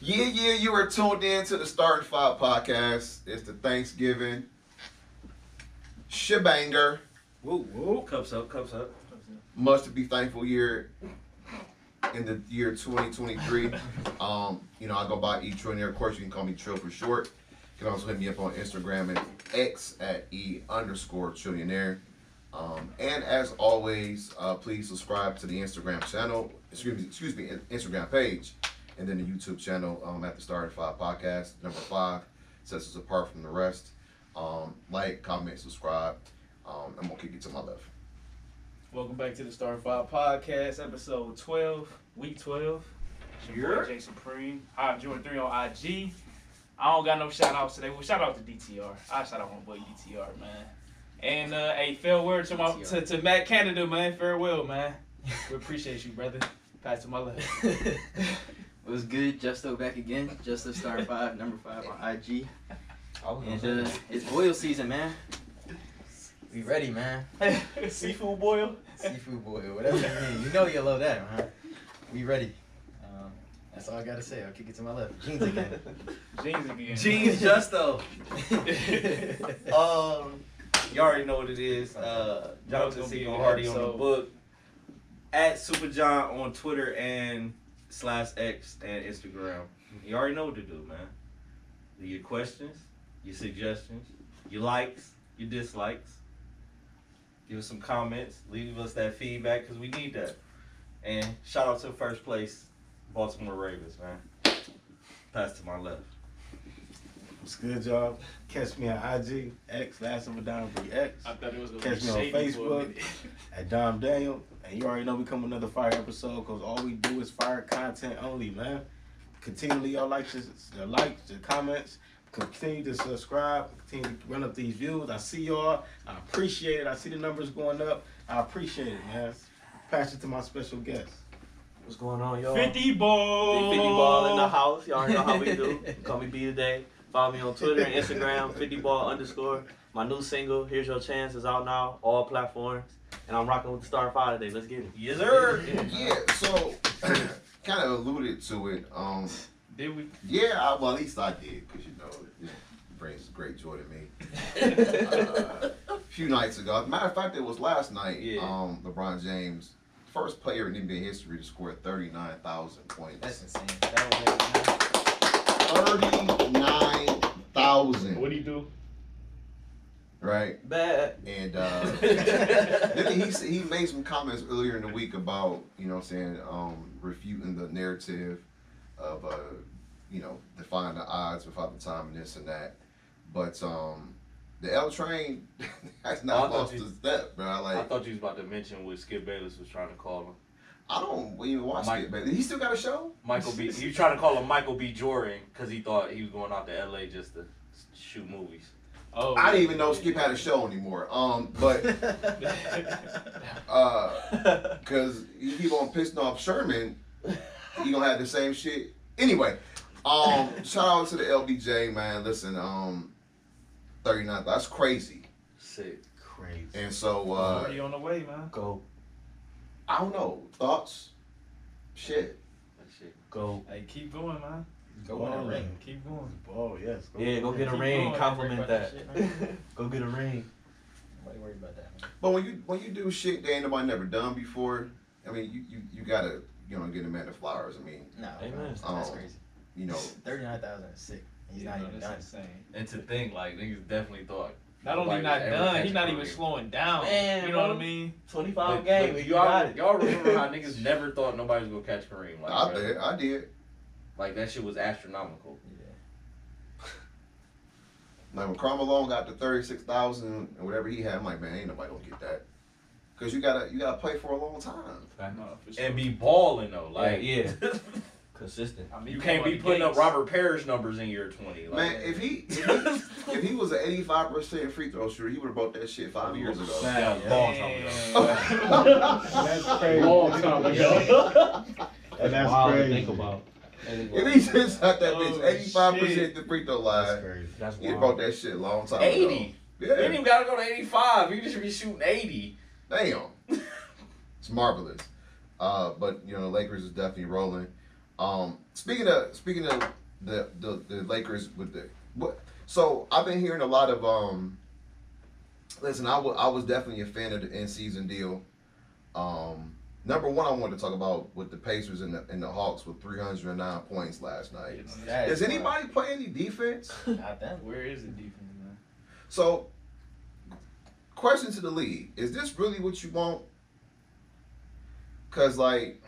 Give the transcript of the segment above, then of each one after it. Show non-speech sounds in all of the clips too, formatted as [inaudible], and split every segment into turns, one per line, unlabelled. Yeah, yeah, you are tuned in to the Starting Five podcast. It's the Thanksgiving shebanger.
Whoa, whoa. Cups up, cups up.
Much to be thankful year in the year 2023. Um, you know, I go by E Trillionaire. Of course, you can call me Trill for short. You can also hit me up on Instagram at X at E underscore trillionaire. Um, and as always, uh, please subscribe to the Instagram channel. Excuse me, excuse me, Instagram page, and then the YouTube channel um, at the Star Five Podcast number five sets us apart from the rest. Um, like, comment, subscribe. Um, I'm gonna kick it to my left.
Welcome back to the Star Five Podcast, episode 12, week 12. It's your
You're-
boy Jay Supreme. I'm Jordan 3 on IG. I don't got no shout outs today. Well, shout out to DTR. I shout out my boy DTR, man. And uh, hey, fair word to, my, to, to Matt Canada, man. Farewell, man. We appreciate you, brother. Pass to my left.
What's good? Justo back again.
[laughs]
Justo Star 5, number 5 on IG. And uh, it's boil season, man. We ready, man.
[laughs] Seafood boil.
Seafood boil, whatever you mean. You know you love that, man. We ready. Um, that's all I gotta say. I'll kick it to my left. Jeans
[laughs]
[laughs] again.
Jeans again.
Jeans Justo. um, you already know what it is. Uh,
That was
Jonathan
gonna be
Seagull
an
Hardy on the
episode.
book. At Super John on Twitter and slash X and Instagram. You already know what to do, man. Your questions, your suggestions, your likes, your dislikes. Give us some comments. Leave us that feedback because we need that. And shout out to first place Baltimore Ravens, man. Pass to my left.
What's good, y'all? Catch me on IG, X, last of a Dom X,
[laughs] I thought it was going to be
Catch me on
shady for a
Facebook.
minute.
at Dom Daniel. And you already know we come with another fire episode because all we do is fire content only, man. Continually, y'all like your, your likes, your comments. Continue to subscribe. Continue to run up these views. I see y'all. I appreciate it. I see the numbers going up. I appreciate it, man. Pass it to my special guest.
What's going on, y'all?
50 ball.
Big 50 Ball in the house. Y'all already know how we do. Call me B today. Follow me on Twitter and Instagram, 50 Ball underscore. My new single, Here's Your Chance, is out now, all platforms. And I'm rocking with the Star 5 today. Let's get it. Yes, sir.
Yeah, so [clears throat] kind of alluded to it. Um,
Did we?
yeah, I, well, at least I did because you know it brings great joy to me.
[laughs]
Uh, a few nights ago, as a matter of fact, it was last night.
Yeah.
Um, LeBron James, first player in NBA history to score thirty nine thousand points.
[laughs]
[laughs]
That's insane. That
Thirty nine thousand,
do you do?
right?
Bad.
And uh,
[laughs]
was it, man.
Then
[laughs]
he s- he made some comments earlier in the week about you know what I'm saying um, refuting the narrative of uh, you know defying the odds without the time and this and that, but um, the L train [laughs] has
Oh,
not
I thought
lost
you-
a step, bro.
I
Like
thought you was about to mention what Skip Bayless was trying to call him.
I don't even watch
Mike-
it, but he still got a show.
Michael B. You trying to call him Michael B. Jordan because he thought he was going out to LA just to shoot movies.
Oh,
I didn't even know Skip had a show anymore. Um,
[laughs]
[laughs]
but uh, cause you keep on pissing off Sherman, you gonna have the same shit. Anyway, um, shout out to the LBJ man. Listen, um, thirty nine. That's crazy.
Sick.
Crazy.
And so uh,
Already on the way, man.
Go,
I don't know thoughts. Shit.
That shit.
go,
Hey, keep going, man.
go in the ring.
Keep going.
Oh, yes.
Yeah, go get a
Keep
ring.
going.
Compliment
Everybody
that.
got shit,
[laughs] Go get a ring.
Nobody worried about that, man.
But when you when you do shit that ain't nobody never done before, I mean you you, you gotta you know get a man the flowers. I mean
No,
Amen.
that's
Oh.
crazy.
you know
39,000 is sick. He's
You
not
know,
even
that's
done.
insane.
And to think, like, niggas definitely thought.
Not only
Nobody
not
ever
done, he's
catch
not
a
even
ring.
slowing down.
Man,
you know what I
bro.
mean?
25
But- game,
But
you got
y'all,
it.
y'all remember
[laughs]
how [laughs] niggas never thought nobody was gonna catch Kareem? Like,
I
bruh.
did I did.
like that shit was astronomical.
Like when Carl Malone got the thirty six thousand and whatever he had, I'm like man ain't nobody gonna get that. Cause you gotta you gotta play for a long time.
No, for sure.
And be balling though, like
Yeah, Consistent.
I
[laughs]
mean,
you
come
can't
on,
be
the
putting up
gates.
Robert Parrish numbers in year twenty. Like,
Man, if he if
[laughs]
he, if he was an eighty five percent free throw shooter, he would have broke that shit
Oh,
five years ago.
that was a long time
Damn. [laughs]
ago.
That's crazy.
Long time ago.
And that's
wild to
crazy.
think about.
If he just shot that
Oh,
bitch eighty five percent the free throw
That's
line,
crazy.
That's
he broke that shit a long time
[laughs] Eighty.
ago.
You didn't
Yeah,
even gotta go to eighty-five. You just be shooting eighty.
damn, it's marvelous. Uh, but you know, Lakers is definitely rolling. Um, speaking of speaking of the the, the Lakers with the what, so I've been hearing a lot of um. Listen, I wa- I was definitely a fan of the end season deal. Um, number one, I wanted to talk about with the Pacers and the, and the Hawks with 309 points last night.
Exactly.
Does anybody play any defense?
Not them.
Where is the defense, man?
So, question to the league: Is this really what you want? Cause like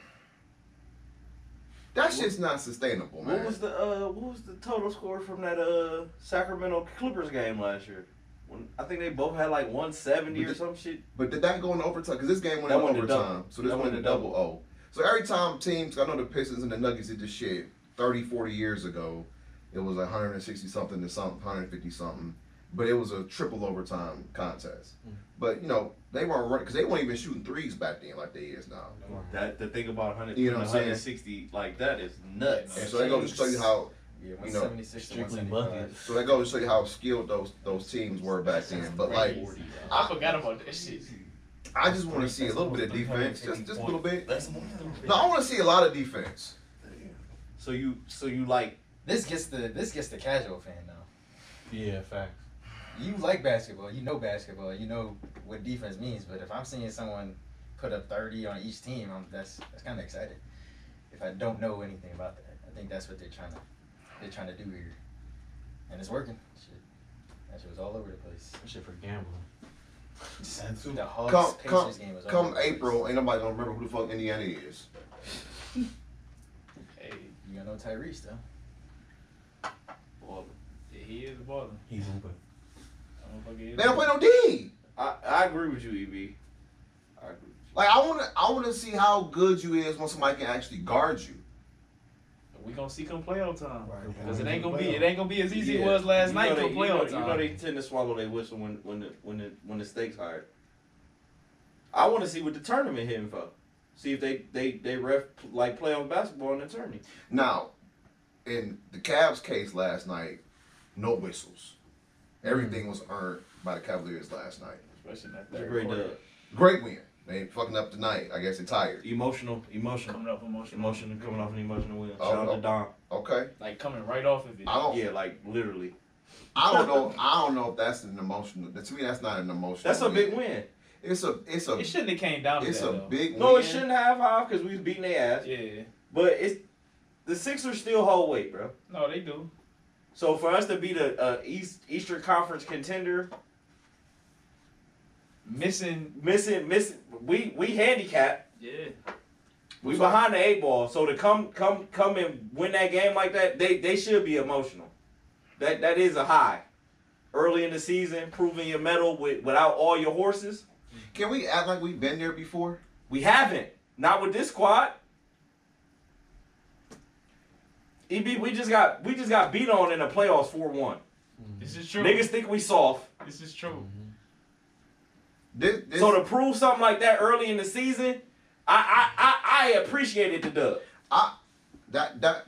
that shit's not sustainable, man.
What was the uh, what was the total score from that uh Sacramento Clippers game last year? When, I think they both had like 170 or some shit.
But did that go in overtime? Because this game went
That
in
went to
overtime.
double.
So this
That
went
went
to
to
double O. So every time teams, I know the Pistons and the Nuggets did this shit 30, 40 years ago. It was 160 something to something, 150 something. But it was a triple overtime contest.
Hmm.
But, you know, they weren't running, because they weren't even shooting threes back then like they is now.
That the thing about 100,
You know what I'm saying?
160 like that is nuts.
And so that goes to show you how,
Yeah,
you know,
176 to
strictly
175.
so that goes to show you how skilled those those teams were back then. But like,
I forgot about that shit.
I just want to see a little bit of defense, just just a little bit.
That's more than
No, I want to see a lot of defense.
So you so you like
This gets the this gets the casual fan now.
Yeah, facts.
You like basketball, you know basketball, you know what defense means. But if I'm seeing someone put up 30 on each team, I'm, that's that's kind of exciting. If I don't know anything about that, I think that's what they're trying to they're trying to do here, and it's working. Shit. That shit was all over the place.
shit for gambling.
The Hawks
Come- come-
Pacers game was all
Come
over the
April,
place.
ain't nobody gonna remember who the fuck Indiana is.
Hey,
You gotta know Tyrese though.
well, he is a baller.
He's open.
I don't fucking
They don't play no D.
I, I agree with you, EB. I agree.
Like I wanna, I wanna see how good you is when somebody can actually guard you.
We gonna see come playoff time.
Right.
Cause it ain't gonna be it ain't gonna be as easy as it
Yeah.
was last
You
night
know
come
they, you know,
playoff
you know they
time.
tend to swallow their whistle when when the when the when the stakes higher. I want to see what the tournament hitting for. See if they they they ref like playoff basketball in the tourney.
Now, in the Cavs case last night, no whistles. Everything was earned by the Cavaliers last night.
Especially in that
It's a
third
great
quarter.
dub.
Great win. They ain't fucking up tonight. I guess they tired.
Emotional, emotional,
Coming up emotional.
emotional, coming off an emotional win.
Oh,
Shout out
oh.
to Dom.
Okay.
Like coming right off of it.
I don't.
Yeah, like literally.
I don't know. I don't know if that's an emotional. To me, that's not an emotional.
That's a big win.
It's a. It's a.
It shouldn't have came down to
It's
that.
a
though.
big.
No,
win.
it shouldn't have five because we was beating their ass.
Yeah.
But it's the Sixers still hold weight, bro.
No, they do.
So for us to be the uh, East Eastern Conference contender,
Missing
missing missing, we we handicap.
Yeah.
We behind the eight ball, so to come come come and win that game like that, they they should be emotional. That that is a high. Early in the season, proving your medal with without all your horses,
Can we act like we've been there before?
we haven't. Not with this squad. EB, E we just got we just got beat on in the playoffs four one.
This is true.
Niggas think we soft.
This is true.
Mm-hmm. This, this,
So to prove something like that early in the season, I I I, I appreciated the dub.
that that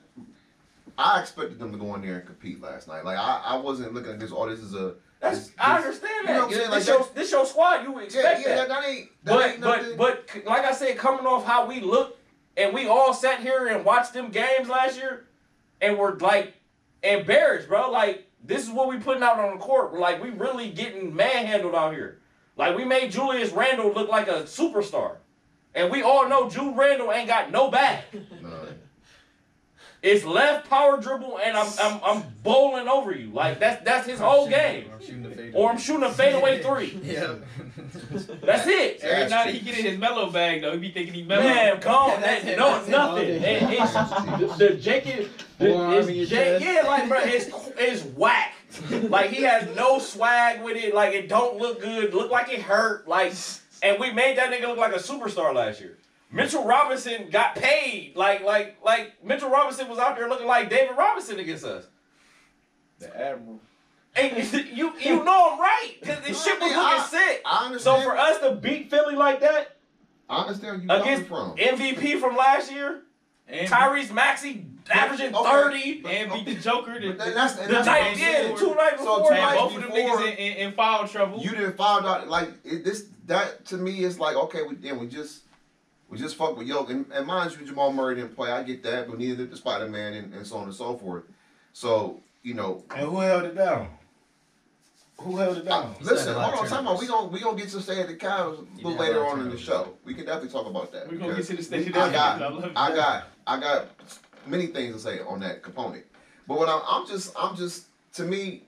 I expected them to go in there and compete last night. Like I, I wasn't looking at this. Oh, this is a
That's
This-
I
this-
understand
you know what
that.
I'm saying?
this,
Like
your, this your squad, you would
yeah,
expect
yeah.
that.
That, that ain't that
But
ain't
but
nothing.
but c- like I said, coming off how we looked, and we all sat here and watched them games last year, and were like embarrassed, bro. Like this is what we putting out on the court. Like we really getting manhandled out here. Like we made Julius Randle look like a superstar, and we all know Jude Randle ain't got no back.
No.
It's left power dribble, and I'm I'm I'm bowling over you. Like that's that's his whole game.
I'm shooting the fadeaway.
Or I'm shooting a
[laughs]
fadeaway three.
Yeah.
That's it.
Every
Ass
night he
cheeks.
get in his mellow bag though, he be thinking he mellow.
Man,
[laughs]
gone.
That's
That,
it,
no,
that's it.
nothing.
All
It-
day. [laughs]
it's, the jacket, the,
Forearm in your
it's ja-
chest.
yeah, like bro, it's it's whack. Like he has no swag with it. Like it don't look good. Look like it hurt. Like, and we made that nigga look like a superstar last year. Mitchell Robinson got paid. Like, like, like Mitchell Robinson was out there looking like David Robinson against us.
The Admiral.
And [laughs] you you know I'm right because this shit was looking sick.
I
So
understand.
for us to beat Philly like that
I understand where you coming
against
from.
MVP from last year.
And,
Tyrese Maxey averaging
Okay.
30.
and beat the Joker the,
But that- that's-
the
and that's-
night
Night, yeah,
before.
the two nights
So
before.
two
Man,
like,
both of them
before-
niggas in, in, in foul trouble.
you didn't find out like it, this that to me is like okay we then we just We just fuck with Yoke. And, and mind you, Jamal Murray didn't play. I get that, but neither did the Spider Man and, and so on and so forth. So, you know,
And who held it down? Who held it
I,
down?
He's
listen,
had a lot
hold on,
of
time out. We gonna we gonna get to stay at the cows
He
a little
did have a lot
later
of
on in the
turnovers.
show. We can definitely talk about that.
We're gonna
because
get to the station.
I got,
I love
I
that.
got, I got many things to say on that component. But what I'm, I'm just, I'm just, to me,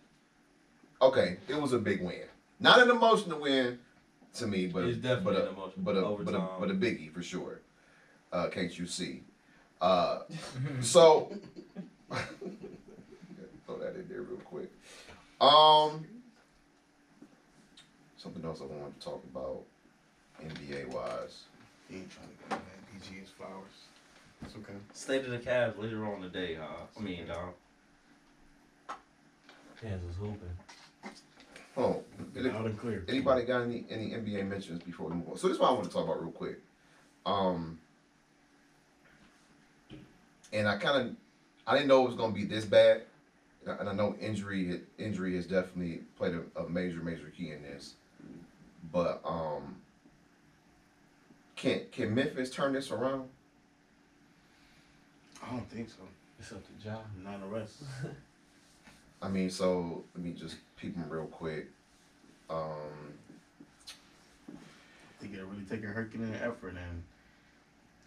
okay, it was a big win. Not an emotional win to me, but
It's definitely
but a,
an emotional-
but a, but a,
overtime.
but a biggie for sure. Uh, can't you see? Uh, so [laughs] throw that in there real quick. Um, something else I wanted to talk about NBA wise.
He ain't trying to give that PG his flowers. It's okay.
State of the Cavs later on today, huh? [laughs] I mean, dog.
Kansas hooping.
Oh,
Been out and clear.
Anybody got any any NBA mentions before we move on? So this is what I want to talk about real quick. Um, and I kind of I didn't know it was gonna be this bad, and I, and I know injury injury has definitely played a, a major major key in this, but um, can can Memphis turn this around?
I don't think so.
It's up to John.
None of us.
I mean, so let me just peep them real quick. Um,
I think it really taking Herculean effort and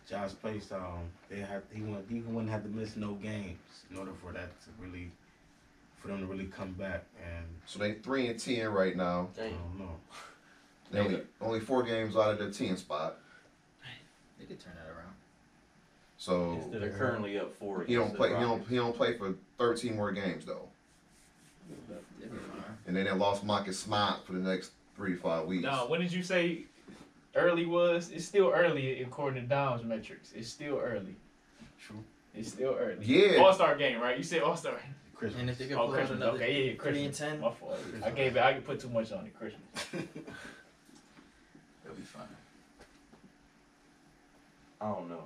Josh plays um they have he wouldn't he wouldn't have to miss no games in order for that to really for them to really come back and
so they three and ten right now.
I don't know.
They only only four games out of the ten spot.
They could turn that around.
So
They're currently up four.
He don't
against the
play. He don't.
Rockets.
He don't play for thirteen more games though,
They'd be fine.
and then they lost Marcus Smart for the next three to five weeks.
No, what did you say? Early was it's still early according to Dom's metrics. It's still early.
True.
It's still early.
Yeah.
All Star game, right? You said All Star.
Christmas.
And if they could
Oh,
pull out
Christmas.
another
Okay, yeah, yeah,
three and
Christmas.
ten,
My fault. I gave it. I could put too much on it. Christmas.
it'll be fine.
I don't know.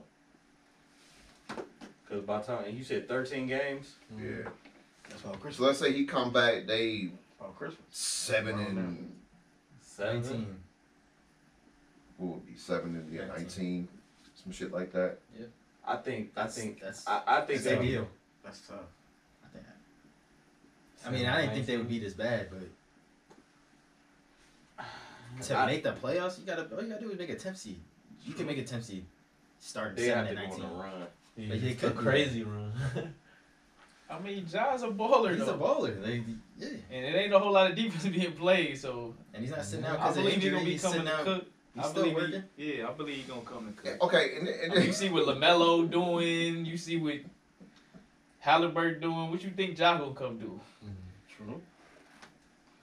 Cause by the time and you said thirteen games,
Yeah.
That's all
So
Christmas.
let's say he come back. They
All Christmas.
seven and
seventeen.
Nineteen.
what would be seven and yeah,
Nineteen.
nineteen, some shit like that.
I think. I
That's-
think.
that's
I, I think
that's
they.
ideal.
That's uh, tough.
I think. I mean, I didn't think they would be this bad, but to
I-
make the playoffs, you gotta all you gotta do is make a temp seed. You can make a temp seed starting
They have
seven
to
and
go on
nineteen.
a run.
But they
Yeah, a
could be.
crazy run.
I mean, John's a baller
He's a
though,
bowler. Like, yeah,
and it ain't a whole lot of defense [laughs] being played. So
and he's not sitting out
I
because of
believe he's
injury.
gonna be
He's
coming
sitting
to
out.
cook.
He's
I
still
believe.
working.
He, yeah, I believe he's gonna come to
[laughs]
cook.
Okay, and, and
I mean, you see what Lamelo doing. You see what Halliburton doing. What you think Ja gonna come do?
True.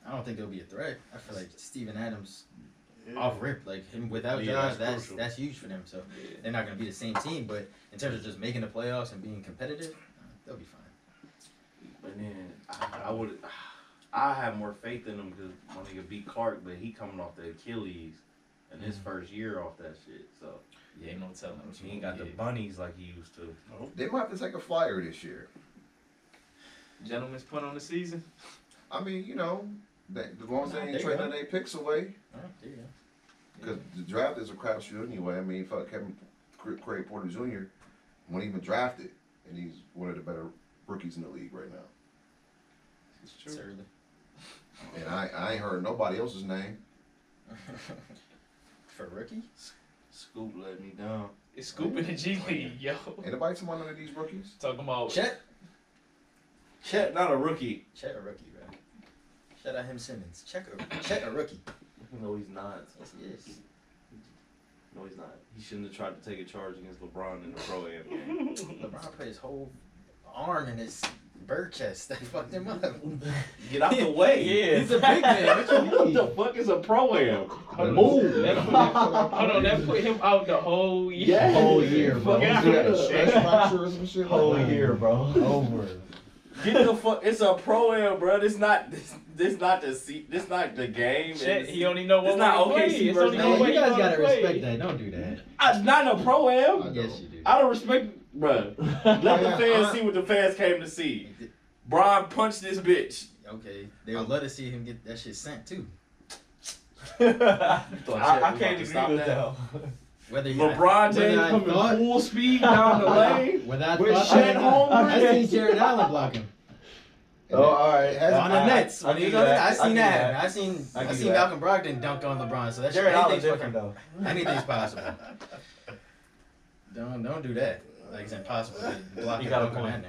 I don't think there'll be a threat. I feel like Steven Adams
Yeah.
off rip, like him without
Yeah,
Josh,
that's
that's
crucial.
that's huge for them. So they're not gonna be the same team, but in terms of just making the playoffs and being competitive, uh, they'll be fine.
But then I, I would. I have more faith in them because my nigga beat Clark, but he coming off the Achilles, and his
Mm-hmm.
first year off that shit. So
Yeah, ain't no telling. what
he
you
ain't
gonna
got the
get.
bunnies like he used to.
they might have to take a flyer this year.
Gentleman's punt on the season.
I mean, you know, they, as long as they
Nah,
ain't
they
trading
good.
their picks away,
All right, there you go.
because the draft is a crapshoot anyway. I mean, fuck Kevin Cra- Craig Porter Jr. wasn't even drafted, and he's one of the better rookies in the league right now.
It's
It's
true.
And I, I ain't heard nobody else's name.
early. [laughs] for rookie,
Scoop let me down.
It's scooping the G
[laughs]
League, yo.
Anybody someone under these rookies?
Talking
Oh.
about
Chet,
Chet, not a rookie.
Chet a rookie, bro. Shout out him Simmons. Check a Chet a rookie.
No, he's not.
Yes, he is.
No, he's not. He shouldn't have tried to take a charge against LeBron in the pro am game.
[laughs] LeBron put his whole arm in his bird chest. [laughs] That fucked him up.
Get out the way.
Yeah. He's a big man. What you
What
mean?
the fuck is a pro am?
Hold
Move.
That put him, hold on, that put him out the whole year.
Yeah.
Whole year, bro.
Fuck
Yeah.
yeah.
Fracture or some shit like
Whole
that?
year, bro. Over.
Get the fuck. It's a pro am, bro. This not this. This not the seat. This not the game.
Chet,
It's-
he only know
It's
what
not
way to
OKC
play. It's
versus
only
No,
one
LA.
way
you
he
guys
gonna
gotta
play.
respect that. Don't do that.
I'm not a pro am.
I know.
Yes, you do.
I don't respect, [laughs] bro. Let the
Yeah,
fans
I-
see what the fans came to see. Brian punched this bitch.
Okay, they would love to see him get that shit sent too.
I,
[laughs] You thought Chet was about to stop
that.
Whether you
LeBron
When
James
I
coming
thought-
full speed [laughs] down the lane.
When I
With
thought-
Shed Holmgren.
I seen Jared Allen blocking.
Oh, all right. That's,
on the Nets.
I,
I,
I, give you that.
I seen
give you
that. I seen
I
I,
give you
seen Malcolm
that.
Brogdon dunked on LeBron. So that's
Jared Allen's
anything's
different
fucking
though.
anything's possible. don't don't do that. Like it's impossible. to Block
You
you
got a
on
point.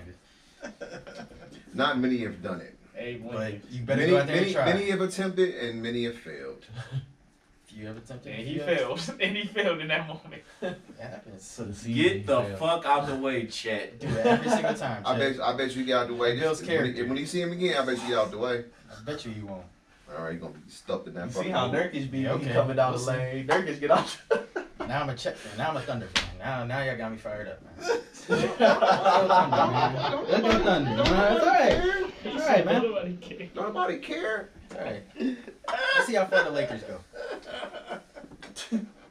that nigga.
Not many have done it.
[laughs] Hey, boy.
But you better
Many,
go out there
many,
and try.
many have attempted and many have failed.
if you ever tempted,
and he failed. [laughs] and he failed in that moment.
It happens.
So the season
Get the
failed.
fuck out the way, Chet.
Do it every single time.
I
Chip.
bet, I bet you get out the way.
Bill's
When he-
character.
when you see him again, I bet you get out the way.
I bet you you won't.
All right, you're gonna be stuffed in that.
You see
fucking
how
hole.
Nurkic be
Yeah,
when he
okay.
coming down the
Listen.
lane. Nurkic get out.
Now I'm a check fan. Now I'm a Thunder fan. Now now y'all got me fired up, man.
Don't do nothing, man. Don't do nothing, man. It's all right.
He
All right,
said,
man.
Nobody cares.
Nobody care.
It's all right. Let's see how far the Lakers go.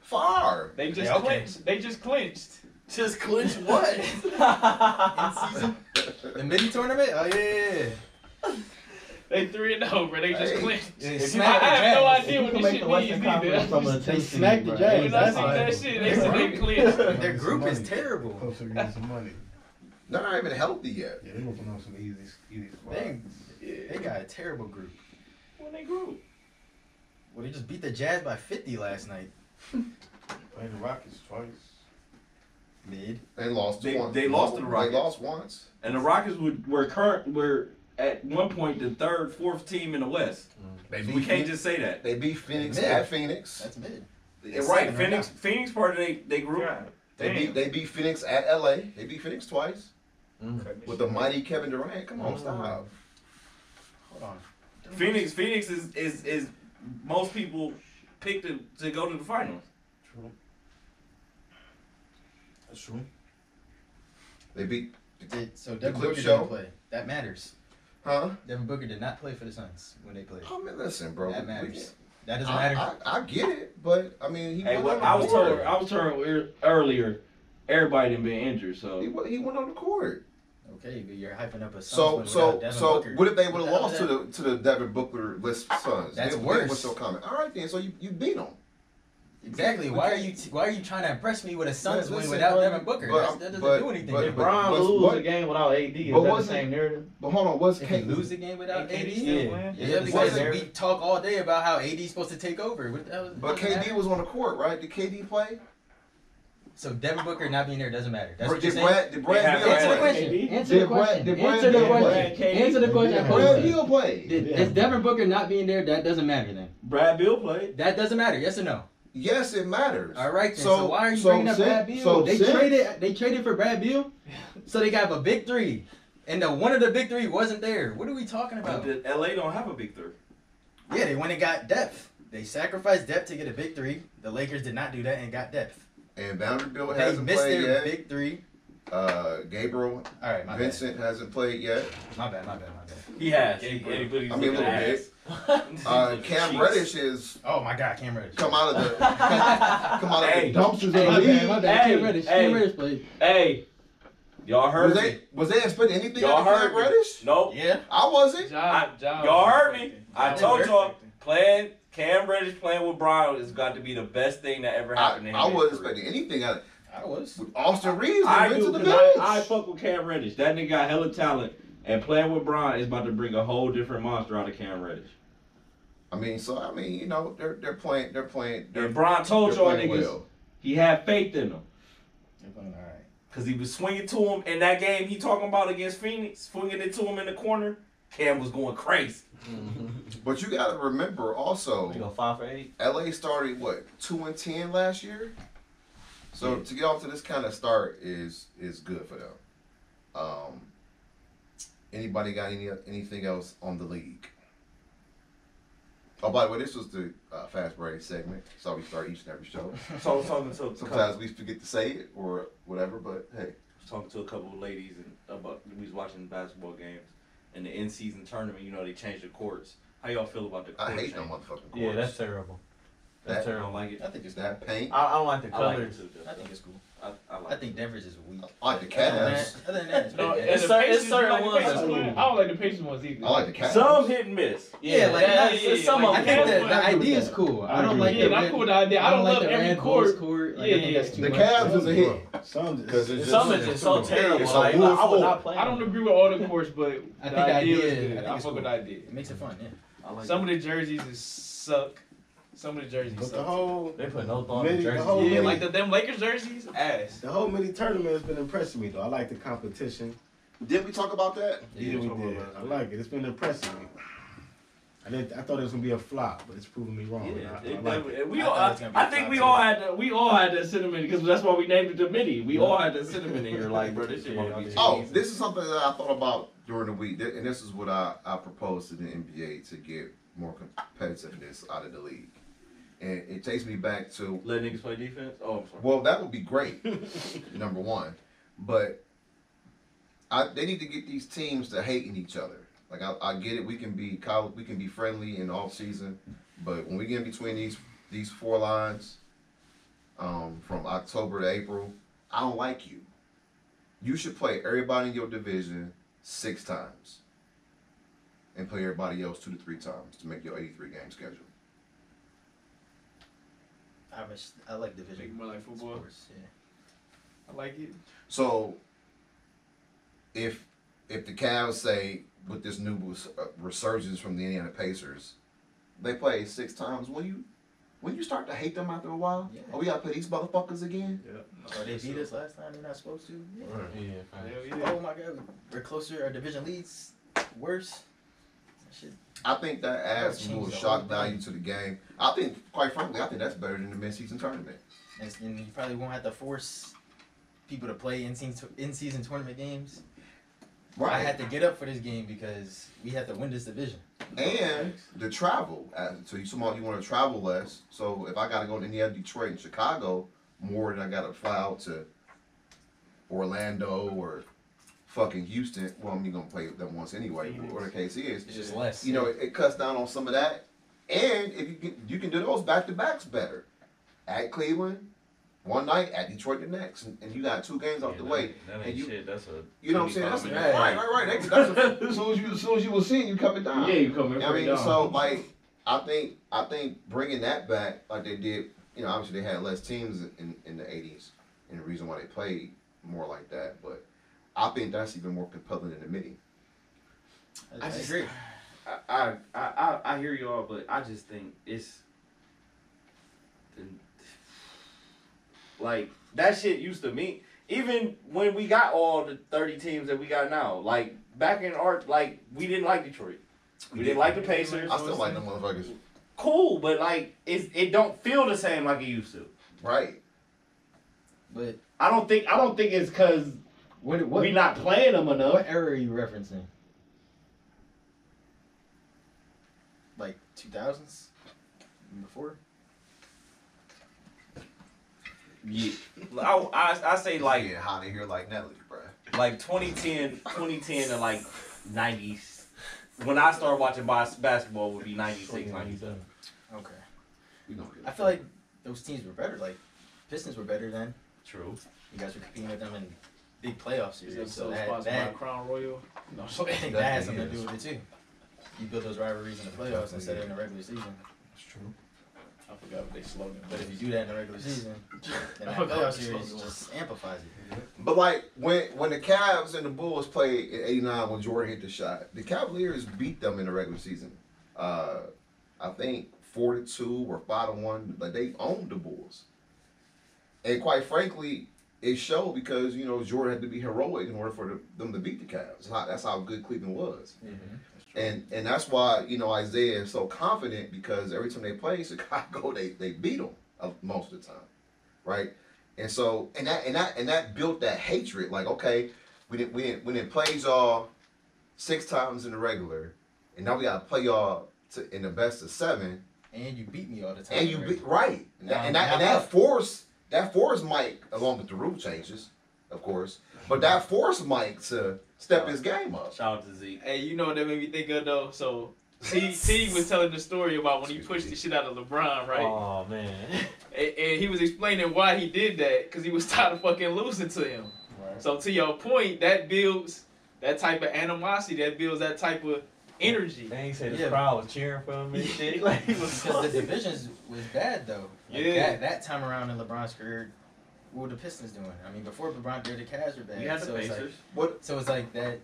Far.
They just
Yeah, okay.
clinched. They just clinched.
Just clinch what? In season? The mini tournament? Oh yeah. yeah, yeah.
They three and over. They just
Hey.
clinched.
They
I
smacked the
have no
Jazz.
idea
If you can
what this
make
shit
the Western
means
Conference,
either.
I'm
[laughs] When
gonna
They
take
smacked
you,
the
bro.
Jays.
I
That's
seen
all.
that shit, they said they
[laughs]
clinched.
Their
Some
group is
money.
terrible.
Folks are getting some money.
They're not even healthy yet.
Yeah, they're gonna put on some easy, easy squad.
They, they got a terrible group.
When they grew.
Well, they just beat the Jazz by 50 last night.
Played the Rockets twice.
Mid.
They lost
They-
once.
they lost to the Rockets.
They lost once.
And the Rockets would, were current were at one point the third, fourth team in the West.
They
So
beat.
we can't
Phoenix-
just say that.
They beat Phoenix
Yeah.
at Phoenix.
That's mid.
And right,
seven right
Phoenix. Phoenix part of they they group.
God
They beat.
damn.
They beat Phoenix at LA. They beat Phoenix twice
Mm.
with the
With
mighty Kevin Durant. Come on,
Mm.
stop.
Hold on.
Phoenix. Phoenix is is is most people picked to, to go to the finals.
True. That's true.
They beat.
Did, so
The
Devin
clip
Booker
show.
didn't play. That matters.
Huh?
Devin Booker did not play for the Suns when they played.
I mean, listen, bro.
That
we-
matters. That doesn't
I,
matter.
I, I get it, but I mean, he
Hey,
went
what,
on the
I was
court.
told I was told ear- earlier, everybody didn't been injured.
He,
So
wa- he went on the court.
okay, but you're hyping up a Suns
So,
win
so,
without Devin
so,
Booker.
what if they would have
Without
lost to
that-
the to the Devin Booker list Suns?
That's
then,
worse.
Then what's your comment? All right, then. So you, you beat them.
Exactly. Why are you t- Why are you trying to impress me with a Suns win
listen,
without
but-
Devin Booker?
but-
That's- that doesn't
but-
do anything.
but-
If
if Brian
but-
loses
but-
a game without AD, is
but
that the
wasn't- [laughs]
same narrative?
But hold on, what's
they
Kate?
lose the game without
Hey,
AD,
KD still
yeah,
win?
yeah,
Wasn't
because
there-
we talk all day about how AD's supposed to take over. What the hell is-
But
doesn't matter.
KD was on the court, right? Did KD play?
So Devin Booker not being there doesn't matter. That's
Bro,
what you're
did
saying.
Brad? Did Brad
They
Hill
have
Answer the
play?
Brad-
question.
KD?
Answer the
Did Brad-
question.
did Brad
Answer the
Hill play?
question.
Brad
Answer the
KD?
question. I
Brad
Brad
posed.
Hill played.
Did- Is Devin Booker not being there? That doesn't matter then.
Brad Bill played.
That doesn't matter. Yes or no?
Yes, it matters.
All right. Then. So, why are you
so
bringing up
since-
Brad Beal?
So
They
since-
traded. They traded for Brad Beal.
so they got a big three, and the one of the big three wasn't there. What are we talking
But
about?
the, LA don't have a big three.
Yeah, they went and got depth. They sacrificed depth to get a big three. The Lakers did not do that and got depth.
And Vanderbilt
They
hasn't
missed
played
their
yet.
big three.
Uh, Gabriel
All right, my
Vincent hasn't played yet.
bad. My bad. My bad. My bad.
He has.
Yeah,
He-
bro.
he- but he's
I mean, a little
looking ass.
bit.
He's
Uh,
looking
Cam
cheeks.
Reddish is
Oh my God, Cam Reddish.
come out
[laughs]
of the come out of
Hey.
the dumpsters of
Hey,
the
my
league.
bad, my bad.
Hey,
Cam Reddish.
hey.
Cam Reddish played.
Hey, y'all heard
Was
me?
they was they expecting anything
Y'all
out of Cam
heard me.
Reddish?
Nope.
Yeah.
I wasn't.
[laughs] Job, job.
Y'all heard me. I
Y'all
told
heard
y'all playing Cam Reddish playing with Brian has got to be the best thing that ever happened
I,
to him.
I
in
wasn't
his career.
expecting anything out of
I was.
with Austin Reeves.
I
I went
do
to the
because
bench.
I, I fuck with Cam Reddish. That nigga got hella talent, and playing with Brian is about to bring a whole different monster out of Cam Reddish.
I mean, so I mean, you know, they're they're playing, they're playing, they're,
And Brian
they're
told y'all
playing
niggas
well.
he had faith in him
They're playing all right.
because he was swinging to him in that game. He talking about against Phoenix, swinging it to him in the corner. Cam was
[laughs]
going crazy.
But you got to remember also,
five for eight.
LA started what two and ten last year, so to get off to this kind of start is is good for them. Um, anybody got any anything else on the league? Oh, by the way, this was the uh, fast break segment, so we start each and every
[laughs]
show.
So I was talking to a couple,
Sometimes we forget to say it or whatever, but hey,
talking to a couple of ladies and about we was watching basketball games and the in season tournament. You know they changed the courts. How y'all feel about the?
I
court
hate no
change?
motherfucking courts.
Yeah, that's terrible.
That
That-
term, I don't like it.
I think it's
That paint.
I, I don't like the
I like
colors.
I think it's cool.
I, I like
I think Denver's is weak.
I like the
Other than that,
Cavs.
other than that, it's
No,
pretty
and
good.
the
cer- it's
Pacers, you
certain
like the
ones
Pacers
that's
playing?
cool.
I don't like the patient ones either.
I like the Cavs.
some hit and miss.
Yeah, Oh, like, that's-
some
like
I think
the
the,
Cavs
the
one.
idea is cool. I don't
agree.
like
Yeah,
the
I'm
red-
cool with the idea. I don't,
like
love
the
every
Red Bulls
court.
court. Like,
Yeah,
I think
yeah.
that's too
The
much.
Cavs is a hit.
Some just-
Because it's
Some
just-
is just so
it's
terrible.
a
Like,
wolf
I would
foot.
not play.
I don't agree with all the courts, but
I
the
think the
idea
idea-
is
I
good.
think
I
it's
fuck with
cool.
the idea.
It makes it fun, yeah.
I like
Some of the jerseys is suck. Some of the jerseys
But
suck.
the whole
They put no thought in
Maybe
the
the
jerseys.
whole-
yeah, like the them Lakers jerseys, ass.
the whole mini tournament has been impressing me though. I like the competition.
Did we talk about that?
Yeah, we
talk
did.
about
I like it. It's been impressing me. I didn't. I thought it was gonna be a flop, but it's proven me wrong.
Yeah,
I, I
it
like it.
definitely- we
I
all.
thought it
I,
was gonna be
I
a
think
flop,
we
too.
all had that. We all had that sentiment because that's why we named it the mini. We all had that sentiment in here. Like, bro, this shit
Yeah,
gonna be.
yeah.
Oh,
cheesy.
this is something that I thought about during the week, th- and this is what I, I proposed to the NBA to get more competitiveness out of the league. And it takes me back to
Let niggas play defense. Oh, I'm sorry.
Well, that would be great, [laughs] number one. But I, they need to get these teams to hating each other. Like I, I get it, we can be college, we can be friendly in the off season, but when we get in between these these four lines, um, from October to April, I don't like you. You should play everybody in your division six times, and play everybody else two to three times to make your eighty-three game schedule.
I, res- I like
Make it
division
more like football.
sports. Yeah.
I like it.
So, if if the Cavs say with this new res- uh, resurgence from the Indiana Pacers, they play six times, when you when you start to hate them after a while,
Yeah.
oh, we gotta play these motherfuckers again.
Oh, they beat us last time. They're not supposed to. Yeah.
Hell yeah.
Oh my God, we're closer. Our division leads worse. That Shit.
I think that adds
Change
more
the
shock
whole
value
thing.
to the game. I think, quite frankly, I think that's better than the midseason tournament.
And, it's- and you probably won't have to force people to play in season in season tournament games. I had to get up for this game because we had to win this division.
And the travel. Uh, So you somehow you want to travel less. So if I gotta go to Indiana, Detroit, and Chicago more than I gotta fly out to Orlando or fucking Houston. Well, I'm gonna play them once anyway. Or the case is,
It's just less.
you know, it, it cuts down on some of that. And if you can, you can do those back to backs better. At Cleveland, one night. At Detroit, the next, and, and you got two games out the way.
That ain't
And you-
shit. That's a.
You know what I'm saying? That's
25
Right.
right, right, right. That's a, [laughs] as soon as you, as soon as you was seen, you coming down.
Yeah, you coming?
I mean, so like, I think I think bringing that back, like they did, you know, obviously they had less teams in in the '80s, and the reason why they played more like that. But I think that's even more compelling than the mini.
I,
I
I
just-
agree.
I, I, I, I hear y'all, but I just think it's like that shit used to mean even when we got all the 30 teams that we got now like back in art like we didn't like detroit we didn't like the pacers
I still like them motherfuckers,
cool but like it's, it don't feel the same like it used to
right?
But
i don't think i don't think it's because
what what
we not playing them enough
what era are you referencing? Like two thousands, before.
yeah. I, I, I say
Like yeah, how they here like Nelly, bro.
like 2010, 2010 to like 90s. When I started watching bas- basketball, would be
Oh,
96, 97.
Okay.
You know, what
I feel like those teams were better. Like Pistons were better then.
True.
You guys were competing with them in big playoff
This
series.
episode
So that,
sponsored
that
by Crown Royal. No, I'm
I
sorry.
think [laughs] that has something to do with it too. You build those rivalries in the playoffs instead of in the regular season.
it's true.
I forgot what they slogan.
But if you do that in the regular
[laughs]
season, then that
I forgot
playoff
what you're
series
supposed to
just amplifies it.
But like when when the Cavs and the Bulls played in '89 when Jordan hit the shot, the Cavaliers beat them in the regular season. Uh, I think four to two or five to one. Like they owned the Bulls, and quite frankly, it showed because you know Jordan had to be heroic in order for the, them to beat the Cavs. That's how, that's how good Cleveland was, and and that's why you know Isaiah is so confident because every time they play Chicago, [laughs] they they beat them uh, most of the time, right? And so and that and that and that built that hatred. Like, okay, we didn't we didn't we didn't play y'all six times in the regular, and now we gotta play y'all to, in the best of seven.
And you beat me all the time.
And you
right?
be, right, and that and that, and that force that force Mike along with the rule changes, of course, but that forced Mike to step his game up.
Shout out to Zeke.
Hey, you know what that made me think of though? So T T was telling the story about when he pushed the shit out of LeBron, right?
Oh man.
And, and he was explaining why he did that because he was [laughs] tired of fucking losing to him.
Right.
So to your point, that builds that type of animosity, that builds that type of energy.
Then he said the
Yeah.
crowd was cheering for him and shit. [laughs] Like he was
Because the divisions was bad though. Like,
Yeah.
That, that time around in LeBron's career, what were the Pistons doing? I mean, before LeBron did, the Cavs were bad.
You had the
so it's like,
Pacers.
so it's like that.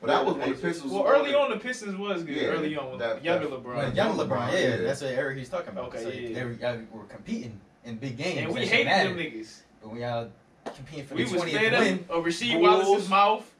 But that was when the Pistons.
Well,
was
early
going.
on the Pistons was good.
Yeah,
early on with
that-
younger
that-
LeBron.
Well, young LeBron, yeah,
yeah.
that's what Eric he's talking about.
Okay,
so
yeah.
they were, y'all were competing in big games.
and we
that shit
hated them
mattered.
niggas.
But when y'all competing for
We
the
was
20th
fed
win,
up of Rasheed
Bulls.
Wallace's mouth.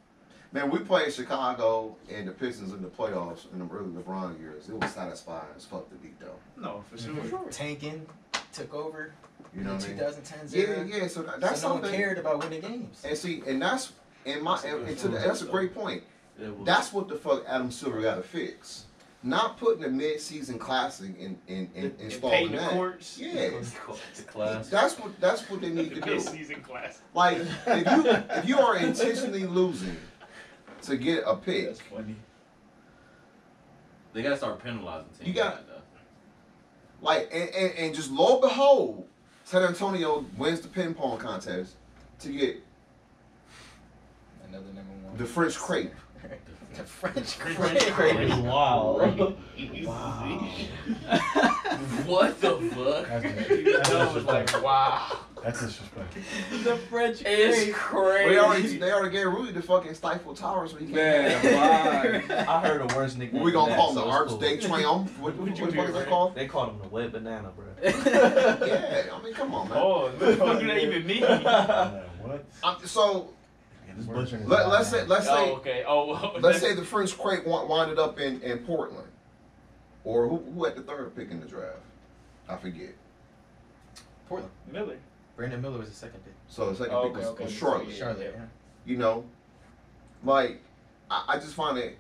Man, we played Chicago and the Pistons in the playoffs in the early LeBron years. It was satisfying as fuck to beat though.
No, for Mm-hmm. sure.
tanking, took over
You know
in
what I mean?
2010s
Yeah,
era.
yeah. So that- that's
so no one
something.
cared about winning games.
And see, and that's and my and, and to the, that's a great point.
It [laughs] was-
That's what the fuck Adam Silver got to fix. Not putting a mid-season classic in in in, in
And
installing
paid the
that.
courts.
Yeah,
the class.
that's what that's what they need to
The
do.
mid-season class.
Like if you if you are intentionally losing to get a pick,
That's funny.
They gotta start penalizing teams.
You got-
like that.
like and, and, and just lo and behold, San Antonio wins the ping pong contest to get
Another number one.
the
[laughs]
French crepe.
The French [laughs]
crazy.
crane.
Wow.
what the [laughs] fuck?
I was like, wow.
That's
[laughs]
disrespectful.
the French
It's
They already
crazy.
they already gave Rudy the fucking stifle tower so he can't.
Man, why?
I heard a worse nickname.
What we gonna
than
call him
that,
the
so it's
Arch
cool.
Day Triumph? What, what,
What'd you
what the fuck
do,
is that
Ray?
called?
They called him the wet banana, [laughs] bro.
[laughs]
Yeah, I mean, come on, man.
Oh, [laughs] what the fuck do that even [laughs] mean? Oh,
Man, what?
I'm- Uh, so
Yeah, this butchering is
let,
not
let's say
nice.
let's say
okay. Oh, well,
let's say the French Crepe wa- winded up in, in Portland, or who, who had the third pick in the draft? I forget.
Portland.
Miller.
Brandon Miller was the second pick.
So the second
Oh,
pick
okay,
was,
okay.
was Charlotte.
Yeah.
Charlotte. yeah.
You know, like I, I just find it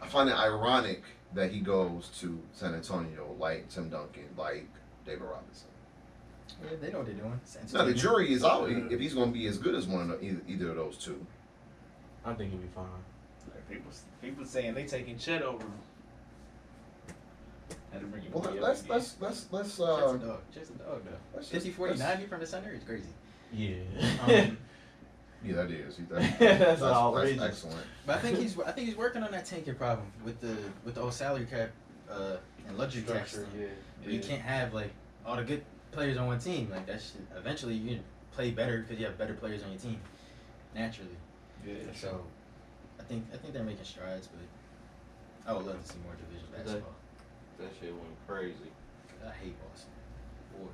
I find it ironic that he goes to San Antonio like Tim Duncan, like David Robinson.
Yeah, they know what they're doing. San
Now the
Antonio.
jury is out if he's going to be as good as one of the, either, either of those two.
I think he'll be fine.
People, people saying they taking Chet over him. Had to bring him
Well,
up
let's
again.
let's let's let's
Jackson
uh.
Dog. Jackson Dog, though.
let's just-
50 40
let's-
90 from the center is crazy.
Yeah. [laughs]
Um,
Yeah, that is. That,
That's
that's, that's,
outrageous.
excellent.
But I think he's I think he's working on that tanking problem with the with the old salary cap uh, and luxury tax.
Structure,
thing.
yeah.
You can't have like all the good players on one team. Like that shit. Eventually, you play better because you have better players on your team, naturally.
Yeah.
So, I think I think they're making strides, but I would love to see more division basketball.
That shit went crazy.
I hate Boston. Boy,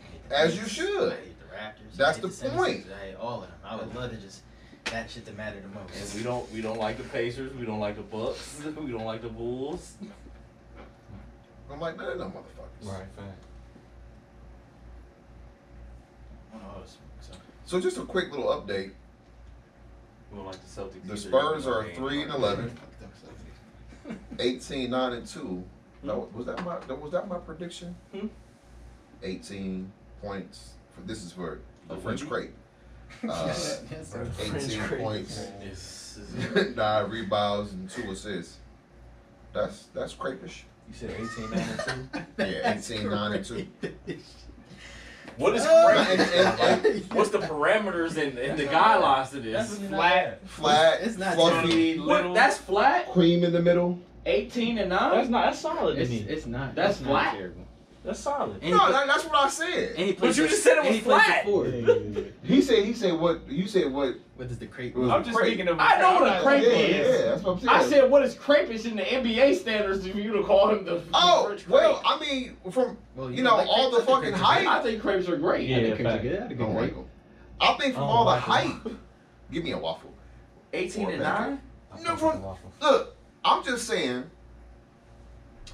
I hate the
As
Lakers.
you should.
I hate the Raptors. I
That's
hate
the
Celtics. I hate all of them. I would love to just that shit to matter the most.
And we don't we don't like the Pacers, we don't like the Bucks, [laughs] we don't like the Bulls.
I'm like, none of them motherfuckers.
Right, fact.
One of those, so.
So just a quick little update.
We don't like the Celtics.
The
either.
Spurs are
They ain't
three and
like-
11, 18, 9 and two. No, was that my that- was that my prediction?
Hmm.
Eighteen points. For, this is for the
Oh,
French
really?
Crepe. Uh,
Yes, sir.
Eighteen points,
oh.
This
[laughs]
[laughs]
is-
nine rebounds, and two assists. That's that's crepish.
You said 18, 9, and 2?
Yeah, 18, 9, and 2.
What
[laughs]
is
And- and-
crazy?
and
What's the parameters and, and the guidelines to this?
Flat.
flat,
It's not
fluffy,
What? That's flat.
cream in the middle.
18 and
[laughs] That's
9?
not, that's solid to
It's,
me.
it's not.
That's
it's not
black.
Terrible.
That's solid.
And he
no,
put-
that, that's what I said.
and he plays
you
the-
just said
and
it was
he plays the
flat.
four.
He said he said what you said what
What is the crate?
was
I'm just
crepe.
thinking of.
I know what a
I'm not-
crepe
yeah,
is.
Yeah, that's what I'm saying.
I said, what is crepish in the NBA standards for you to call him the the
Oh
French
well,
crepe?
I mean, from
Well,
you know
like
all the
crepes, I
fucking
think
I
hype.
think crepes are great.
Yeah,
I think
fact.
it's good. I think
I don't
it's
like
great.
'em. I think from
I
all
Oh,
don't
the
like 'em.
hype, give me a waffle.
18 and 9?
I
No,
fuck
from-
with waffles.
Look, I'm just saying,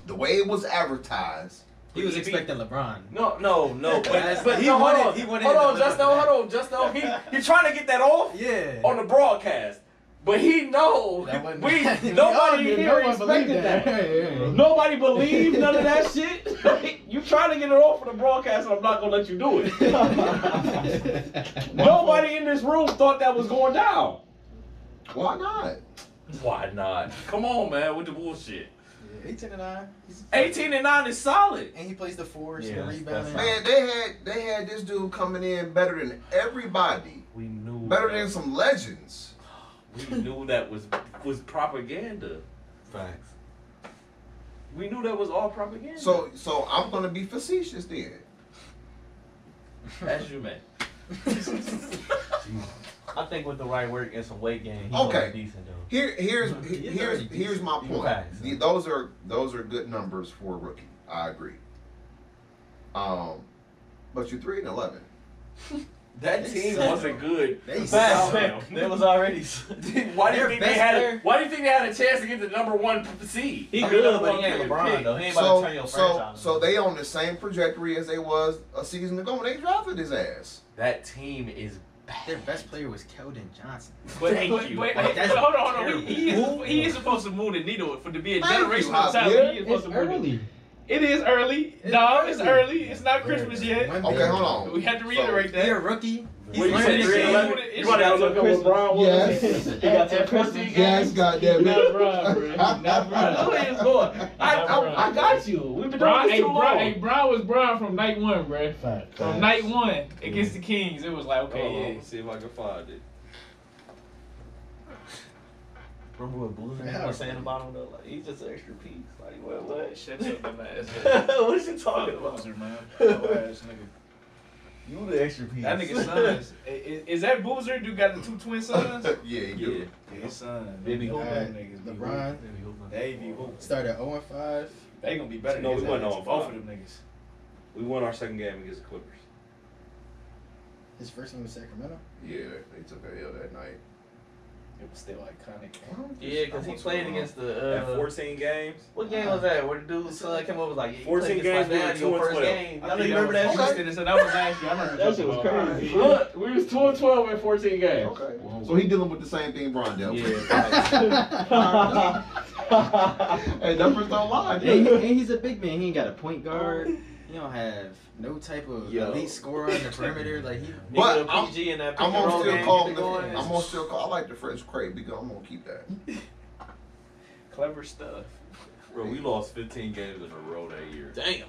the way it was advertised,
He was expecting LeBron.
No, no, no. But,
That's-
but
he
no,
wanted-
hold on.
he wanted
hold
him to
on,
live
Justin.
up to
Hold on, Justin. He, he's trying to get that off
Yeah.
on the broadcast. But he knows.
That wasn't-
[laughs]
[laughs]
We,
Oh, We
all
nobody
did.
here
No one
expected
believed
that.
that. Yeah, yeah, yeah.
Nobody believed none of that shit. [laughs] you trying to get it off for the broadcast, and I'm not going to let you do it. [laughs] nobody in this room thought that was going down.
why not?
Why not? Come on, man, with the bullshit.
18 and 9. He's
18 and 9 is solid.
And he plays the fours, the
Yeah, that's-
rebound.
that's
Man, they had they had this dude coming in better than everybody,
We knew.
better
that.
than some legends.
We knew that was was propaganda.
Facts.
We knew that was all propaganda.
So so I'm gonna be facetious then.
that's your man.
I think with the right work and some weight gain, he's
Okay.
gonna be decent though.
Here here's
He's
here's
already
here's my
He
point.
passed.
The- those are those are good numbers for a rookie. I agree. Um, but you're three and eleven.
That team wasn't good.
They
Facts.
suck.
That was [laughs] already.
Why do you
Their
think they
best
had?
player-
A, why do you think they had a chance to get the number one seed?
He
I mean,
good,
number
but
one
he ain't
pick.
LeBron though. He ain't about to turn
So
your
so
franchise.
so
around.
they on the same trajectory as they was a season ago when they drafted his ass.
That team is.
Their best player was Keldon Johnson.
But,
Thank
but,
you.
but,
Like,
but
that's
hold on, hold on. He, he,
terrible.
is, he is supposed to move the needle for to be a
Thank you,
generational talent.
Javier.
He is
It's
supposed to move the
early.
It is early.
It's
no,
early.
it's early. It's not Christmas yet.
One
Okay,
man.
hold on.
We had to reiterate
He's
that.
a rookie. He's
What you said,
learning
It's
his
three
shit.
and eleven?
It's
You gotta
not
look
till
up what
Christmas.
LeBron
Yes.
He got that
At
Christmas.
14
Yes, goddamn
Not
it.
Bron, bro. [laughs] Not Bron. Go ahead and score. I, I, I got you. We've been doing
Brown,
this
hey,
too
Brown, hey,
long.
Brown was Brown from night one, bruh.
Fact.
From
fact.
night one against the Kings, it was like,
Hold on,
Uh-huh.
okay, yeah.
see if I can find [laughs] it.
Remember what Blue Man was saying about him though? Like he's just an extra piece. Like what? What?
Shut your dumb ass up.
what is he talking
Fuck
about?
Boozer, man. Poor ass nigga.
You the extra piece.
That nigga's son is, is, is that Boozer? Dude got the two twin
[laughs]
sons?
yeah, he
Yeah.
do.
His son.
Baby
Them
Hooper.
niggas be
LeBron
hooping. They be hooping.
started 0 5.
They gonna be better
No,
than
we
his
wasn't
ass.
on
both of
five.
them niggas.
We won our second game against the Clippers.
His first game was [laughs] Sacramento.
Yeah, they took a L that night.
It was still iconic.
Yeah, because he played against the.
At
Uh,
14 games,
what game was that? Where the dude son came over was like, yeah, you
14
played against
games, we were
my dad your
2 and
first
12.
game.
I
Y'all
think
remember
that
that
was
shit?
Houston, so that was actually. I remember
That shit was
talking about-
crazy. Look, we was 12 12 in 14 games.
Okay. So he dealing with the same thing Bron dealt with. [laughs] hey, numbers don't lie.
[laughs] and,
dude.
and he's a big man. He ain't got a point guard. He don't have no type of
Yo.
elite scorer on the perimeter. Like he,
But
Nigga,
I'm-
PG in that
I'm
pick and
gonna
roll
still
game,
call
get
him.
the
The,
going.
I'm gonna still call. I like the French crepe because I'm gonna keep that.
Clever stuff.
bro, we lost 15 games in a row that year.
Damn.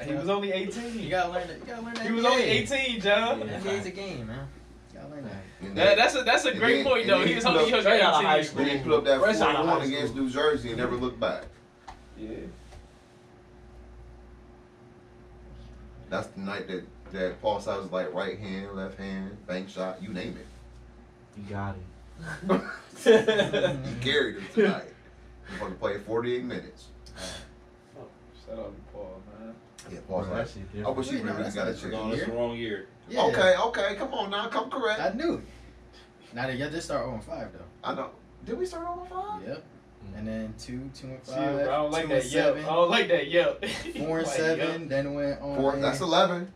And [laughs] he was only 18.
you gotta learn. That, you gotta learn that.
He was
NBA.
only 18, John.
Yeah.
NBA's a game, man. You gotta learn that.
And
That, that's a that's a
And
great
then-
point
and
though.
then
He
he
was
put
only
up
he was
straight outta
18.
high school.
then he put up that
Fresh out of
41
high
against
school.
New Jersey and never looked back.
Yeah.
That's the night that that Paul Silas was like right hand, left hand, bank shot, you name it.
You got it.
[laughs] He carried us tonight. He's gonna play 48 minutes.
Shout out to Paul, man.
Yeah, Paul
Bro, that
Silas.
shit
I
Oh,
different.
wish he
Wait, no,
really
that's
got a
not
chance.
his
No, that's the wrong year.
Yeah.
Okay, okay, come on now, come correct.
I knew. it. Now that y'all did start 0 5 though.
I know. Did we start on five?
Yep. And then two, two and
See,
five,
I don't like
two
that
and
yep.
seven,
I don't [laughs] like that yep.
four and
Like,
seven. Then went on
Four.
a
That's 11.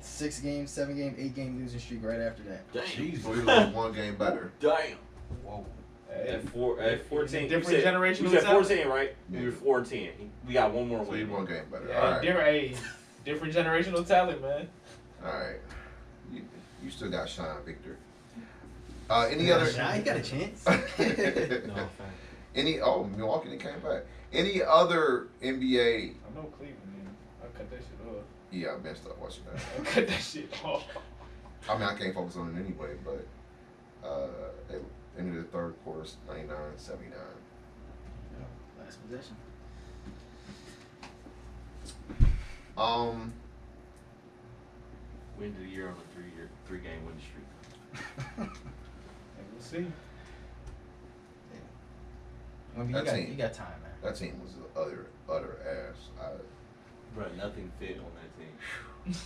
six game, seven game, eight game losing streak right after that.
Damn.
So we were one game better.
Damn.
yep. Hey,
At four, at 14, you
Different
said-
generational
You said
talent.
14, right? We
Yeah.
were 14. We got one more
So we
win.
one game better.
yeah,
All right.
different, hey, different generational talent, man.
All right. You, you still got Sean Victor. Uh, any other?
Nah, you
[laughs]
got a chance. Oh,
No, fact.
any? Oh, Milwaukee they came back. Any other NBA?
I know Cleveland, man. I cut that shit
Yeah, I messed up watching that.
off. I cut that shit off.
I mean, I can't focus on it anyway. But uh, at the end of the third quarter, 99, 79.
Last [laughs] possession.
Um,
Win of the year on a three-year, three-game win streak.
And we'll see.
Wimby, you,
That's
got,
it.
you got time, man.
that team was the utter utter ass. I,
Bro, nothing fit on that team.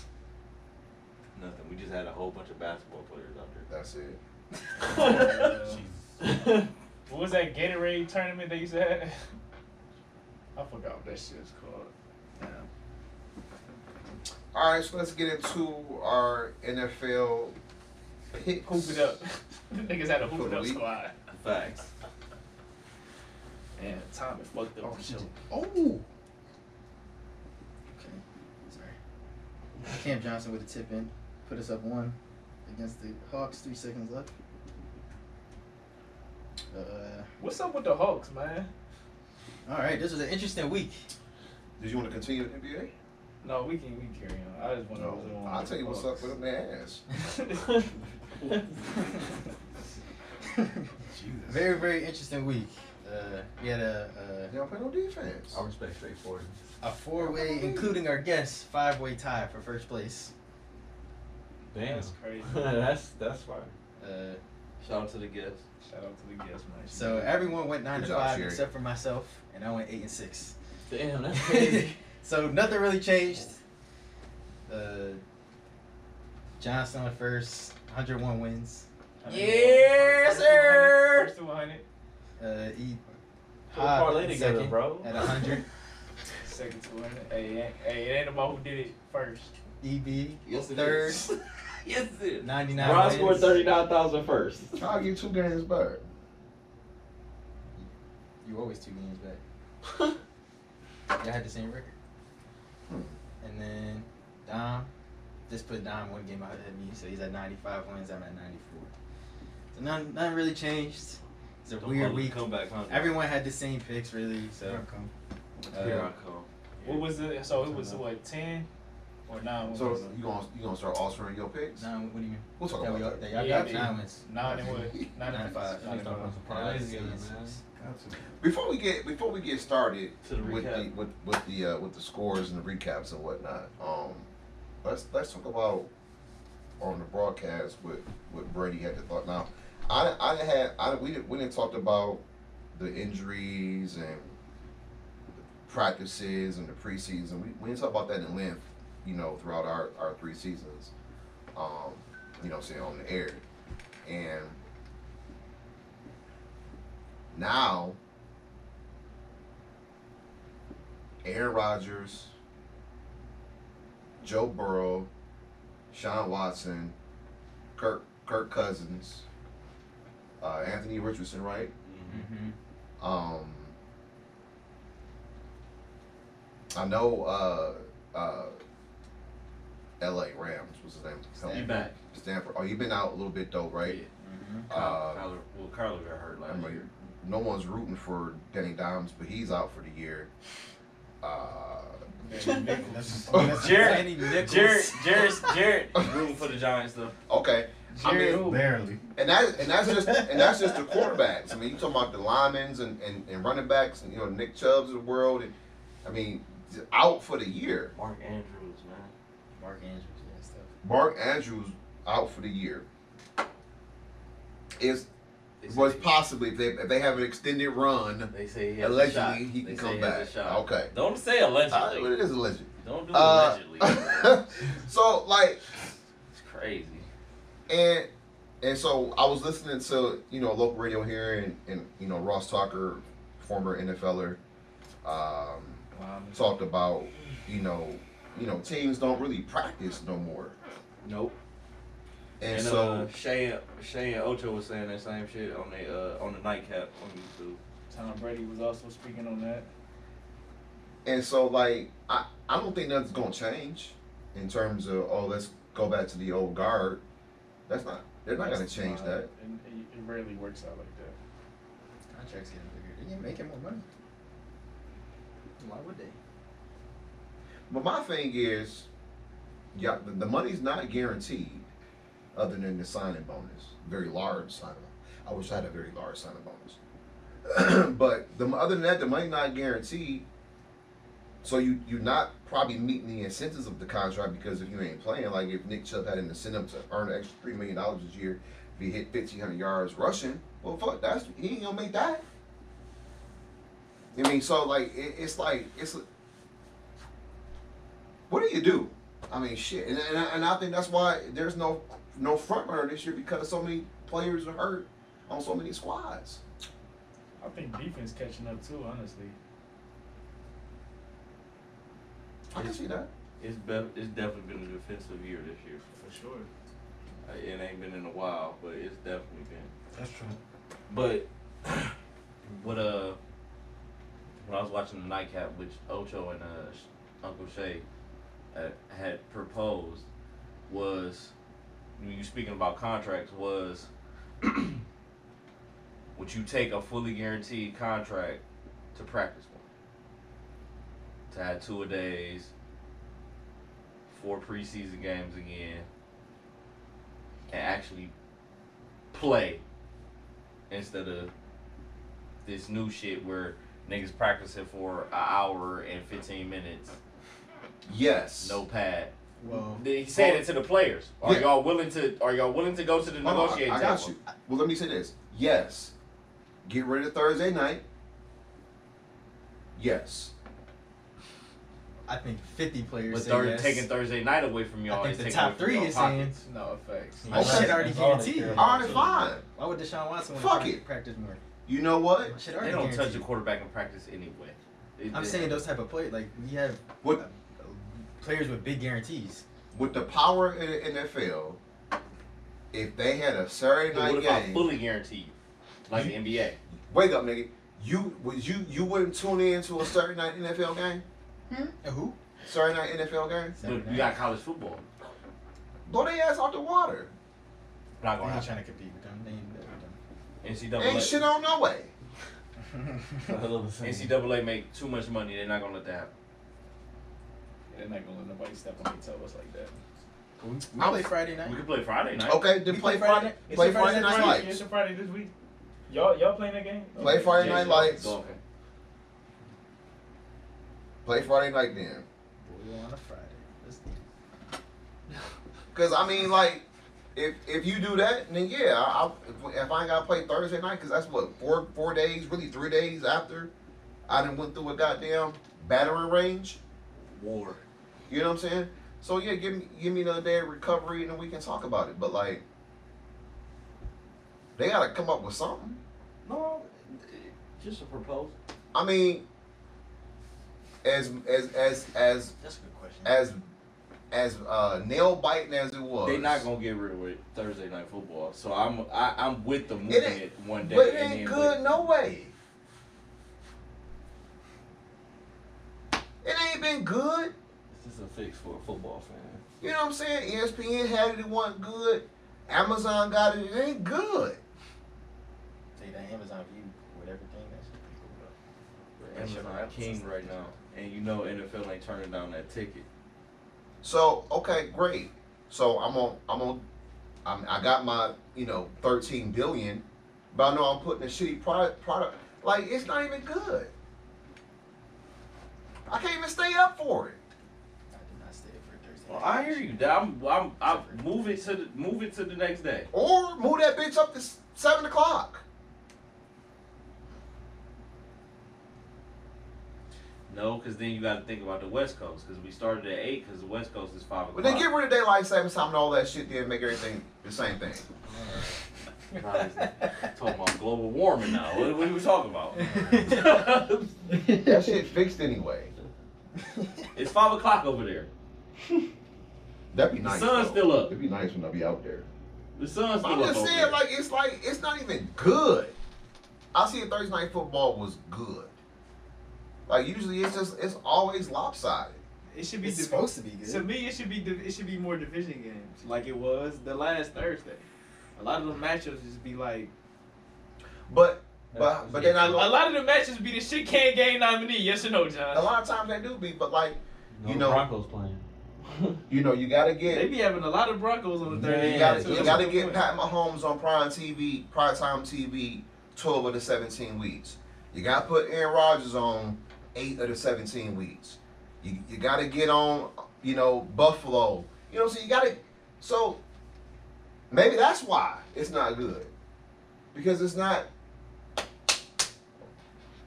[laughs] nothing. We just had a whole bunch of basketball players out there.
that's it.
What was that Gatorade tournament they used to have? I forgot what that shit's called.
All right, so let's get into our NFL picks.
Hoop it up. the [laughs] niggas had a hoop it up
Hoop it.
squad.
Facts.
And Tommy fucked up
Oh,
the show.
Oh,
Okay. Sorry. Cam Johnson with a tip in. Put us up one against the Hawks. Three seconds left.
Uh,
What's up with the Hawks, man?
All right, this was an interesting
[laughs]
week. [laughs]
Did you want to continue with NBA?
No, we can we can carry on. I just want to.
No. I'll tell you what's up with them ass. [laughs]
Very, very interesting week. Uh, we had a
They don't play no defense.
I respect straightforward.
a, a four way, including our guests, five way tie for first place.
[laughs]
Damn.
That's
[laughs]
crazy.
[laughs] that's that's fire.
Uh,
[laughs] Shout out to the guests.
Shout out to the guests, man.
so everyone went nine
Good
to
job,
five
Sherry.
except for myself, and I went eight
[laughs]
and six. [laughs]
Damn, [laughs] that's crazy.
so nothing really changed. Uh, Johnson on first, 101 wins.
Yes,
sir.
First to 100,
Uh, E
Put a parlay
Hobbs in
together,
second
bro. [laughs]
At 100,
second to 100. Hey, it ain't- hey, it ain't about who did it first.
EB
Yes, it
third,
is. [laughs] yes, it is.
99
Ron
wins.
scored thirty nine thousand first.
I'll get two games back.
You always two games back. Y'all had the same record.
Hmm.
And then Dom, just put Dom one game out ahead of me, so he's at 95 wins. I'm at 94. So none, nothing really changed. It's a
Don't
weird
call it
week.
comeback, huh?
Everyone had the same picks, really. So uh,
Here I come.
What was it? So it was what 10 or 9?
So you gonna you gonna start altering your picks?
nine, what do you mean?
We'll talk
That we all,
about
that
that.
y'all
Yeah,
got
they-
nine wins.
9 and what? 9
Nine
and
five.
5.
parlays together, man.
Before we get before we get started
To the
with the
recap.
with, with the uh, with the scores and the recaps and whatnot, um, let's let's talk about on the broadcast what what Brady had to thought. Now, I I done had I done- we didn't, we didn't talked about the injuries and practices and the preseason. We, we didn't talk about that in length, you know, throughout our our three seasons. Um, you know, what I'm saying on the air, and now Aaron Rodgers, Joe Burrow, Sean Watson, Kirk Kirk Cousins, uh, Anthony Richardson, right?
Mm-hmm.
Um, I know uh, uh, L.A. Rams. What's his name?
You
Stanford.
back.
Stanford. Oh, you've been out a little bit though, right?
Mm-hmm.
Uh,
Kyler, well, Kyler got hurt last
I'm like,
year.
no one's rooting for Danny Dimes, but he's out for the year. Uh,
Jared-
Danny Nichols.
Jared, Jared, Jared, [laughs] room for the Giants though.
okay, I [laughs] mean,
Barely.
and that and that's just and that's just the quarterbacks. I mean, you talking about the linemen and, and, and running backs, and you know Nick Chubb's of the world, and I mean, out for the year.
Mark Andrews, man.
Mark Andrews and stuff.
Mark Andrews out for the year. Is was possibly if they if they have an extended run,
They say he has a shot.
allegedly he
They
can
say
come
he has a
back.
shot.
Okay,
Don't say
Uh,
allegedly.
it is alleged.
Don't do
Uh, [laughs]
allegedly.
so like
it's crazy.
and and so I was listening to you know local radio here and, and you know Ross Tucker, former NFLer, er, um, talked about you know you know teams don't really practice no more,
Nope.
and,
And,
so
uh, Shay, Shay and Ocho was saying that same shit on the uh, on the nightcap on YouTube.
Tom Brady was also speaking on that.
and so like I I don't think nothing's gonna change in terms of oh let's go back to the old guard. That's not they're not gonna
That's
change
why
that.
It, it- it rarely works out like that.
Contracts getting bigger. They ain't making more money. Why would they?
But my thing is, yeah, the, the money's not guaranteed, other than the signing bonus, very large signing. I wish I had a very large signing bonus, [clears throat] but the other than that, the money's not guaranteed. So you you're not probably meeting the incentives of the contract because if you ain't playing, like if Nick Chubb had an incentive to earn an extra three million dollars this year, if he hit fifteen hundred yards rushing, well fuck, that's he ain't gonna make that. I mean, so like it, it's like it's what do you do? I mean, shit, and, and, I- and I think that's why there's no no front runner this year because so many players are hurt on so many squads.
I think defense catching up too, honestly.
I can see that.
It's be- it's definitely been a defensive year this year.
For sure.
Uh, It ain't been in a while, but it's definitely been.
That's true.
But [clears throat] what uh when I was watching the nightcap, which Ocho and uh, Sh- Uncle Shay uh, had proposed, was when you speaking about contracts was [clears throat] Would you take a fully guaranteed contract to practice one? To have two a days, four preseason games again, and actually play instead of this new shit where niggas practicing for an hour and 15 minutes,
Yes.
no pad.
Well,
He said it to the players. Are
Yeah.
y'all willing to? Are y'all willing to go to the
Hold on, I-
negotiating
I,
table?
got you. Well, let me say this. Yes. Get rid of Thursday night. Yes.
I think 50 players
But
say
thir-
yes.
taking Thursday night away from y'all
I
is
think the
taking
top
away from
three
y'all
is saying
pockets.
No effects.
my shit already
That's all they
guaranteed.
care about.
All right, fine.
Why would Deshaun Watson want
Fuck
to
it.
practice more?
You know what?
My
They
shit already
don't touch
guaranteed.
the quarterback in practice anyway. It-
I'm
it-
saying those type of players, like we have
What-
uh, players with big guarantees.
With the power in the NFL, if they had a Saturday
But what
night
if I
game,
fully guarantee you, like the NBA?
wake up, nigga. You would you you wouldn't tune in to a Saturday night NFL game?
And who?
Saturday night NFL game?
But you got college football.
Blow their ass out the water.
Not
They're
gonna
not
happen.
trying to compete with them. They ain't they're not
Ain't shit
NCAA.
on no way.
done.
I love the same.
NCAA make too much money. They're not gonna let that happen.
They're not gonna let nobody step on their toes like that.
we we
I'm-
play Friday
We
night.
could play Friday night.
Okay, then
You
play
play
Friday.
Friday-
Play Friday night
It's
lights.
a Friday this week. Y'all y'all playing that game?
Play Friday
Yeah,
night
yeah,
lights.
go, okay.
Play Friday night then.
We on a Friday. Let's-
Cause I mean, like, if if you do that, then yeah, I, I- if I ain't gotta play Thursday night, cause that's what four four days, really three days after I done went through a goddamn battering range.
War.
You know what I'm saying? So yeah, give me give me another day of recovery, and then we can talk about it. But like, they gotta come up with something.
No, it- just a proposal.
I mean, as as as as
That's a good question.
as as uh, nail biting as it was,
They not gonna get rid of it Thursday night football. So I'm I, I'm with them
It
moving
ain't-
it, one day.
But it
and
ain't
then
good
with-
no way. It ain't been good.
It's just a fix for a football fan.
You know what I'm saying? E ESPN had it, it wasn't good. Amazon got it, it ain't good.
Take that Amazon view with everything. That's pretty cool. though.
Amazon King right now, and you know NFL ain't turning down that ticket.
So okay, great. So I'm on. I'm on. I'm, I got my you know 13 billion, but I know I'm putting a shitty product. Product like it's not even good. I can't even stay up for it.
I did not stay up for Thursday.
Well, I hear you. Dad. I'm I'm I move it to the move it to the next day.
Or move that bitch up to s- seven o'clock.
No, because then you got to think about the West Coast because we started at eight because the West Coast is five
But
o'clock.
then get rid of daylight savings time and all that shit, then make everything the same thing.
talking about global warming now. What, what are we talking about?
That shit fixed anyway.
it's five o'clock over there.
That'd be
The
nice.
sun's
though.
still up.
It'd be nice when I be out there.
The sun's
I'm
still up
just
over
saying,
there.
like it's like it's not even good. I see Thursday night football was good. Like usually, it's just it's always lopsided.
It should be
It's
div-
supposed to be good.
to
[laughs]
me. It should be div- it should be more division games like it was the last Thursday. A lot of the matchups just be like
But but but then I
a lot of the matches be the shit can game nominee. Yes or no,
a
John?
lot of times they do be. But like
No
You know-
Broncos playing.
you know, you gotta
They
get
be having a lot of Broncos on the
you
Thursday.
Yeah,
gotta
night, so
you
that's
gotta
the
get
point.
Pat Mahomes on prime TV, prime time TV, twelve of the seventeen weeks. You gotta put Aaron Rodgers on eight of the seventeen weeks. You you gotta get on you know Buffalo. You know what I'm saying? You gotta so maybe that's why it's not good because it's not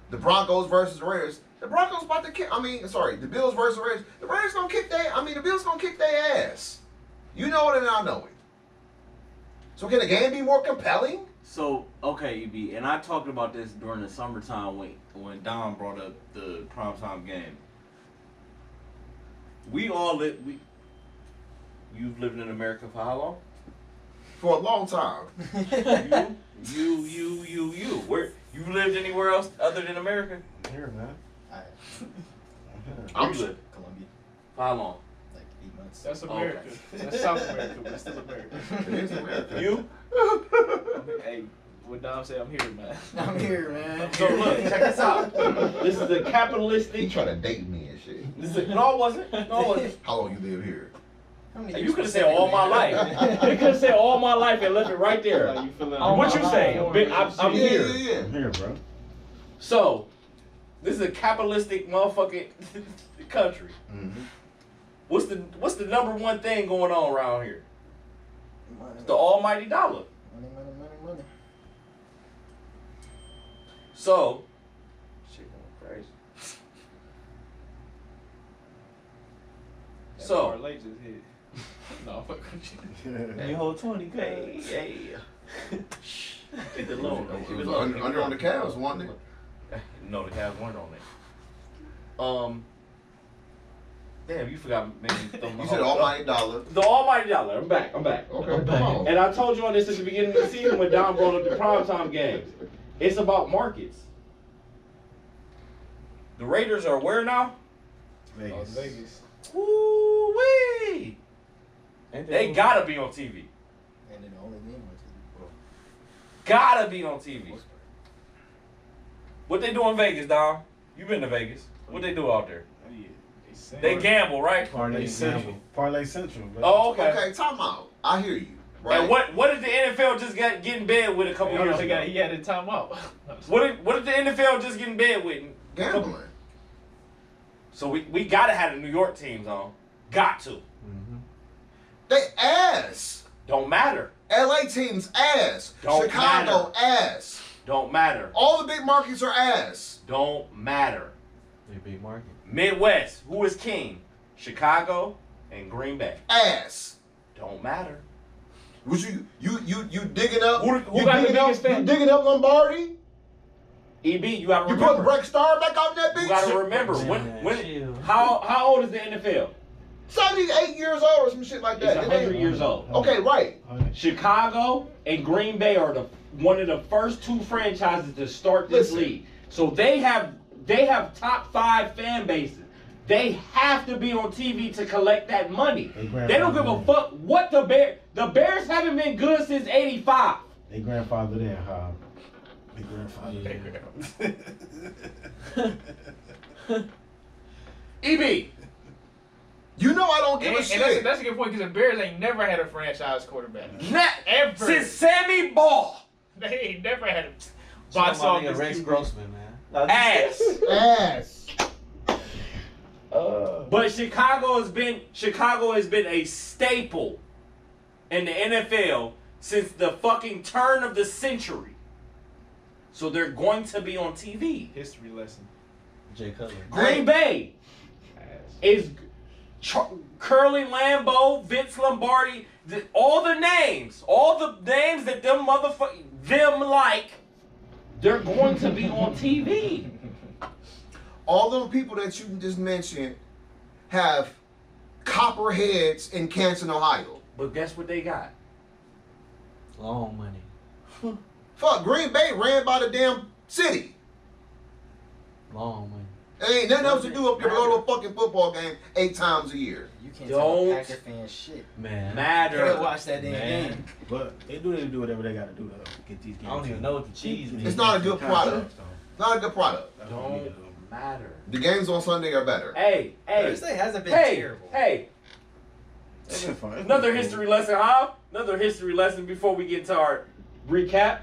the Broncos versus the Raiders. The Broncos about to kick. I mean, sorry, the Bills versus the Raiders. The Raiders gonna kick their. I mean, the Bills gonna kick their ass. You know it, and I know it. So can the game be more compelling?
So okay, EB, and I talked about this during the summertime when when Don brought up the primetime game. We all live. We, you've lived in America for how long?
For a long time,
[laughs] you, you, you, you, you. Where you lived anywhere else other than America?
Here,
[laughs]
man.
I,
Where
I'm
you lived?
Columbia,
For how long?
like eight months.
That's
Okay.
America. That's South America, but it's still America.
It is America.
You?
hey,
what Dom said. I'm here,
[laughs]
man.
I'm here, man.
So look, check this out. This is a
He
capitalistic.
trying to date me and shit.
This is, no, it wasn't. [laughs] No, it wasn't.
How long you live
[laughs]
here?
How many
You
years
could have said all my life.
[laughs]
You could have said all my life and left it right there.
Like, you feeling
What you say? Been- I'm, I'm
yeah,
here.
yeah, yeah.
Here, bro.
So, this is a capitalistic motherfucking [laughs] country.
Mhm.
What's the what's the number one thing going on around here? It's the almighty dollar.
Money, money, money, money.
So, shit going crazy. So,
[laughs]
no, fuck with you.
You hold 20
Hey,
K.
[laughs] hey. Leave it alone.
It was
Leave it alone.
under, under on the Cavs, wasn't it?
No, the Cavs weren't on it. Um, damn, you
[laughs]
forgot. Maybe
You said almighty dollar.
The almighty dollar. I'm back. I'm back.
Okay,
back.
come on.
And I told you on this at the beginning of the season when Don brought up the primetime games. It's about markets. The Raiders are where now?
Vegas.
Woo wee! They gotta be on TV.
And then the only name was
Gotta be on TV. What they do in Vegas, Dom? You been to Vegas? What they do out there?
Oh, yeah. They
They gamble, right?
Parlay
Parlay
Central.
Central.
Parlay Central, bro.
Oh, okay.
Okay, time out. I hear you. Right.
And what what did the NFL just get get in bed with a couple years ago?
he had a
[laughs]
timeout.
What did what did the NFL just get in bed with?
Gambling.
So we, we gotta have the New York teams on. Got to.
They ass.
Don't matter.
LA teams ass.
Don't
Chicago ass.
Don't matter.
All the big markets are ass.
Don't matter.
They beat market.
Midwest, who is king? Chicago and Green Bay.
Ass.
Don't matter.
Would you you you you digging up?
Who- who
you
got the
digging up?
biggest fan?
You digging up Lombardi?
EB, E you gotta
You
remember.
put Breck Star back on that
you
bitch?
gotta remember when when how how old is the NFL?
78 years old or some shit like
It's
that. It ain't-
hundred years old.
Okay, right.
Oh. Chicago and Green Bay are the one of the first two franchises to start this
Listen.
league. So they have they have top five fan bases. They have to be on TV to collect that money.
They
They don't give a
grandfathered in.
fuck what the bear. The Bears haven't been good since '85.
They grandfathered in, huh? They grandfathered in.
Eb,
You know I don't give
And,
a
and that's,
shit.
that's a good point because the Bears ain't never had a franchise quarterback.
not
Ever.
since Sammy Ball
[laughs] They ain't never had a box
Box
office.
Rex
QB.
Grossman, man.
ass.
Ass.
But Chicago has been Chicago has been a staple in the NFL since the fucking turn of the century. So they're going to be on TV.
History lesson.
Jay Cutler.
Green Bay is Char- Curly Lambeau, Vince Lombardi, th- all the names, all the names that them motherfucking them like, they're going to be on TV.
All them people that you just mentioned have copperheads in Canton, Ohio.
But guess what they got?
Long money.
Fuck, Green Bay ran by the damn city.
Long money.
There ain't nothing else to do up there but go to a fucking football game eight times a year.
You can't tell
Don't.
a Packer fan shit.
Man.
You gotta
Matter.
watch that damn
Man.
game.
But they do they do whatever they gotta do to get these games.
I don't even know what the cheese is.
It's not a good product. Not a good product.
Don't.
Matter.
The games on Sunday are better.
Hey, hey,
Thursday hasn't been
hey,
terrible.
hey. Another history lesson, huh? Another history lesson before we get to our recap.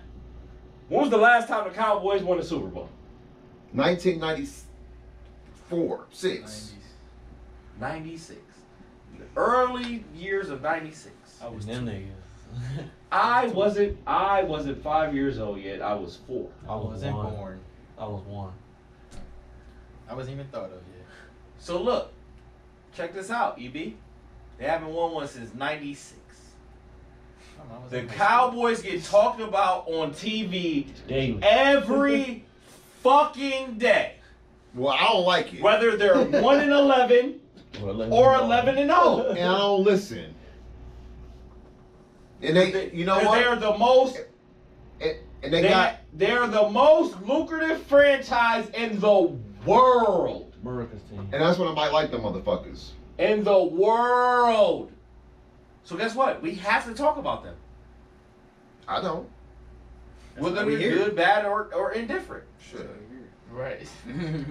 When was the last time the Cowboys won the Super Bowl?
1994, 6.
96. The early years of 96.
I was them niggas.
I wasn't I wasn't 5 years old yet. I was 4.
I was
wasn't
one.
born.
I was one.
I wasn't even thought of yet.
So look. Check this out, EB. They haven't won one since 96.
I was
The
in high
Cowboys get talked about on TV
Daily.
every fucking day.
Well, I don't like it.
Whether they're 1 and 11 or 11 and oh. 0.
And I don't listen. And they, you know
Because They're
what?
the most.
And, and
They
they got
are the most lucrative franchise in the world.
America's team.
And that's when I might like them motherfuckers.
In the world. So guess what? We have to talk about them.
I don't. Whether
we
we're
here. [laughs]
good, bad, or, or indifferent. Shit.
Right.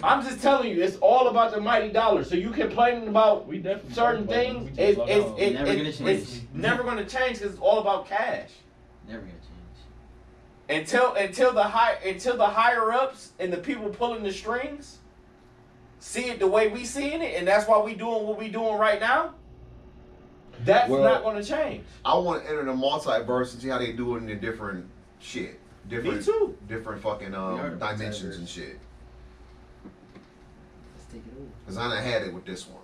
I'm just telling you, it's all about the mighty dollar. So you complaining about
We definitely
certain
talk about it. We just
things, it's,
love
it's,
how-
it-
Never gonna
it's, it's
change.
never going to change because it's all about cash.
Never gonna change.
Until until the high until the higher ups and the people pulling the strings see it the way we seeing it, and that's why we doing what we doing right now. That's
Well-
not going to change.
I want to enter the multiverse and see how they do it in the different shit, different,
Me too.
different fucking
We are the
um, dimensions
multiverse.
and shit.
Let's take it over.
Cause I done had it with this one.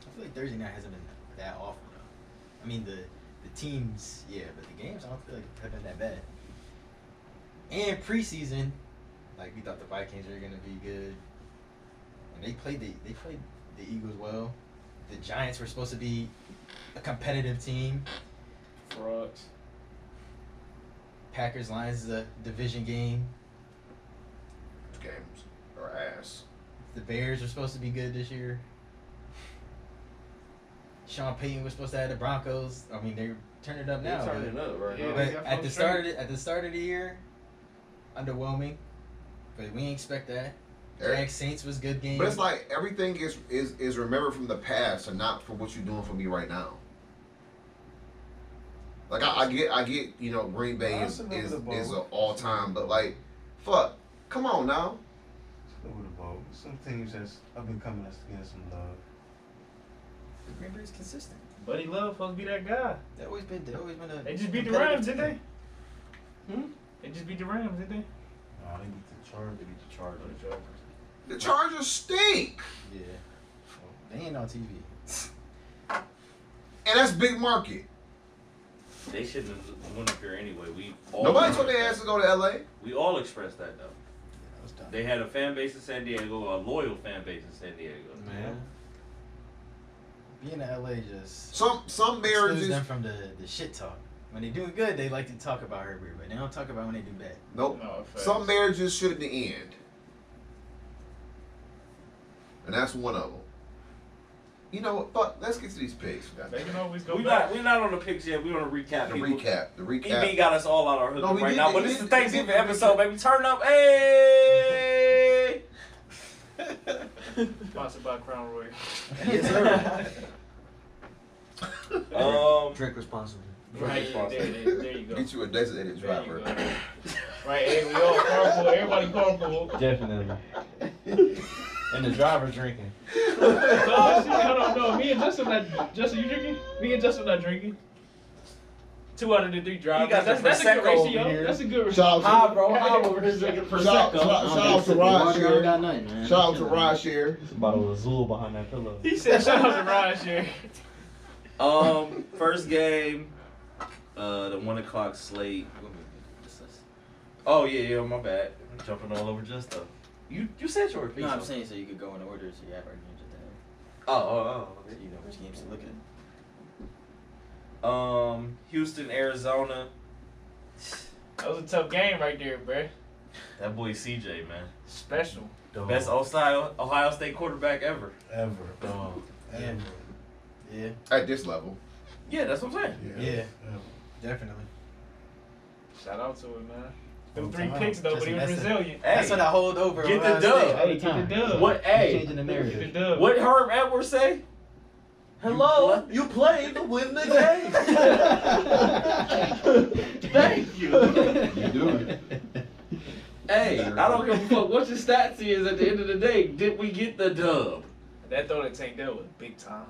I feel like Thursday night hasn't been that often though. I mean the the teams, yeah, but the games I don't feel like have been that bad. And preseason, like we thought the Vikings were gonna be good, and they played the they played the Eagles well. The Giants were supposed to be a competitive team.
Frauds.
Packers Lions is a division game.
Games or ass.
The Bears are supposed to be good this year. Sean Payton was supposed to have the Broncos. I mean, they're turning it up now. but-
turning up right
Yeah,
now.
they
But
got
at
full
the
strength.
start of the, at the start of the year, underwhelming. But we ain't expect that.
Eric-
Jack Saints was good game.
But it's like everything is is is remembered from the past and not for what you're doing for me right now. Like I, I get, I get, you know, Green Bay
Well,
is
that's
is
inevitable.
is an all time, but like, fuck, come on now.
Over the bowl. Some teams that's up and coming that's getting some love.
Green Bay's consistent.
Buddy Love supposed to be that guy.
They always been. They always been a.
They just beat the
competitive
Rams, didn't
team.
they? Hmm? They just beat the Rams, didn't they?
Nah, they beat the Chargers. They beat the Chargers.
The Chargers stink,
Yeah. They ain't on [laughs] TV.
and that's big market.
They shouldn't have won up here anyway. We all
Nobody told their ass to go to L.A.
We all expressed that though.
That was
They had a fan base in San Diego, a loyal fan base in San Diego.
Man. Being in LA just
Some some
excludes
marriages
them from the, the shit talk. When they doing good, they like to talk about Herbert, but they don't talk about when they do bad.
Nope.
No, facts.
Some marriages shouldn't end. And that's one of them. You know what? Fuck, let's get to these picks. goddamn.
They can always go
We
back.
not we not on the picks yet. We on the recap.
The
people.
recap. The
EB
recap.
got us all out our
No,
hook
we
right
did-
now,
we
but this
did-
is the
we did-
Thanksgiving
we did-
episode, baby. Turn up, hey!
Sponsored by Crown Royal.
Yes, [laughs] sir.
um,
Drink responsibly.
Right, there, there, there you go.
Get you a designated
There you
driver.
go. Right, hey, we all carpool. Everybody carpool.
Definitely. and the driver's drinking.
No, Oh, shit, hold on, no. Me and Justin, not, Justin, you drinking? Me and Justin not drinking. Two out of the three drivers.
got
that's,
the
that's a good
Prosecco over
ratio.
here.
That's a good ratio.
Shout out
Hi, bro. Hi, over here drinking
Shout- shout-
prosecco.
shout out to Rod
Water, I don't
Share.
got nothing, man.
Shout out to Rod Share.
It's a bottle of Azul behind that pillow.
He said, "Shout out to Ryan Share."
um, first game, uh, the one o'clock slate. Oh yeah, yeah, my bad. I'm jumping all over just though. You you said your piece.
No, I'm
though.
saying so you could go in order so you have our games at
Oh, oh, oh.
the end. So you know which games to look at.
okay. Um, Houston, Arizona.
That was a tough game right there, bruh.
That boy CJ, man,
Special.
Dog.
best Ohio Ohio State quarterback ever.
ever.
Dog.
Ever.
Yeah.
At this level.
Yeah, that's what I'm saying.
Yeah.
Yeah.
Ever.
Definitely.
Shout out to him, man. Them
Long
three
time.
picks though,
Just
but he was
messing.
resilient.
Hey,
That's what I hold over.
Get
on
the
Ohio
dub.
State.
Hey, get the dub.
what? Hey,
Changing the
Get the
narrative.
dub.
What Herm Edwards say? Hello, you played to win the game.
[laughs]
Thank you.
You do.
[laughs]
Hey, I don't give a fuck what your stats is at the end of the day. Did we get the dub?
That throw that Tank dealt with, big time.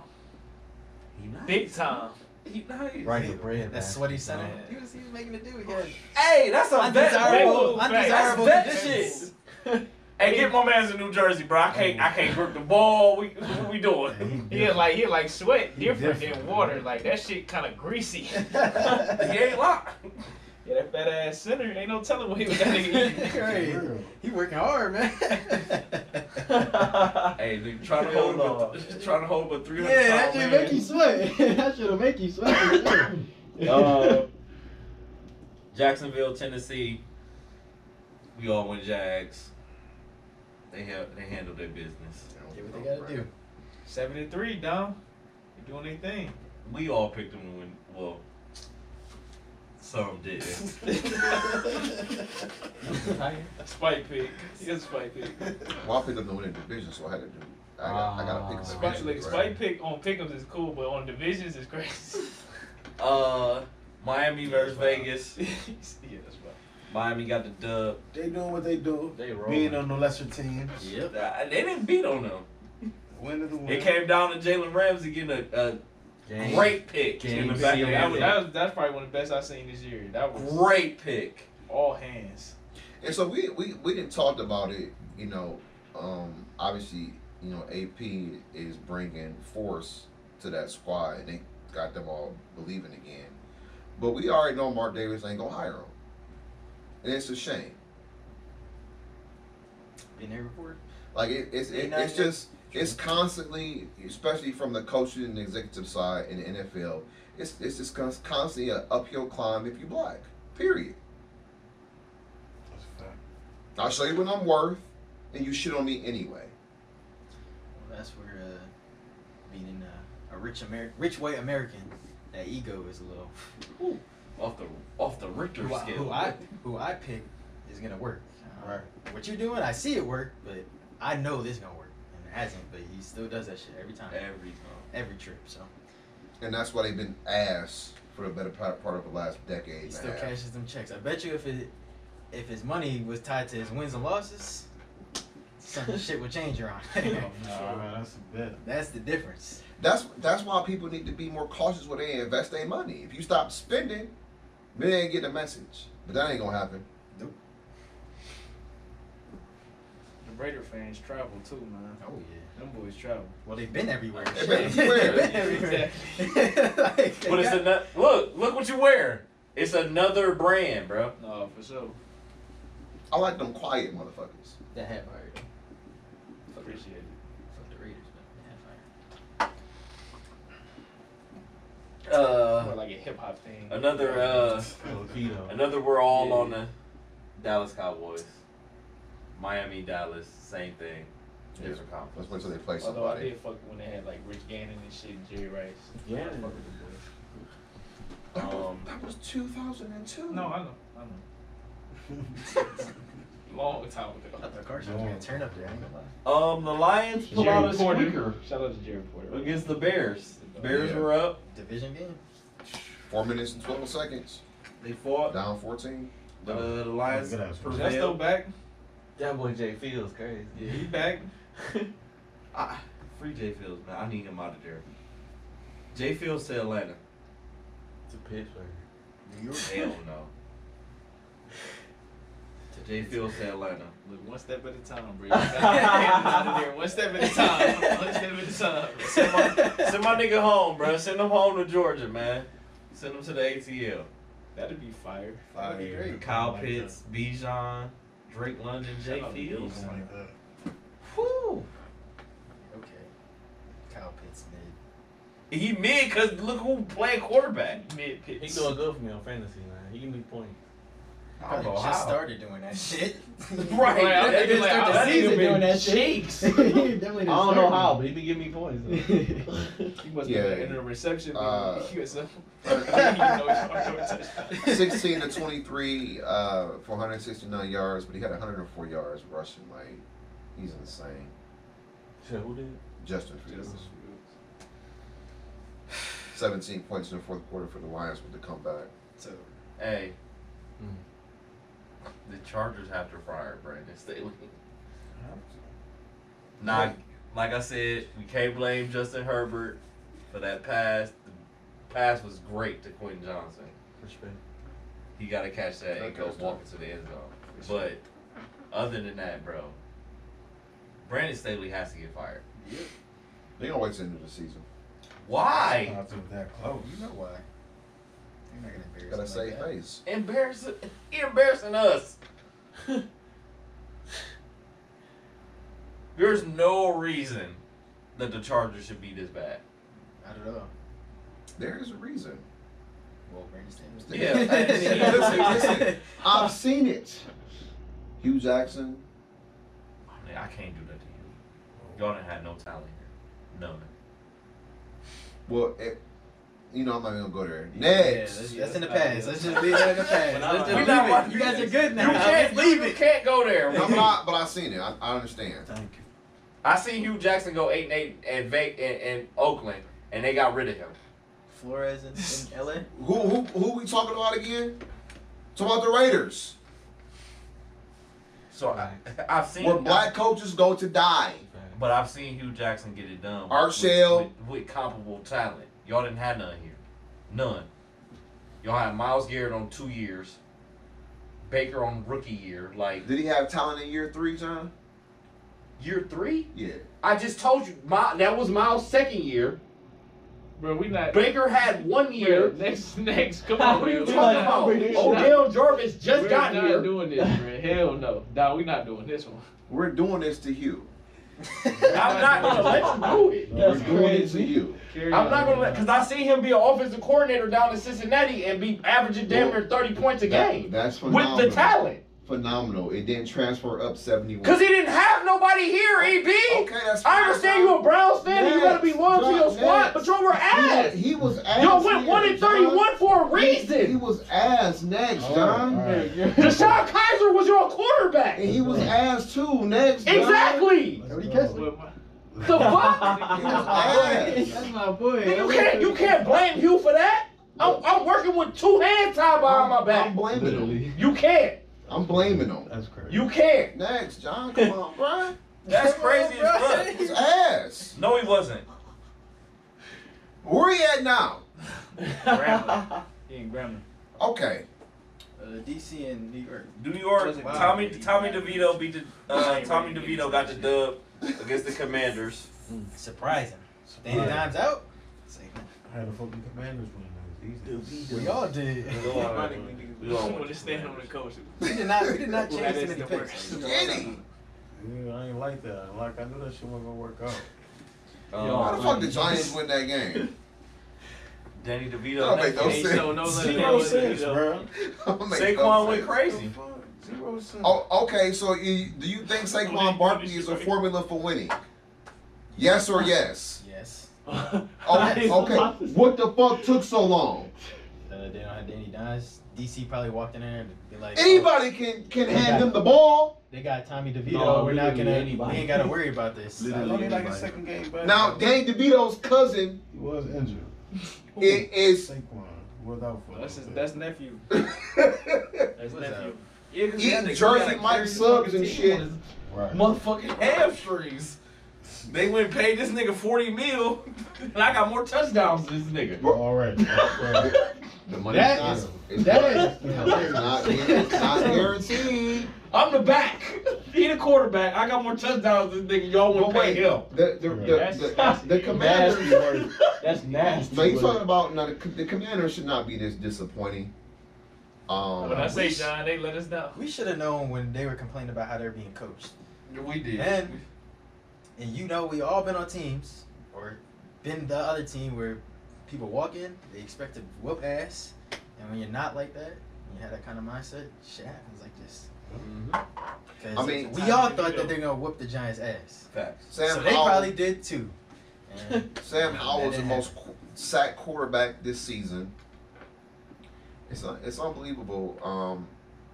Big time.
He nice.
Right
the bread,
That
man.
sweaty center.
Man.
He was, he was making it do again.
Hey, that's a vet.
Undesirable.
Undesirable.
That's
Undesirable
vet
conditions.
shit. Hey, get my man's in New Jersey, bro. I can't, I can't grip the ball. We, what we doing?
He had like he had like sweat different than water. Like that shit kind of greasy.
he ain't locked.
Yeah, that fat ass center ain't no telling what he was that nigga [laughs] eating.
Hey, he working hard, [laughs] man.
[laughs] Hey, nigga, trying to hold up, [laughs] trying to hold up a three hundred.
Yeah, that should make you
[laughs]
sweat. that should make you sweat. for sure.
[laughs]
Uh, Jacksonville, Tennessee. We all went Jags. They have they handled their business.
Do what they gotta do.
Seven and three, down. They doing their thing.
We all picked them to win. Well,
Some didn't.
Spike pick. He is a spike pick.
Well, I picked up the winning division, so I had to do. I got, I got to pick a
Spike,
division.
like,
right?
spike pick on pickups is cool, but on divisions is
[laughs]
crazy. [laughs]
Uh, Miami versus Vegas.
yeah, that's right.
Miami got the dub.
They doing what they do.
They
Being
rolling.
on the lesser teams.
Yep. They didn't beat on them.
Winning the win.
It came down to Jalen Ramsey getting a, a
Game.
great pick
Game
in the back of
sealer.
the
That was,
end.
that was, that's probably one of the best I've seen this year. That was
Great pick.
all hands.
And so we we we didn't talk about it. You know, um, obviously, you know, AP is bringing force to that squad, and they got them all believing again. But we already know Mark Davis ain't gonna hire him, and it's a shame.
Been there before.
Like it, it's
Ain't
it,
nothing
it's just it's constantly, especially from the coaching and executive side in the NFL, it's it's just cons- constantly an uphill climb if you black. Period. I'll show you what I'm worth, and you shit on me anyway.
Well, that's where uh, being uh, a rich Amer- rich white American, that ego is a little. [laughs]
Off the off the Richter
Who I,
scale.
who I who I pick is gonna work. Right. What you're doing, I see it work, but I know this gonna work, and it hasn't. But he still does that shit every time,
Every time.
every trip. So
and that's why they've been ass for the better part, part of the last decade.
he
and a
still
half.
cashes them checks. I bet you if it if his money was tied to his wins and losses, [laughs] some shit would change around.
Nah, man, that's a bet.
[laughs] That's the difference.
That's that's why people need to be more cautious where they invest their money. If you stop spending, then they ain't getting a message. But that ain't gonna happen.
The Raider fans travel too, man.
Oh yeah.
Them boys travel.
Well, they've been everywhere.
They've been everywhere.
They've been everywhere. Like, they
But it's
got-
another look. Look what you wear. It's another brand, bro.
No, for sure.
I like them quiet motherfuckers.
That hat fire. though.
Appreciate it.
Fuck the Raiders, but that hat fire.
More
Uh,
like a hip hop thing.
another uh,
Little keto.
another. We're all
Yeah.
on the Dallas Cowboys. Miami, Dallas, same thing. Different
Let's
conference.
wait till they play
Although I
somebody.
did fuck when they had like Rich Gannon and shit, and Jerry Rice.
Yeah.
I fuck with them boys.
That was,
Um,
[laughs] that was 2002.
No, I know. I know.
[laughs]
Long time ago.
Thought the car shot was gonna turn up there. I ain't gonna lie.
um, the Lions pull out a squeaker
Shout out to Jerry Porter.
against the Bears. Bears
Yeah.
were up.
Division game.
Four minutes and 12 seconds.
They fought.
Down 14.
But uh, the Lions
Good ass one.
That's still
prevailed.
back.
That boy Jay feels crazy.
Yeah, he back.
I, free Jay Fields, man. I need him out of there. Jay Fields to Atlanta.
It's a Pittsburgh.
New York.
Hell no. Jay Fields to Atlanta.
Look, one step at a time, [laughs] bro. out of there. One step at a time. One step at a time.
Send my, send my nigga home, bro. Send him home to Georgia, man. Send him to the ATL.
That'd be fire.
That'd be great.
Kyle Pitts, Bijan, Drake London, E. Jay
Shout out to
Fields.
Bijan.
Like that.
Whew. Okay. Kyle Pitts mid.
He mid because look who playing quarterback.
Mid
He
pitch.
doing good for me on fantasy, man. He give me points.
I
know
just
how.
started doing that shit. [laughs]
Right.
[laughs] Right, I'm
They
thinking
just
like,
start
I
the
think
season.
been
doing that shit.
[laughs] cheeks.
I don't
I don't know how, but he be giving me points. though.
He must
Yeah.
have been in the reception.
Uh,
[laughs] he was a, he didn't even know he scored a touchdown.
16 to 23 uh, for 169 yards, but he had 104 yards rushing. Like, he's insane.
[laughs] Shit, who did?
Justin Fields. 17 points in the fourth quarter for the Lions with the comeback.
So
Hey.
Hmm.
The Chargers have to fire Brandon Staley. Not like I said, we can't blame Justin Herbert for that pass. The pass was great to Quentin Johnson.
Respect.
He got to catch that and go
Okay.
walk into the end zone. But other than that, bro, Brandon Staley has to get fired.
They don't wait till the end of the season.
Why?
Not too that close. Oh,
you know why. You're not gonna embarrass
Gotta
him
save
like that.
face.
Embarrassing, embarrassing us. [laughs] There's no reason that the Chargers should be this bad.
Not at all.
There is a reason.
Well, Brandon Staley's
Yeah, I-
[laughs]
listen, listen. I've seen it. Hugh Jackson.
Man, I can't do that to you. Y'all done had no talent here. None.
Well, it, you know, I'm not even gonna go there.
Yeah,
Next.
that's, that's in the past. Let's just leave that in the past.
Well,
Let's just
I'm
leave
not
it.
watching
You guys are
this.
good
You
now.
can't
Let's
leave
leave
it.
it.
Can't go there.
[laughs] I'm not, but I seen it. I, I understand.
Thank you.
I seen Hugh Jackson go eight and eight and vac in, in Oakland, and they got rid of him.
Flores in, in LA.
Who who who we talking about again? Talking about the Raiders,
[laughs]
So I, I've seen,
where black coaches go to die.
but I've seen Hugh Jackson get it done. with-
Arshell.
with, with comparable talent. Y'all didn't have none here, none. Y'all had Miles Garrett on two years, Baker on rookie year. Like
Did he have talent in year three, John?
Year three?
Yeah.
I just told you, my, that was Miles' second year.
Bro, we not.
Baker had one
Bro,
year.
next, next, come on.
What are you
man.
talking
We're
about?
not-
Oh,
we're not-
Odell Jarvis just
we're
got
not
here.
doing this, man. Hell no. Nah, we not doing this one.
We're doing this to you.
I'm not gonna let you do it.
We're doing it to you.
Carry
I'm
on,
not gonna
man.
let, cause I see him be an offensive coordinator down in Cincinnati and be averaging damn near 30 points a
That-
game
that's
with
phenomenal.
the talent.
Phenomenal. It didn't transfer up 71.
Cause he didn't have nobody here, EB.
Okay, that's
I understand you a Browns fan and you gotta be loyal to your
Yes,
squad,
yes.
but y'all were ass.
He was ass.
Y'all went
here,
one and
John.
thirty-one for a
He, he
reason.
was ass next, John.
Deshaun Kaiser was your quarterback.
And he was ass too next. John.
Exactly.
Everybody catch it.
What- what-
The fuck?
He was ass.
[laughs]
That's my boy.
You can't you can't blame Hugh for that. I'm, I'm working with two hands tied behind my
I'm
back.
blaming him.
Literally.
You can't.
I'm blaming him.
That's crazy.
You can't.
Next, John.
[laughs]
Come on, bro.
that's crazy as fuck.
He was ass.
No, he wasn't.
Where he at now?
Grambling. He ain't grambling.
Okay.
Uh, DC and New York.
New York,
Wow.
Tommy Tommy DeVito beat the uh, Tommy DeVito got the dub against the Commanders.
Surprising. Danny Dimes out. It's like,
I had a fucking commanders win. That was easy.
We all did. [laughs]
We all went
We all want
to
to stand on the coach.
We did not. We did not
Well, that
change too
is
many
the
picks.
worst.
Jenny.
Yeah, I ain't like that. Like I knew that shit wasn't gonna work out.
How the
Um,
fuck did Giants win that game?
Danny DeVito.
That don't make no
Ain't
[laughs]
show no
sense.
love.
Zero sense, bro.
Don't make no
Saquon went
sense.
crazy.
Zero sense.
Oh, okay. So, you, do you think Saquon Barkley is a formula for winning? Yes or
[laughs]
yes?
Yes.
Okay. okay. What the fuck took so long?
Uh, they don't have Danny Dimes. DC probably walked in there and be like, oh,
Anybody can can hand him the ball.
they got Tommy DeVito.
No,
We're not
literally
gonna.
anybody.
We ain't gotta worry about this.
Literally
Only like a
anybody.
second game.
Now, Danny DeVito's cousin
He was injured.
i- is
Saquon was out for. a
That's his
little bit.
that's nephew. That's
What's
nephew.
up?
Yeah, 'cause that
eating
nigga
Jersey
got
Mike
crazy
subs
fucking
and
team
shit.
on his
right.
Motherfucking hamstrings. They went and paid this nigga 40 mil, [laughs] and I got more touchdowns than this nigga.
You're all
[laughs]
right. That's right.
The money's
That
not,
is-
it's
that
not-
is
it's not, it's not guaranteed.
I'm the back. [laughs] He the quarterback. I got more touchdowns than this nigga. Y'all
But
want to pay
wait,
him.
the the
That's-
the, the, the
Nasty
commander.
word.
[laughs]
That's nasty.
So you
word.
talking about now? The, the commander should not be this disappointing. Um,
When I say
we-
John, they let us know.
We should have known when they were complaining about how they're being coached.
We did.
And and you know we all been on teams or been the other team where people walk in, they expect to whoop ass, and when you're not like that, you have that kind of mindset, shit happens like this.
Mm-hmm.
'Cause
I mean-
we all thought that they're gonna whoop the Giants' ass,
Facts.
Sam
so they
Howell-
probably did too.
[laughs]
And
Sam Howell is the
That
most qu- sacked quarterback this season. It's un- it's unbelievable. Um,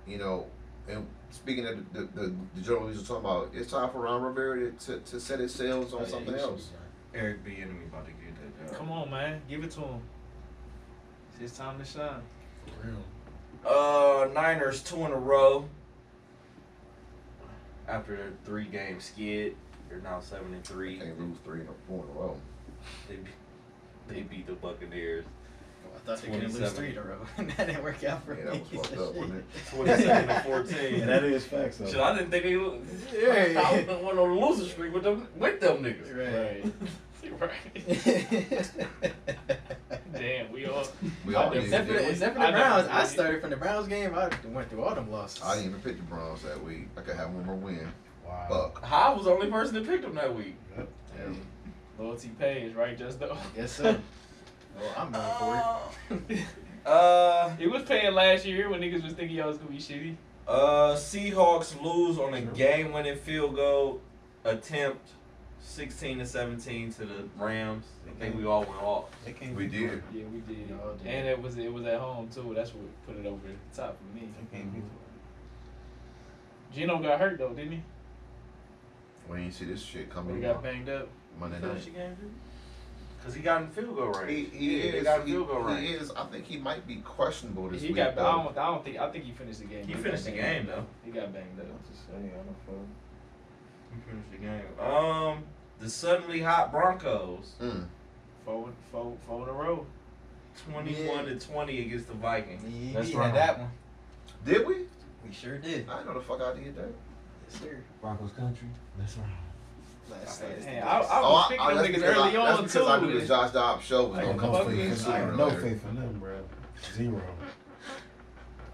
you know, and speaking of the the, the, the journalists we were talking about, it's time for Ron Rivera to, to, to set his sails on
[laughs]
something else.
Eric B. Enemy about to get that.
Come on, man. Give it to him. It's his time to shine.
Uh, Niners two in a row. After their three [laughs] game skid, they're now seven and three.
Can't lose three in a, four in a row.
They be- they beat the Buccaneers.
I thought they were gonna lose
27.
three in a row, [laughs] and that didn't work out for
Yeah,
[laughs]
that
me.
was fucked up, wasn't it?
[laughs] Twenty seven and fourteen.
Yeah, that is facts. Though.
Shit, I didn't think they lo-
Yeah.
I went on a losing streak with them with them niggas.
Right.
[laughs] right.
[laughs] Except
Damn, we all.
We all did.
for the,
didn't we?
except for the
I
Browns,
know.
I started from the Browns game. I went through all them losses.
I didn't even pick the Browns that week. I could have one more win.
Wow.
Fuck.
I was the only person that picked them that week.
Yeah.
Loyalty pays, right? Just though. [laughs]
Yes, sir. well, I'm going for
Uh,
It was paying last year when niggas was thinking y'all was gonna be shitty.
uh, Seahawks lose on a game winning field goal attempt
16 to 17 to the Rams. I think we all went off.
They can't [laughs]
We did.
Yeah, we did.
Y'all did.
And it was it was at home too. That's what put it over the top for me.
They can't be.
Gino got hurt though, didn't he?
When you see this shit
When he
coming
got
on
banged up.
Monday
Finish
night.
the game, dude. Cause he got in field goal
He,
range.
he
yeah, They
is.
got in
He,
field goal
he
range.
is. I think he might be questionable this
he
week.
got. I
though.
don't, I don't think. I think he finished the game.
He
got
finished the game
banged
though.
up. He got banged up.
He finished the game. Um, the suddenly hot Broncos,
Mm.
Four, four, four in a row.
twenty-one to twenty against the Vikings.
You
That's
beat
wrong.
that one.
Did we?
We sure did.
I didn't know the fuck I did that.
Yes, sir.
Broncos country. That's right.
Last
Man,
night.
I, I
Oh,
was
I,
picking
I,
them
that's
niggas
because,
early
I, that's
on
because I knew
too.
the Josh Dobbs show was
Like,
gonna come
fuck
for
this.
I
sooner or
have no
later.
faith in them, bro. Zero.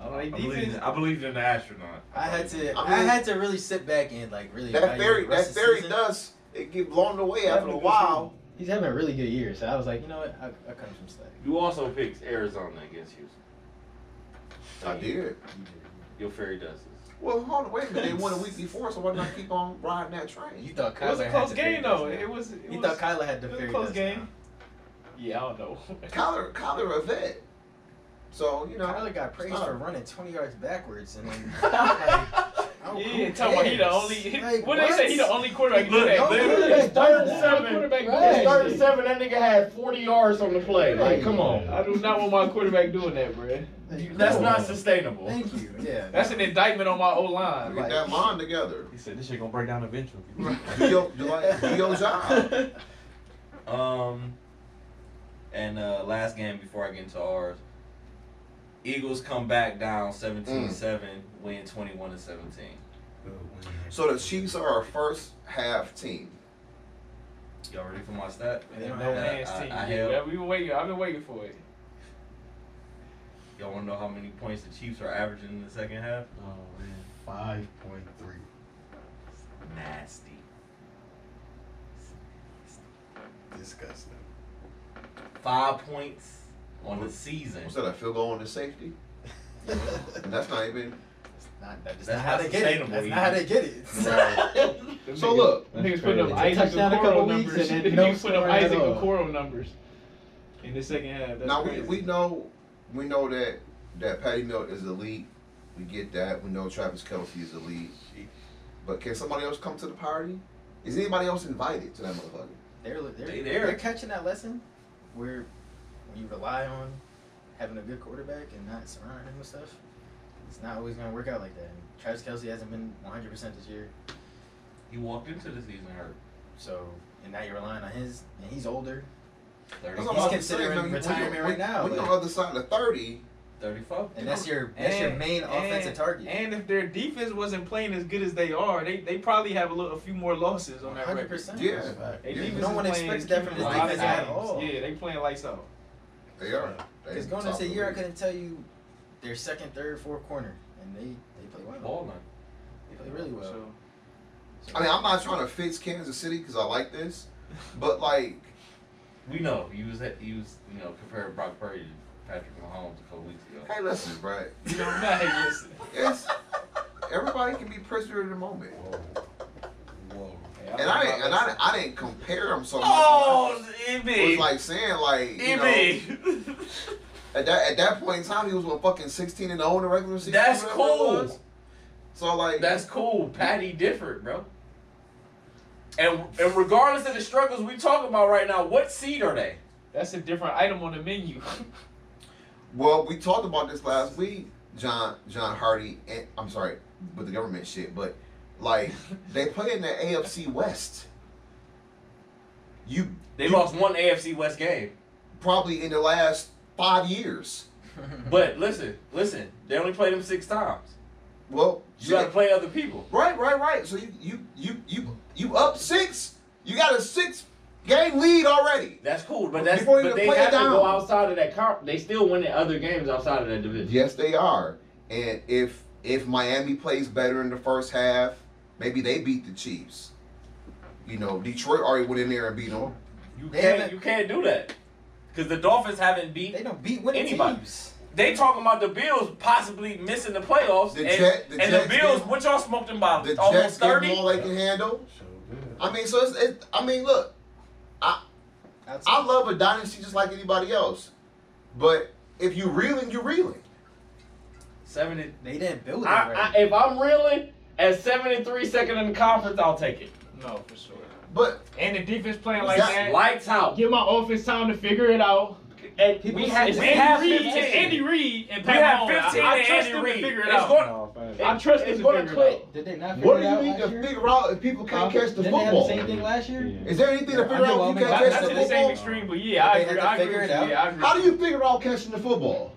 I don't know,
I
they defense.
believed, I believed in the astronaut.
I had to.
I
I,
mean-
had to really sit back and like really.
That
evaluate
theory,
the rest
that
of
theory
season.
does it get blown away after a
Definitely
while.
He's having a really good year, so I was like, you know what, I, I come from slack.
You also picked Arizona against Houston.
I did.
Your fairy does this.
Well, hold on, wait a minute. They won a week before, so why not keep on riding that train?
You thought
It
Kyler
was a
had
close
the
game
fairy
though.
dust now.
It was. It
you
was
thought Kyler had the
it was a
fairy
close
dust
game.
now.
yeah, I don't know.
Kyler, Kyler a vet. So, you know.
Kyler got praised
not-
for running 20 yards backwards, and then like, I don't-
Yeah,
Oh, who
talking about he the [laughs]
cares?
only.
Like,
what they say? He the only quarterback. Look,
No quarterback
Third
done
and
that.
seven.
quarterback.
Right.
Right.
Third
Third
and
seven.
seven. That nigga had 40 yards on the play. Like, come on.
I do not want my quarterback doing that, bruh.
Like,
That's
come
not
on.
sustainable.
Thank you. Yeah.
[laughs] That's an indictment on my O
Get
line. Like,
that line together.
He said this shit gonna break down eventually.
Do your, do like, do your job.
Um, and uh, last game before I get into ours, Eagles come back down
Mm.
17-7, win 21 to 17.
So the Chiefs are our first half team.
Y'all ready for my stat?
They don't
no
have
man's
I-
team.
I
Yeah,
help.
We've been waiting. I've been waiting for it.
Y'all want to know how many points the Chiefs are averaging in the second half?
Oh
Um,
man, five point three.
Nasty.
Disgusting.
[laughs]
Five points on the season.
Was that a field goal on the safety? And that's not even.
Not, that's,
That's
not how
not
they get it.
sustainable
That's not
either.
how they get it.
Them
So
niggas-
look,
them niggas putting up
crazy.
Isaac
Touchdown a couple
Okoro
weeks
numbers. [laughs]
and
They
then no
put up
scoring at
Isaac
all.
Okoro numbers in the second half. That's
now we,
crazy.
we know we know that that Patty Milk is elite. We get that. We know Travis Kelsey is elite. But can somebody else come to the party? Is anybody else invited to that motherfucker?
they're, they're,
They
they
there.
are catching that lesson where when you rely on having a good quarterback and not surrounding him with stuff, it's not always going to work out like that. And Travis Kelsey hasn't been 100% this year,
He walked into the season hurt.
so and now you're relying on his, and he's older.
Thirty-
That's what I'm
He's
about to say,
considering
man. When you-
retirement right
when-
now,
When you're
like-
on the other side of thirty,
34.
And that's your that's your
And-
main offensive
and-
target.
And if their defense wasn't playing as good as they are, they, they probably have a, little, a few more losses on that record.
100%.
yeah,
They
Yeah.
defense
No
is
one
playing
expects that from
a
this
lot of
defense at
games.
all.
Yeah, they playing lights out.
they are. They
Because going
top
into the
of the
year, I
league.
couldn't tell you their second, third, fourth corner, and they they play well.
Ball night.
They play really well.
So,
I mean, I'm not trying to fix Kansas City because I like this, but like,
We know. He was, at, he was, you know, compared Brock Purdy to Patrick Mahomes a couple weeks ago.
hey, listen, right?
you know, [laughs] nah, hey, listen.
It's, everybody can be prisoner of the moment,
Whoa.
and I didn't, and I, didn't- I didn't compare them so much.
Oh, E
it was
EB.
like saying like, you know,
EB.
at that at that point in time, he was what fucking 16 and 0 in the regular season.
That's
whatever it
cool.
was. So like,
[laughs] That's cool. Patty different, bro. And and regardless of the struggles we talking about right now, what seed are they?
That's a different item on the menu. [laughs]
Well, we talked about this last week, John John Hardy, and I'm sorry, with the government shit, but
[laughs]
like they play in the AFC West. You
They lost one AFC West game.
probably in the last five years. Mm-hmm.
But listen, listen, they only played them six times.
Well,
You got to
shit.
play other people.
right, right, right. So you you you you you up six. You got a six game lead already.
That's cool, but that's
Before you even
but they
play it
have to go
down.
outside of that comp. They still win the other games outside of that division.
Yes, they are. And if if Miami plays better in the first half, maybe they beat the Chiefs. You know, Detroit already went in there and beat them.
You
They
can't
haven't-
you can't do that because the Dolphins haven't beat.
They don't beat winning
Anybody.
teams.
They talking about the Bills possibly missing the playoffs,
The
and,
Jet- the
and the
Jets
Bills.
did-
What y'all smoked them by?
The
almost
Jets gave
thirty.
them all they can handle.
So good.
I mean, so it's, it, I mean, look,
That's-
I love a dynasty just like anybody else, but if you reeling, you reeling.
Seventy. They didn't build it
I,
right.
I, if I'm reeling at 73 second in the conference, I'll take it.
No, for sure.
But
And the defense playing like
That's
that.
Lights out.
Give my offense time to figure it out.
And
People
we
say
had,
It's
we
Andy
have
Andy Reid,
15.
it's Andy Reid, and
We
Pat
have
Mahomes.
15
I, I
and
trust
Andy
him
Reid.
to figure it
It's
out.
going-
No, fast.
I trust him
It's
to
gonna
figure it
click.
out.
Did they not figure
What do
it
you
out
need
last
to
year?
figure out if people can't
Huh?
catch the
Didn't they have the
football?
same thing last year?
Yeah.
Is there anything to
Yeah,
figure
I know,
out if you
I mean,
can't
that's
catch
Not
the
to the same
football?
extreme, but yeah, I
They had
agree.
to
I agree
figure
with
it
you.
out.
Yeah, I agree.
How do you figure out catching the football?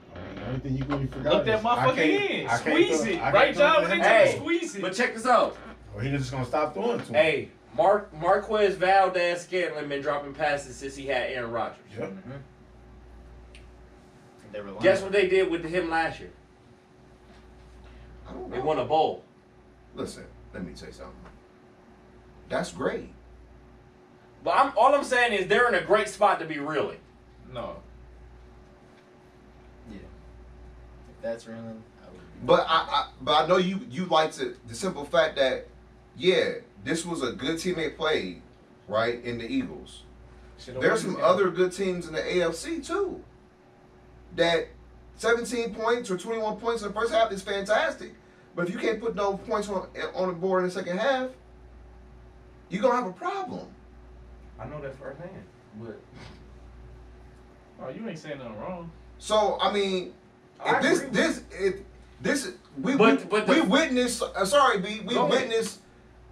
Everything you can figure
Look
out.
that
is- I
motherfucker
can't-
in.
I can't
Squeeze
throw-
it.
I can't
Right,
throw
John?
it
When they
in.
tell you
Hey.
to squeeze
But
it.
check this out.
Or he just gonna stop throwing to him.
Hey, Mark Marquez Valdez Scantling been dropping passes since he had Aaron Rodgers.
Yep.
They were lying.
Guess what they did with him last year?
I don't
They
know.
won a bowl.
Listen, let me tell you something. That's great.
But I'm all I'm saying is they're in a great spot to be really.
No. Yeah. If that's reeling, I would. be-
But I, I but I know you you like to the simple fact that yeah, this was a good team they played, right, in the Eagles.
Should've
There's
won.
some other good teams in the AFC too. That 17 points or 21 points in the first half is fantastic. But if you can't put no points on on the board in the second half, you're gonna have a problem.
I know that firsthand. But
Oh, you ain't saying nothing wrong.
So I mean,
I
if this
agree with
this if this we
But-
we,
but
we
the-
witnessed uh, sorry B we
Go ahead.
witnessed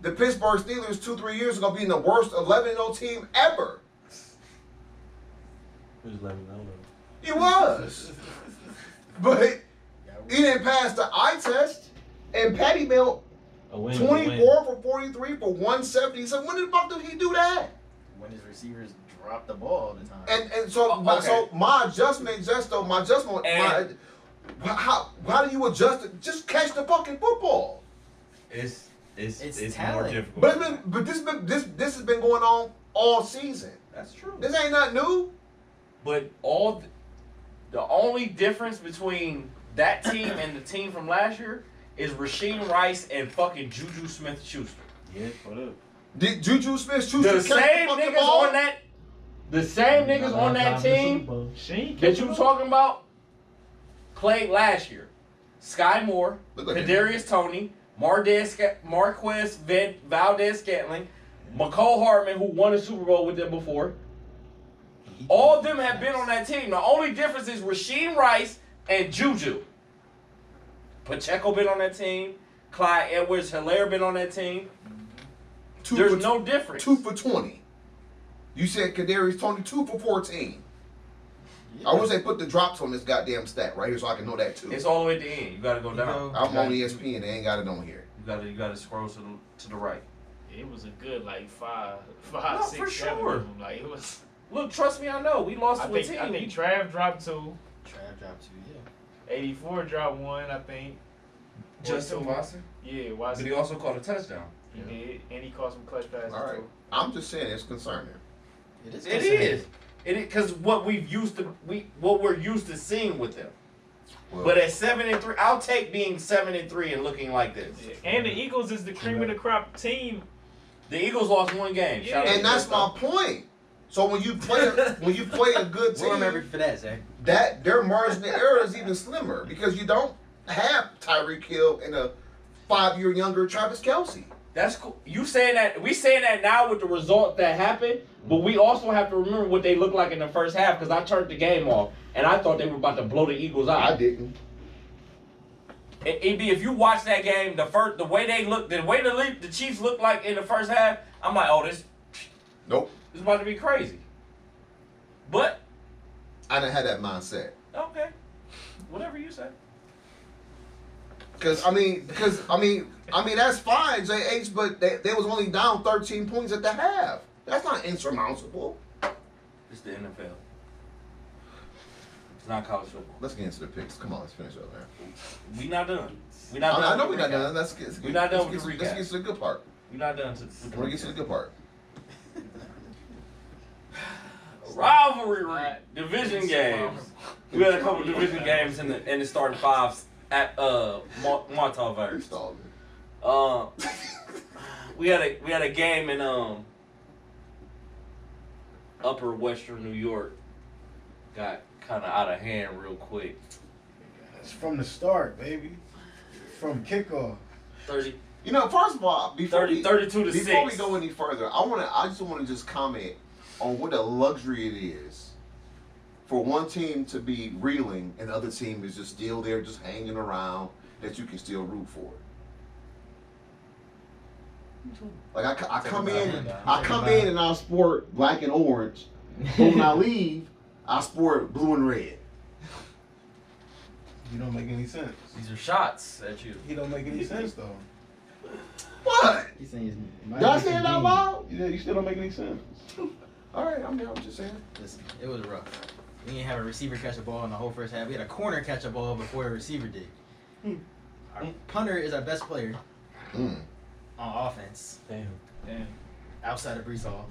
the Pittsburgh Steelers two three years ago being the worst eleven and zero team ever.
Just let me know. though.
It
[laughs]
was, but he didn't pass the eye test. And Patty Mill
A win. is a
twenty
win.
four for forty three for one seventy. So when the fuck did he do that?
When his receivers drop the ball all the time.
And and so
Oh,
my,
okay.
so my adjustment just though my adjustment my,
And-
how how do you adjust it? Just catch the fucking football.
it's it's
It's
it's, more
talent.
difficult.
But it's been, but this been this this has been going on all season.
That's true.
This ain't nothing new.
But all th- the only difference between that team and the team from last year is Rasheem Rice and fucking Juju Smith Schuster.
Yeah, what up?
Did Juju Smith Schuster
The
catch the
same
fucking
niggas
ball?
on that the same niggas on that team
She ain't
that
catching
you
up.
talking about played last year. Sky Moore,
Look like
Kadarius Tony, Mardez, Sca- Marquez Ved- Valdez Scantling, McCole Hartman, who won a Super Bowl with them before. All of them have been on that team. The only difference is Rasheem Rice and Juju. Pacheco been on that team. Clyde Edwards Hilaire been on that team.
two
There's
for,
no difference.
two for twenty. You said Kadarius Tony two for fourteen. I wish they put the drops on this goddamn stat right here so I can know that too.
It's all the way at the end. You gotta go
You
down.
know,
I'm on E ESPN. They ain't got it on here.
You gotta you gotta scroll to the to the right.
It was a good like five, [laughs] five,
No,
six,
for
seven
sure.
of them. Like
[laughs]
it was.
Look, trust me, I know. We lost
I
to a
think
team.
I think Trav dropped two,
Trav dropped two. Yeah.
84 dropped one. I think. Or two.
Justin Watson.
Yeah,
But
Watson.
he also caught a touchdown.
He did, and he caught some clutch passes
All right.
too.
I'm just saying it's concerning.
It is.
It is. It because what we've used to we what we're used to seeing with them.
Well-
but at seven and three, I'll take being seven and three and looking like this.
Yeah. And the Eagles is the cream of the crop team.
The Eagles lost one game. Shout out to
And that's my
them.
point. So when you play a, when you play a good
We're on every
team,
for that, Zach.
that their margin of error is even slimmer because you don't have Tyreek Hill and a five year younger Travis Kelsey.
That's cool. You saying that we saying that now with the result that happened, but we also have to remember what they looked like in the first half because I turned the game off and I thought they were about to blow the Eagles out.
didn't.
And EB, if you watch that game, the first, the way they look, the way the Le- the Chiefs looked like in the first half, I'm like, oh, this,
Nope.
this is about to be crazy. But
I didn't have that mindset.
okay, whatever you say.
Cause I mean, cause I mean, I mean that's fine, JH. But they, they was only down 13 points at the half. That's not insurmountable.
It's the NFL.
It's not college football.
Let's get into the picks. Come on, let's finish up, man.
We not done. We
I,
not
I
done.
know
with
we're
the
not
recap.
done. Let's get, let's
We're not
get-
done
let's
with
get,
the
Let's
recap.
get to the good part.
We not done. To, with the
We're gonna get to the good part.
rivalry
Alright.
division
It's
games.
a
We had a couple division games in the in the starting fives at uh Mar- Martell
You
verse.
stalled it.
Um, we had a we had a game in um upper western New York. Got kind of out of hand real quick.
It's from the start, baby. From kickoff.
30,
You know, first of all, before
30
we,
32 to
before we
six.
go any further, I want to. I just want to just comment on what a luxury it is for one team to be reeling and the other team is just still there, just hanging around that you can still root for. Like I, c- I come in, I come in and I sport black and orange, but when I
[laughs]
leave, I sport blue and red.
You don't make any sense.
These are shots at you.
He don't make any sense though.
What?
He's saying it's
Did I say it out loud?
You, you still don't make any sense.
All right, I'm, I'm just saying.
Listen, it was rough. We didn't have a receiver catch a ball in the whole first half. We had a corner catch a ball before the receiver did. Our punter is our best player
Mm.
on offense
Damn.
Damn.
outside of Brees Hall.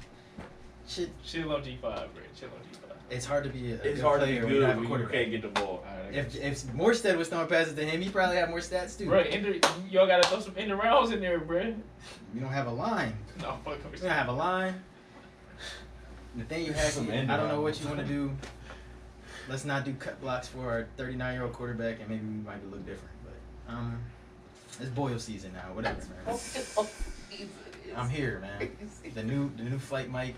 Shit,
Chill on G5, bro. Chill on G5.
it's hard to be a
It's
good
hard to be
player when you
good
have a
when you
quarterback.
can't get the ball.
If if Morstead was throwing passes to him, he probably had more stats too.
Bro, end the, y'all gotta throw some end the rounds in there, bro.
We don't have a line.
No, fuck.
We don't have a line. Nathaniel Hackett, I don't know what you want to do. Let's not do cut blocks for our 39 year old quarterback, and maybe we might look different. But um, it's Boyle season now. Whatever, man. I'm here, man. The new the new flight Mike.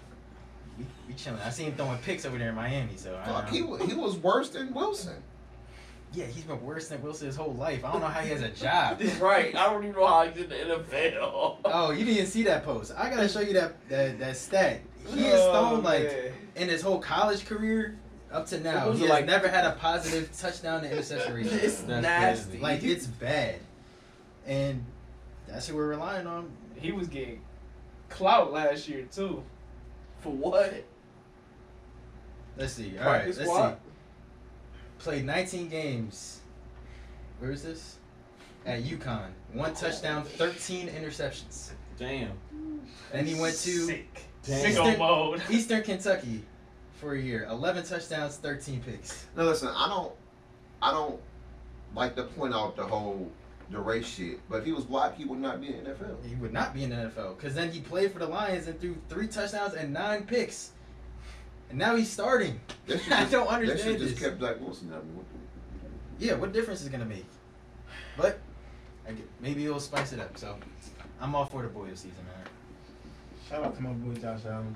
We, we chilling. I seen him throwing picks over there in Miami, so I
Fuck, he
don't know.
wa- he was worse than Wilson.
yeah, he's been worse than Wilson his whole life. I don't know how he has a job.
[laughs] right. I don't even know how he's in the NFL.
Oh, you didn't see that post. I gotta show you that that, that stat. He has
Oh,
thrown like in his whole college career up to now,
Those
he
are
has
like-
never had a positive touchdown to interception ratio.
It's nasty.
Like it's bad, and that's who we're relying on.
He was getting clout last year too.
For what?
Let's see. All right,
Practice
let's
squad.
see. Played 19 games. Where is this? At UConn, one touchdown, 13 interceptions.
Damn.
Then he went to
sick,
Damn.
sick on mode.
Eastern Kentucky for a year, 11 touchdowns, 13 picks.
No, listen, I don't, I don't like to point out the whole the race shit. But if he was black, he would not be in the NFL.
[laughs] He would not be in the NFL because then he played for the Lions and threw three touchdowns and nine picks, and now he's starting.
That shit
[laughs] I
just-
don't
That shit
understand
just
this.
kept Zach Wilson out. of it.
Yeah, what difference is it gonna make? But I get, maybe it'll spice it up. So I'm all for the boy of season, man.
Shout out to my boy Josh Allen.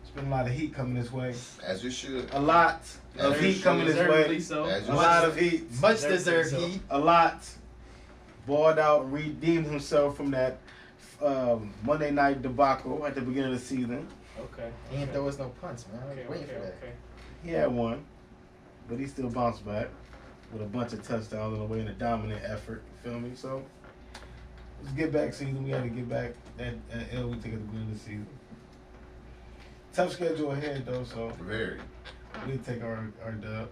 It's been a lot of heat coming this way.
As it should.
A lot of
As it
heat coming
should.
this way.
[laughs] Deservedly so.
As
A
it
lot
should.
of heat.
Much
Everything
deserved
so.
heat.
A lot. Balled out, redeemed himself from that um, Monday night debacle at the beginning of the season.
Okay.
He ain't throw us no punts, man. I was
Okay. Okay.
waiting for that.
Okay.
He had one, but he still bounced back with a bunch of touchdowns on the way in a dominant effort. You feel me? So let's get back season. We had to get back that, that L we took at the beginning of the season. Tough schedule ahead though, so
Very.
we take our our dub.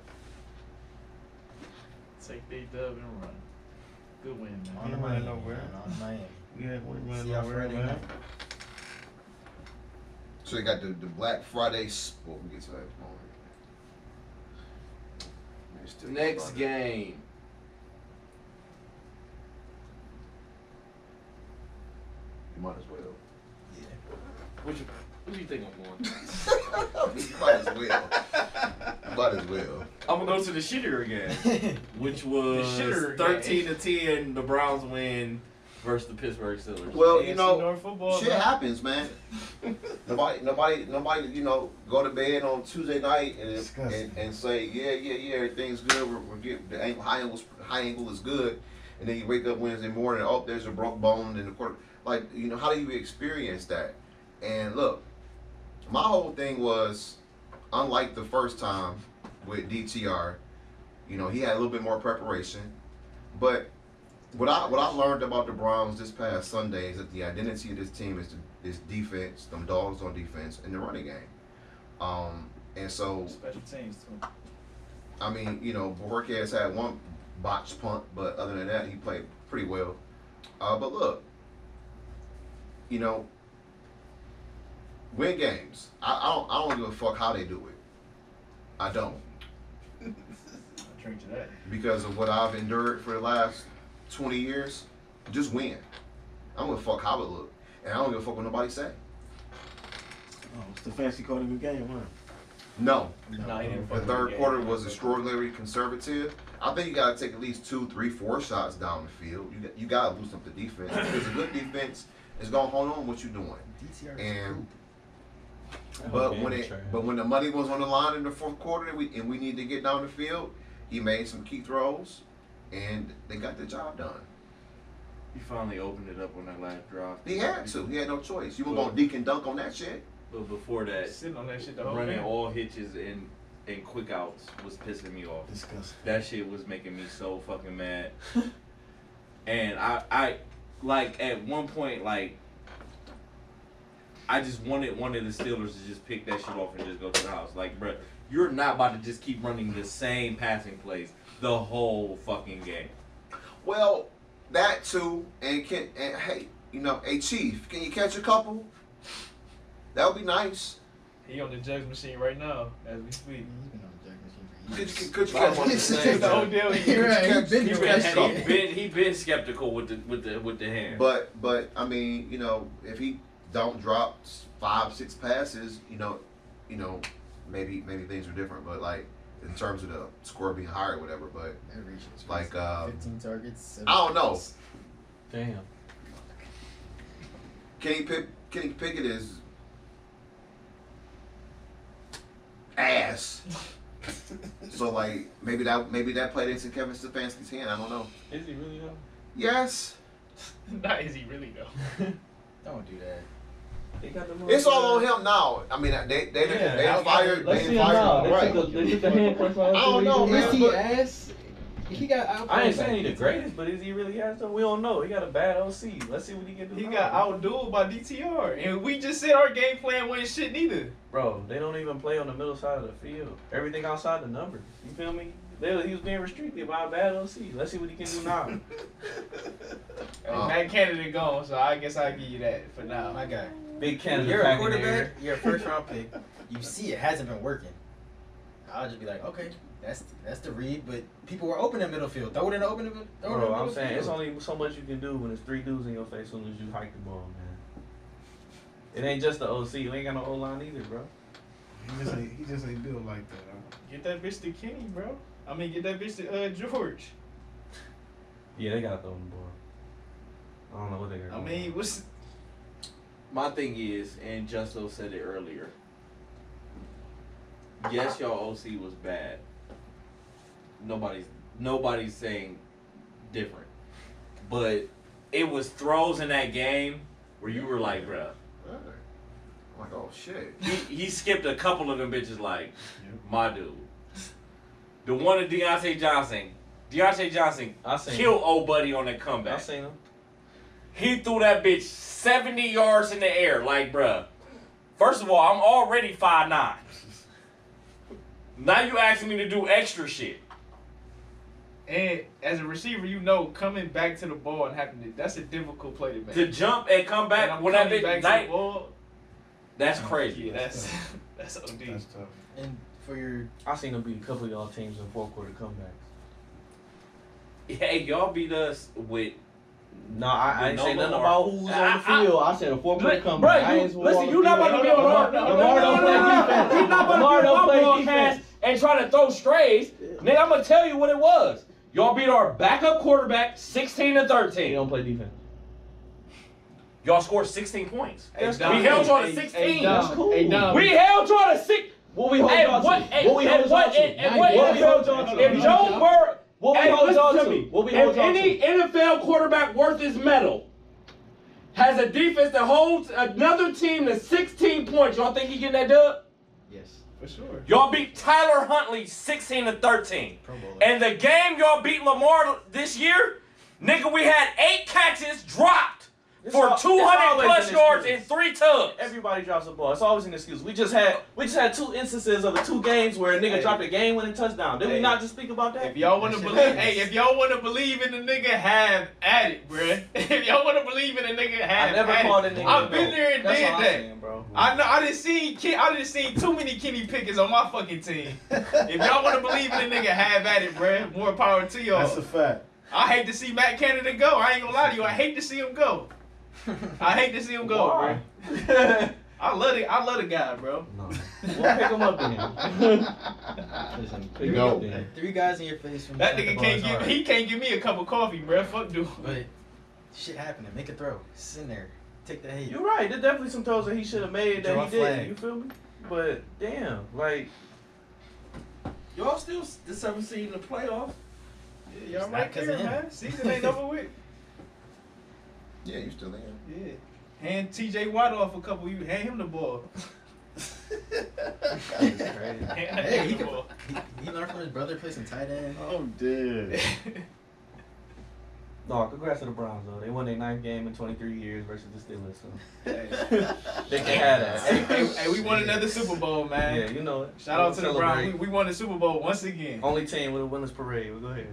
Take the dub and run. Good win, man.
On
He
the Miami,
ain't running nowhere.
man, on the Miami.
We had one run
See y'all
over,
Friday
man.
night.
So they got the, the Black Friday. s- Well, we get to that moment. It's still
Next
Friday.
game.
You might as well. [laughs]
What you What you think I'm going?
you might as well. You might as well.
I'm gonna go to the shitter again, [laughs] which was
shitter
13 to 10. The Browns win versus the Pittsburgh Steelers.
Oh,
Well,
AFC
you know,
North football.
Shit
man.
happens, man. nobody, nobody, nobody. You know, go to bed on Tuesday night and
Disgusting.
and, and say, yeah, yeah, yeah, everything's good. We're, we're getting the angle, high angle, high angle is good. And then you wake up Wednesday morning, oh, there's a broke bone in the quarter. Like, you know, how do you experience that? And look, my whole thing was, unlike the first time with DTR, you know, he had a little bit more preparation, but what I what I learned about the Browns this past Sunday is that the identity of this team is the, is defense, them dogs on defense, and the running game. Um, and so
Special teams too.
I mean, you know, Borges had one botched punt, but other than that, he played pretty well. Uh, but look, you know, win games. I, I don't I don't give a fuck how they do it. I don't
I drink to that.
because of what I've endured for the last 20 years, just win. I'm gonna fuck how it look, and I don't give a fuck what nobody say.
Oh, it's the fancy card of the game, huh?
No,
No, he didn't.
the third quarter was extraordinarily conservative. I think you got to take at least two, three, four shots down the field. You got, you got to loosen up the defense because a good defense is gonna hold on what you're doing. And but when it but when the money was on the line in the fourth quarter and we and we need to get down the field, he made some key throws, and they got the job done.
You finally opened it up on that last drive.
He had to. He had no choice. You were gonna deke and dunk on that shit.
But before that,
Sitting on that shit the whole
[laughs]
running
game.
all hitches and and quick outs was pissing me off.
Disgusting.
That shit was making me so fucking mad. [laughs] and I I like at one point like I just wanted one of the Steelers to just pick that shit off and just go to the house. Like, bruh, you're not about to just keep running the same passing plays the whole fucking game.
Well, that too, and can and hey, you know, hey Chief, can you catch a couple? That would be nice.
He on the judge machine right now as we speak.
Could you, [laughs] could you catch
[laughs]
It's the
[laughs]
could
Odell.
you
year.
catch- could
He
you
been,
catch a
he
couple?
been, he been skeptical with the with the with the
[laughs]
hand.
But but I mean, you know, if he don't drop s- five six passes, you know, you know, maybe maybe things are different. But like in terms of the score being higher, or whatever. But like um,
15 targets. seven
I don't know.
picks.
Damn.
Kenny Pick Kenny Pickett is
[laughs]
ass. so like maybe that maybe that played into Kevin Stefanski's hand. I don't know.
Is he really though?
Yes,
Not is he really though.
Don't do that.
They got the
it's all on him now. I mean they they
Yeah,
they
I-
fired
Let's
they
see him now.
fired
They
right.
took the, they took the hand press off.
I don't know, man.
Is he ass? He got out.
I ain't saying he the greatest, but is he really ass though? We don't know. He got a bad OC. Let's see what he can do.
He
now.
got outdueled by DTR, and we just said our game plan wasn't shit neither.
Bro, they don't even play on the middle side of the field. Everything outside the numbers. You feel me? They, he was being restricted by a bad OC. Let's see what he can do now.
And
Uh.
Oh.
Matt Canada gone, so I guess I'll give you that for now.
My guy.
Big Canada
You're a
back in
quarterback.
there.
You're a first round pick. You see, it hasn't been working. I'll just be like, okay, that's that's the read. But people were open in middle field. Throw it in the open. Throw it in
Bro,
the
I'm
middle
saying it's
field.
only so much you can do when it's three dudes in your face as soon as you hike the ball, man. It ain't just the OC. You ain't got no O line either, bro.
[laughs] He just ain't, he just ain't built like that. huh?
Get that bitch to Kenny, bro. I mean, get that bitch to uh, George.
Yeah, they got to throw the ball. I don't know what they got.
I mean, what's
My thing is, and Justo said it earlier. Yes, y'all OC was bad. Nobody's nobody's saying different, but it was throws in that game where you were like, bruh,
Right. I'm like oh shit.
he, he skipped a couple of them bitches like, my dude. The one of Deontay Johnson, Deontay Johnson
I seen
killed old buddy on that
I
comeback.
seen him.
He threw that bitch 70 yards in the air. Like, bruh. First of all, I'm already 5'9. Now you asking me to do extra shit.
and as a receiver, you know, coming back to the ball and having to, that's a difficult play to make.
To jump and come
And
back
I'm
when that
coming
bitch
back to the
night.
ball,
That's crazy.
yeah, that's that's [laughs] OD.
That's tough.
And for your
I seen him beat a couple of y'all teams in fourth quarter comebacks.
Hey, y'all beat us with.
No, I, I ain't
No
say nothing
more.
about who's on the
I- I-
field. I, said a four quarter
Bruh,
comeback.
bruh,
I
you-
ain't swore
listen,
the
you not
field.
about to be
No,
on
no,
our-
no,
no, no,
Lamar don't
no,
play
no, no.
defense.
You not about to be
Lamar
on
don't
our
play
broadcast
defense.
and try to throw strays. Nigga, I'm going to tell you what it was. Y'all beat our backup quarterback 16 to
He
13.
don't play defense.
Y'all scored 16 points.
Hey,
That's
Dom,
cool.
We held y'all to
hey,
16.
Hey,
That's
Dom,
cool.
Hey, Dom,
We held y'all to six.
What we hold
Hey,
y'all
what-
to?
hey,
what we
hey,
hold
what-
y'all to?
hey, hey, what-
what we
hey,
hold y'all to?
If Joe Burrow,
What we
hey,
hold
listen
y'all
to
to?
me.
What we
if
hold y'all
any
to?
NFL quarterback worth his medal has a defense that holds another team to 16 points, y'all think he getting that dub?
Yes.
for sure.
Y'all beat Tyler Huntley 16 to 13.
Pro Bowler.
And the game y'all beat Lamar this year, nigga, we had eight catches dropped
It's
for
al- it's
200
always
plus
an
yards
excuse.
and three tubs. [clears throat]
Everybody drops the ball. It's always an excuse. We just had we just had two instances of the two games where a nigga
Hey.
dropped a game winning touchdown. Did
Hey.
we not just speak about that?
If y'all want to
That shit
believe,
is.
hey, if y'all want to believe in the nigga, have at it, bruh. [laughs] If y'all want to believe in the nigga, have
I never
at
called a
it.
nigga.
I've
a
been
goat.
there and
That's
did
all I'm
that.
saying, bro.
I know I didn't see Ken, I didn't see too many Kenny Pickers on my fucking team. If y'all
[laughs]
want to believe in a nigga, have at it, bruh. More power to y'all.
That's a fact.
I hate to see Matt Canada go. I ain't gonna lie to you. I hate to see him go. I hate to see him go,
Why?
bro. [laughs] I love it. I love the guy, bro.
No.
We'll pick him up [laughs] then.
Listen, pick
No.
it up then.
Three guys in your face from
That
the
nigga
bar
can't
is
give.
hard.
He can't give me a cup of coffee, bro. Fuck dude.
But shit happened. Make a throw. It's in there. Take the hit. [laughs]
You're right. There's definitely some throws that he should have made that
Draw
he didn't.
flag.
You feel me? But damn, like
Y'all still s- the seventh seed in the playoff.
Y'all
It's
right
not 'cause
there,
of him.
man. Season ain't over with.
Yeah, you still in.
Yeah. Hand T.J. Watt off a couple. You hand him the ball.
That's crazy.
Hand
Hey,
him
he
the
can-
ball.
He, he learned from his brother play some tight end.
I'm dead.
no. Congrats to the Browns though. They won their ninth game in 23 years versus the Steelers. So
[laughs]
they can have
hey,
that.
hey, hey, we won another Super Bowl, man.
Yeah, you know it.
Shout out to the
Celebrate. Oh.
Browns. We, we won the Super Bowl once again.
Only team with a winners parade. Well, go ahead.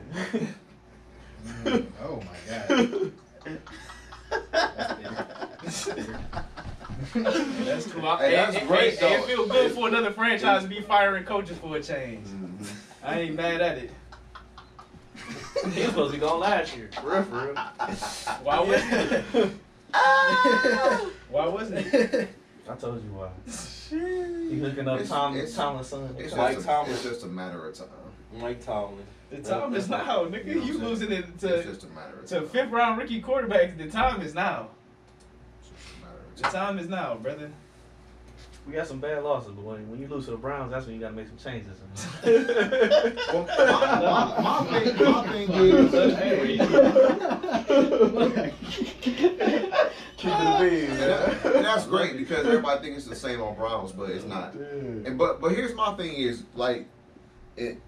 Mm, oh my
[laughs]
god.
That's cool. I-
Hey, that's
and- and-
great,
and- and
though.
It feel good for another franchise to be firing coaches for a change.
Mm-hmm.
I ain't mad at it.
he was supposed to be gone last year.
For real, for real.
Why wasn't it? Why wasn't it?
I told you why. He hooking up
It's-
Tom
it's-
Tomlinson.
It's
Mike
just, a,
Tomlin.
it's just a matter of time.
Mike Tomlin.
The time is now, nigga. You losing it
It's
to
just a matter of
to
time.
fifth round rookie quarterbacks. The time is now.
It's just a matter of
The
time.
time is now, brother.
We got some bad losses, but when, when you lose to the Browns, that's when you gotta make some changes.
Well, my, my, my thing, my thing is,
[laughs]
hey, and, that- and that's great because everybody thinks it's the same on Browns, but it's not. And, but but here's my thing is like, it,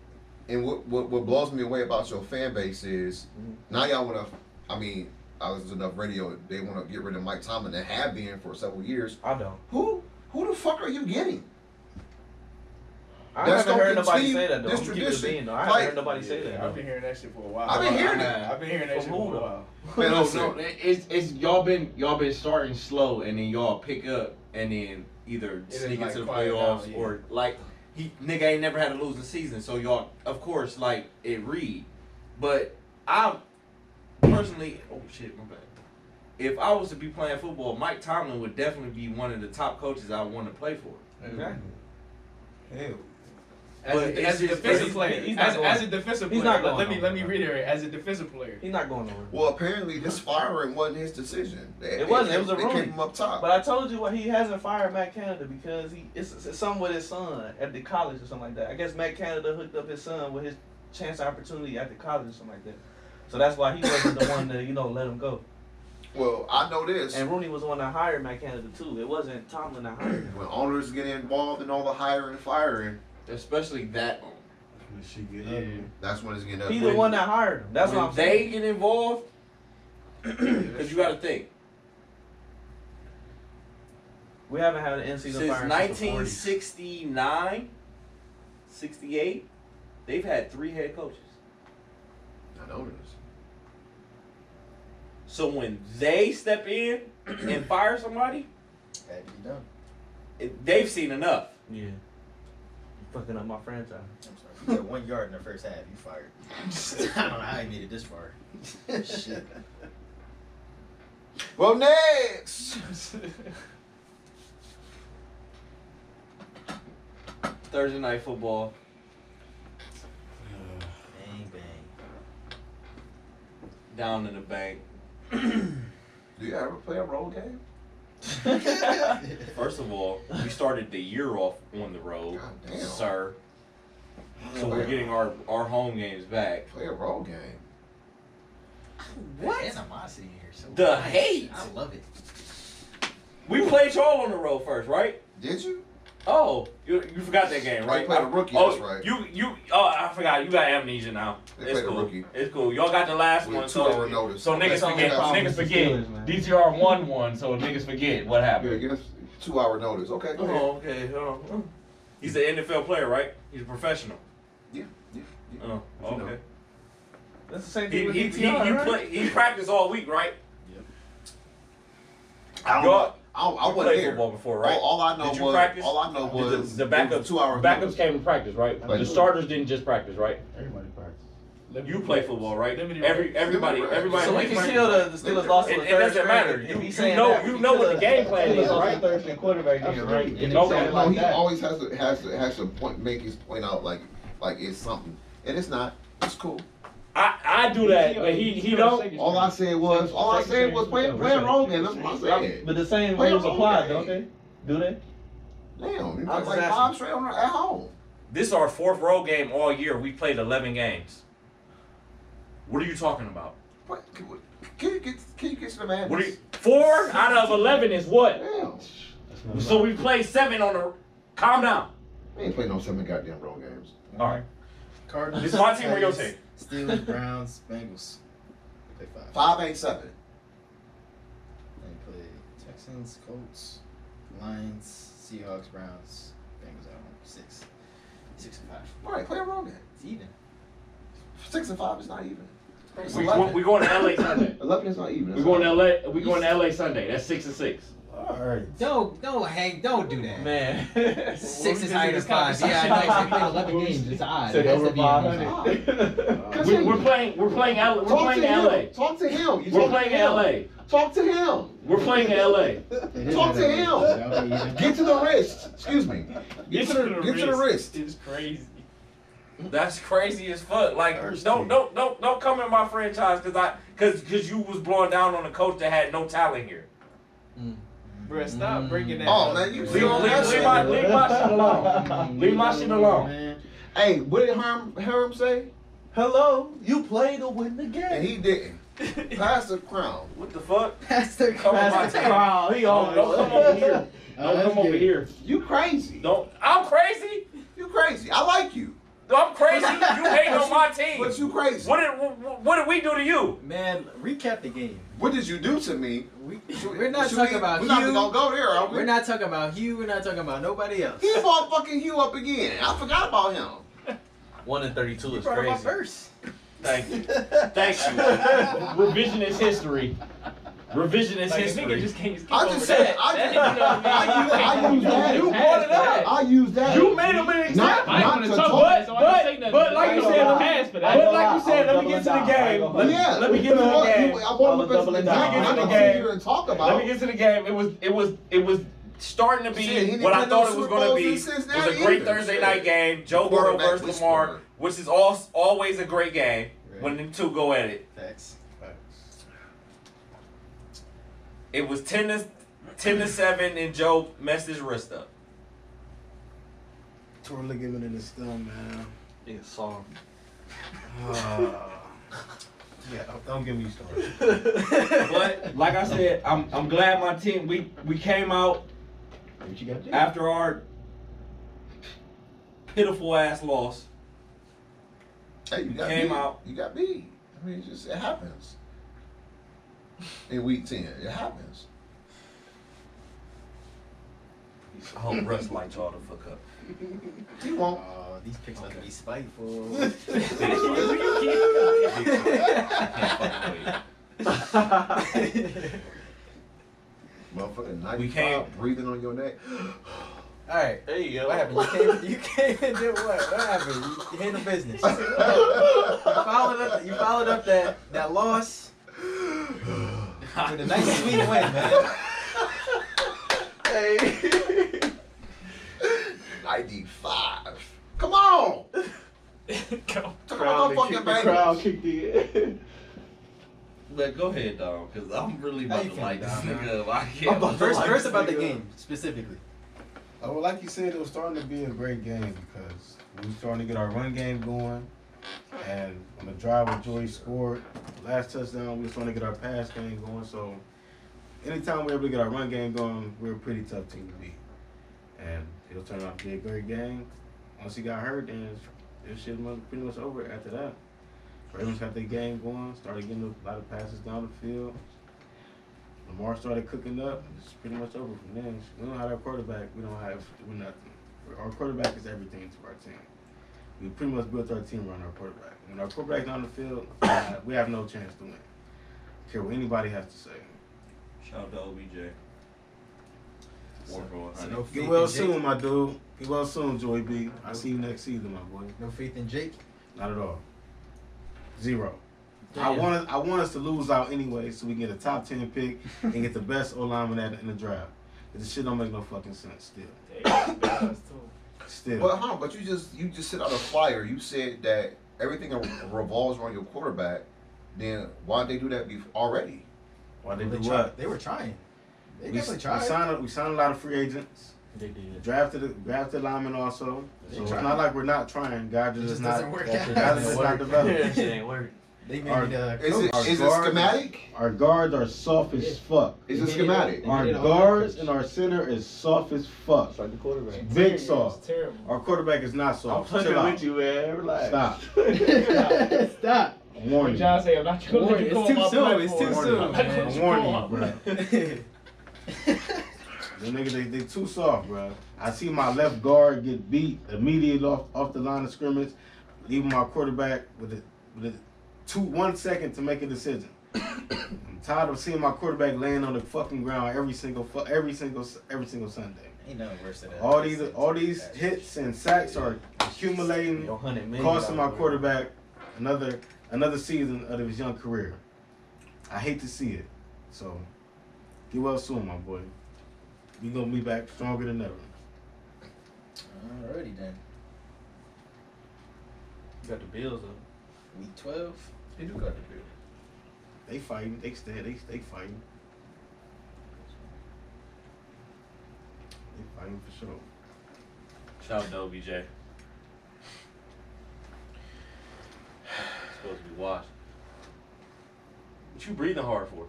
and what, what what blows me away about your fan base is now y'all want to. I mean, I was enough radio. They want to get rid of Mike Tomlin. They have been for several years.
I don't.
Who who the fuck are you getting?
I
That's
haven't heard
gonna
nobody
continue
say that though.
this
I'm keeping it
tradition.
being though. I haven't
Like-
heard nobody say that.
I've been hearing that shit for a while.
I've been hearing it.
I've been hearing that
From
shit for
who,
a while.
Man,
no,
listen,
no, it's it's y'all been y'all been starting slow and then y'all pick up and then either
then,
sneak
like,
into the
quiet
playoffs
down, yeah.
or like he nigga ain't never had a losing season, so y'all of course like it read. But I personally oh shit, my bad. If I was to be playing football, Mike Tomlin would definitely be one of the top coaches I want to play for.
Exactly.
As,
But
a,
it's
as a
just-
defensive
he's-
player,
he's not
as,
going-
as a defensive player,
he's not going
let me let me
nowhere.
reiterate. As a defensive
[laughs]
player,
He's not going nowhere.
Well, apparently this firing wasn't his decision. They-
It wasn't.
They,
It was a
they
rumor.
came up top.
But I told you what he hasn't fired Matt Canada because he it's, it's something with his son at the college or something like that. I guess Matt Canada hooked up his son with his chance of opportunity at the college or something like that. So that's why he wasn't the one to you know let him go.
well, I know this.
And Rooney was the one that hired Matt Canada too. It wasn't Tomlin that hired him.
when owners get involved in all the hiring and firing,
Especially that one.
She get ugly.
that's when it's getting
He
ugly.
the one that hired him. That's
when
what I'm
they
saying.
get involved, because you got to think
We haven't had an in season
since
firing since the 40s.
1969, 68, they've had three head coaches.
I know this.
So when they step in [clears throat] and fire somebody,
Had to be done.
it- they've seen enough.
Yeah. You Fucking up my franchise.
I'm sorry. You got one yard in the first half. You fired. [laughs] I don't know how he made it this far. Shit.
Well, next.
Thursday night football.
Bang bang.
Down in the bank.
Do you ever play a road game?
First of all, we started the year off on the road,
God damn.
sir. So we're getting our, our home games back.
Play a road game.
What? Animosity in here. So
The
much.
hate.
I love it.
We played y'all on the road first, right?
Did you?
Oh, you, you forgot that game, right?
They played a rookie,
Oh,
that's right.
You you oh I forgot. You got amnesia now.
They
it's
played a
cool.
rookie.
It's cool. Y'all got the last
With
one.
two
so,
hour notice.
so niggas
That's all
forget.
they got.
Niggas forget.
Steelers, man.
DTR won one, so niggas forget what
Yeah,
happened.
give us two hour notice. Okay, go ahead.
Oh okay. hold on. He's an NFL player, right? He's a professional.
Yeah, yeah, yeah.
Oh
What you
okay.
That's the same thing
He
with
he he,
DTR,
he,
right?
play, he practiced all week, right?
I don't
Y'all-
know. I, I
You
wasn't
played
there.
football before, right?
All, all I know
Did you
was
practice?
all I know
Did the-
was
the
it was
backups-
two hours.
Backups came to practice, right?
Like-
the starters didn't just practice, right?
Everybody practice.
You play football, right?
Limited
Every everybody
Limited
everybody.
So we
plays-
can kill the, the Steelers lost
It,
to the
it
third
doesn't
string.
matter.
If
You,
he's
you
saying
know
that,
you
we
know what
could.
the game plan is, right? [laughs]
Right, third string quarterback nigga, right? And it's
Okay.
something
No,
like
he
that.
always has to has to has to point make his point out like like it's something, and it's not. It's cool.
I, I do that, but he he don't.
All I said was all I said was play play it wrong, man. That's what I said.
But the same
Play
rules
along,
apply,
man.
don't they? Do they?
Damn, you play
I was
like
asking.
five straight on at home.
This is our fourth road game all year. We played eleven games. What are you talking about?
What, can you get can you get some madness?
What are you, four out of eleven is what?
Damn,
That's not
So we played seven on the. Calm down.
we ain't playing no seven goddamn road games.
All right.
Cardinals.
This is my team or your team? [laughs]
Steelers, Browns, Bengals. They play five.
Five ain't seven.
They play Texans, Colts, Lions, Seahawks, Browns, Bengals at home. Six. Six and five.
All right, play a road game.
It's even.
Six and five is not even. It's
We,
11.
go- we going to LA Sunday.
Eleven is not even.
We going to LA. We going to LA Sunday. That's six and six.
All right.
Don't don't hang don't do that.
Man.
Six is higher than five. Yeah, I know. It's like played eleven games. It's odd. It
Said
has
over
to be an even. [laughs]
500.
We, are playing. We're playing. L- We're
Talk
playing
to him.
LA.
Talk to him. You
We're
talk
playing
to him.
LA.
Talk to him.
We're playing LA.
It is
[laughs] Talk
that
to
easy.
him.
That was easy.
Get to the wrist. Excuse me. Get to the get to the wrist.
It's crazy.
That's crazy as fuck. Like,
Thirsty.
don't don't don't don't come in my franchise because I because because you was blowing down on a coach that had no talent here.
Bro, stop breaking that.
Oh
up.
man, you
Leave,
see all that
leave, leave,
shit.
my, leave my shit alone. Leave my shit alone.
Man.
Hey, what did Herm Herm say?
[laughs] Hello, you play to win the game.
And he didn't. [laughs] Pass the crown.
What the fuck?
Pastor
Come on, my
Carter.
team.
Wow, he
Don't, don't come over here.
[laughs]
Oh,
Don't
that's
come over
good.
here.
You crazy.
Don't. I'm crazy.
You crazy. I like you,
I'm crazy. You hate on my team.
but you crazy.
What did what, what did we do to you?
Man, recap the game.
What did you do to me?
We,
Should we-
we're not
should
talking
we-
about
We're not
Hugh.
gonna go there, are we?
We're not talking about Hugh. We're not talking about nobody else.
He brought fucking Hugh up again. I forgot about him.
One in thirty-two is
Brought up my
crazy.
verse.
Thank you. Thank you. Revisionist history. Revisionist
Like, this nigga
history.
just can't skip
I
over
just
that.
said. I
That
just.
nigga
[laughs]
don't
I
[laughs]
even-
use that.
You brought it up.
I use that.
You made him an
Not-
example.
I ain't
not to
gonna talk
talk-
about it, so I
but-
can't say nothing.
but like
I
you
ain't
said,
gonna
I'm-
pass for that.
But like you said, let me get to the game. Let me,
yeah,
let me get to
You
the
want-
game.
you- I want to look at
Double
the
it
game.
down.
I'm not
Let me get to the
gonna sit
game.
here and talk
Let
about.
me get to the game. It was it was it was starting to be
Shit, he didn't
what I
win
thought
no
it was
Super
going to
Bowls
be.
in
It was
Cincinnati
a great
either.
Thursday
Shit.
night game. Joe Burrow
Quarterback
versus
whisperer.
Lamar, which is al- always a great game
Right.
when them two go at it.
Facts.
It was ten to ten to seven, and Joe messed his wrist up.
Torn ligament in his thumb, man.
It's song.
[sighs] yeah, don't get me started.
[laughs] But like I said, I'm I'm glad my team we we came out
What you got there?
after our pitiful ass loss.
Hey, you got
Came
me.
out.
You got me. I mean, it just it happens. In week ten, it happens.
I hope Russ lights y'all the fuck up.
He won't.
Oh, these picks are
Okay.
gonna be spiteful.
Motherfucking
We
ninety-five
can't-
breathing on your
[laughs]
neck.
[laughs] All right.
There you go.
What happened? You came, you came and did what? What happened? You handled [laughs] business. You followed up. You followed
[laughs]
up that that loss with a nice sweet win, man.
Ninety-five. Come on. Come on, fucking baby.
kicked in.
But go ahead, dog, because I'm really
How
about
you
to
feeling,
light this
dog, man?
nigga up. I can't.
First, first about the game specifically.
Oh, well, like you said, it was starting to be a great game because we were starting to get our run game going. And on the drive where Joy scored, last touchdown, we were starting to get our pass game going. So anytime we were able to get our run game going, we were a pretty tough team to beat. And it'll turn out to be a great game. Once he got hurt, then this shit was pretty much over after that. Ravens got their game going, started getting a lot of passes down the field. Lamar started cooking up. It's pretty much over from there. We don't have our quarterback. We don't have we're nothing. Our quarterback is everything to our team. We pretty much built our team around our quarterback. When our quarterback's on the field, uh, we have no chance to win. Care what anybody has to say.
Shout out to OBJ. Four for
So
100.
no faith
Get well
in Jake.
soon, my dude. Get well soon, Joy B. I see you next season, my boy.
No faith in Jake.
Not at all. Zero. I want us, I want us to lose out anyway, so we can get a top ten pick and get the best [laughs] O lineman at in the draft. This shit don't make no fucking sense. Still, still.
Well, huh? But you just you just sent out a flyer. You said that everything revolves around your quarterback. Then why'd they do that bef already?
Why they
They,
do
try-
what?
they were trying. They
We, we
definitely tried.
signed a- we signed a lot of free agents.
They did.
Drafted drafted linemen also.
They
So it's
tried.
not like we're not trying. God
It
just, is
just
not.
doesn't work
God
out.
just not developed.
shit ain't work.
They
Our-
made uh, the
Is it
coach-
Our
is it
guard-
schematic?
Our guards are soft as fuck.
Is it schematic?
Our guards and our center is soft as fuck.
It's like the quarterback.
[laughs]
Big soft.
terrible.
Our quarterback is not
I'm
soft.
fucking
Chill out.
with you, man. Relax.
Stop.
[laughs]
Stop.
I'm warning you.
John say I'm not gonna let
Warren,
you
it's
go on
too
my
soon, it's
platform.
too
I'm not gonna let
I'm
you
warning
go
you,
on-
bro. Them niggas, they, they too soft, bro. I see my left guard get beat immediately off, off the line of scrimmage, leaving my quarterback with a, with a two one second to make a decision. [coughs] I'm tired of seeing my quarterback laying on the fucking ground every single fu- every single every single Sunday.
Ain't nothing worse than that.
All these all these hits and sacks are accumulating,
Yo, hundred million.
costing my
dollars, bro.
quarterback another another season of his young career. I hate to see it. So get well soon, my boy. We gonna be back stronger than ever.
Alrighty then.
You got the bills [laughs] up.
Week twelve.
They do got the bill.
They fighting. They stay. They they fighting. They fighting for sure.
Shout out to OBJ. Supposed to be washed. What you breathing hard for?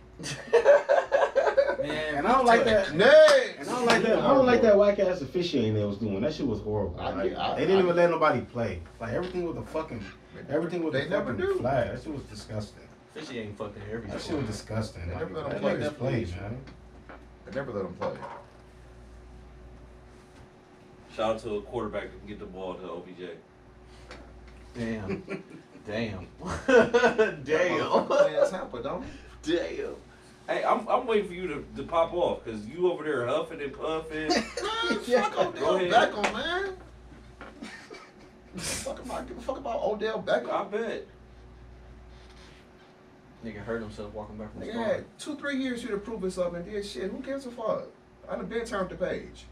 Man,
And I don't like that.
Next.
And I don't like that. I don't like that whack ass officiating they was doing. That shit was horrible.
I
Like,
get- I-
they didn't
I-
even let nobody play. Like everything was a fucking. Everything was
They
a
never
fucking
do.
flag. That shit was disgusting.
Fishy ain't fucking everything.
That shit was disgusting.
They
Like,
never let 'em
that
play.
niggas played, man.
They never let them play.
Shout out to a quarterback that can get the ball to OBJ.
[laughs] Damn. Damn.
Motherfucker
[laughs] Damn.
play at Tampa, don't they?
Damn.
Hey, I'm, I'm waiting for you to, to pop off because you over there huffing and
[laughs]
puffing.
Man, fuck
Go
Odell
ahead.
Beckham, man. fuck about give a fuck about Odell
I
Beckham.
bet.
Nigga hurt himself walking back from the
Nigga
store.
had two, three years here to prove himself and did shit. Who gives a fuck? I done been turned the page.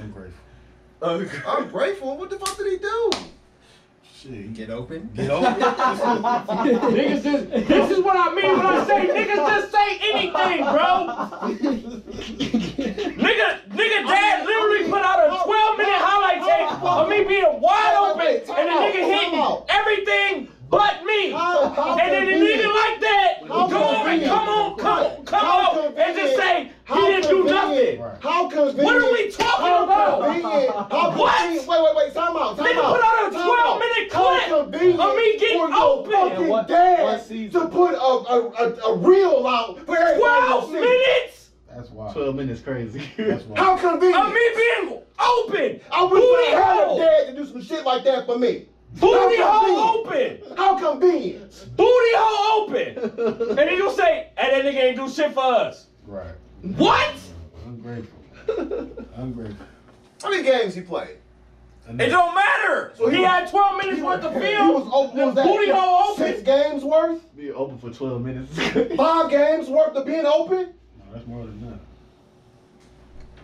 I'm
[laughs]
grateful.
I'm grateful. What the fuck did he do?
Shit.
Get open. [laughs]
Get over.
[laughs] Niggas just, this is what I mean when I say niggas just say anything, bro. Nigga, nigga, dad literally put out a 12 minute highlight tape of me being wide
Time out,
open
wait, time
and the
out,
nigga hitting
time out.
everything but me.
How- how
And then the nigga
convenient.
like that, go
How
over and
convenient.
come on, come on, come
How
on, and just say he didn't do nothing.
How convenient?
What are we talking about?
convenient? How
What?
convenient? Wait, wait, wait. Time out. Time
Nigga
out.
put out a
time
12
out.
minute
How
clip
convenient
of me getting
for your
open.
Fucking
And
what-
dad
what season?
to put a, a, a, a reel out for everybody to
12
see.
minutes
That's wild.
Twelve minutes crazy.
[laughs] That's wild.
How convenient?
of me being open.
I wish
Booty
I had a
hole.
dad to do some shit like that for me.
Booty
How
hole open.
convenient. How convenient?
booty
[laughs]
hole open. and then you say, hey, that nigga ain't do shit for us.
Right.
What?
I'm grateful.
[laughs]
I'm grateful.
How many games he played?
It don't matter.
So
he,
he-
had 12 minutes worth of
He
film.
was open. Was
The
that
booty hole
Six
open.
games worth?
Be open for twelve
[laughs]
minutes.
Five games worth of being open?
No, that's more than that.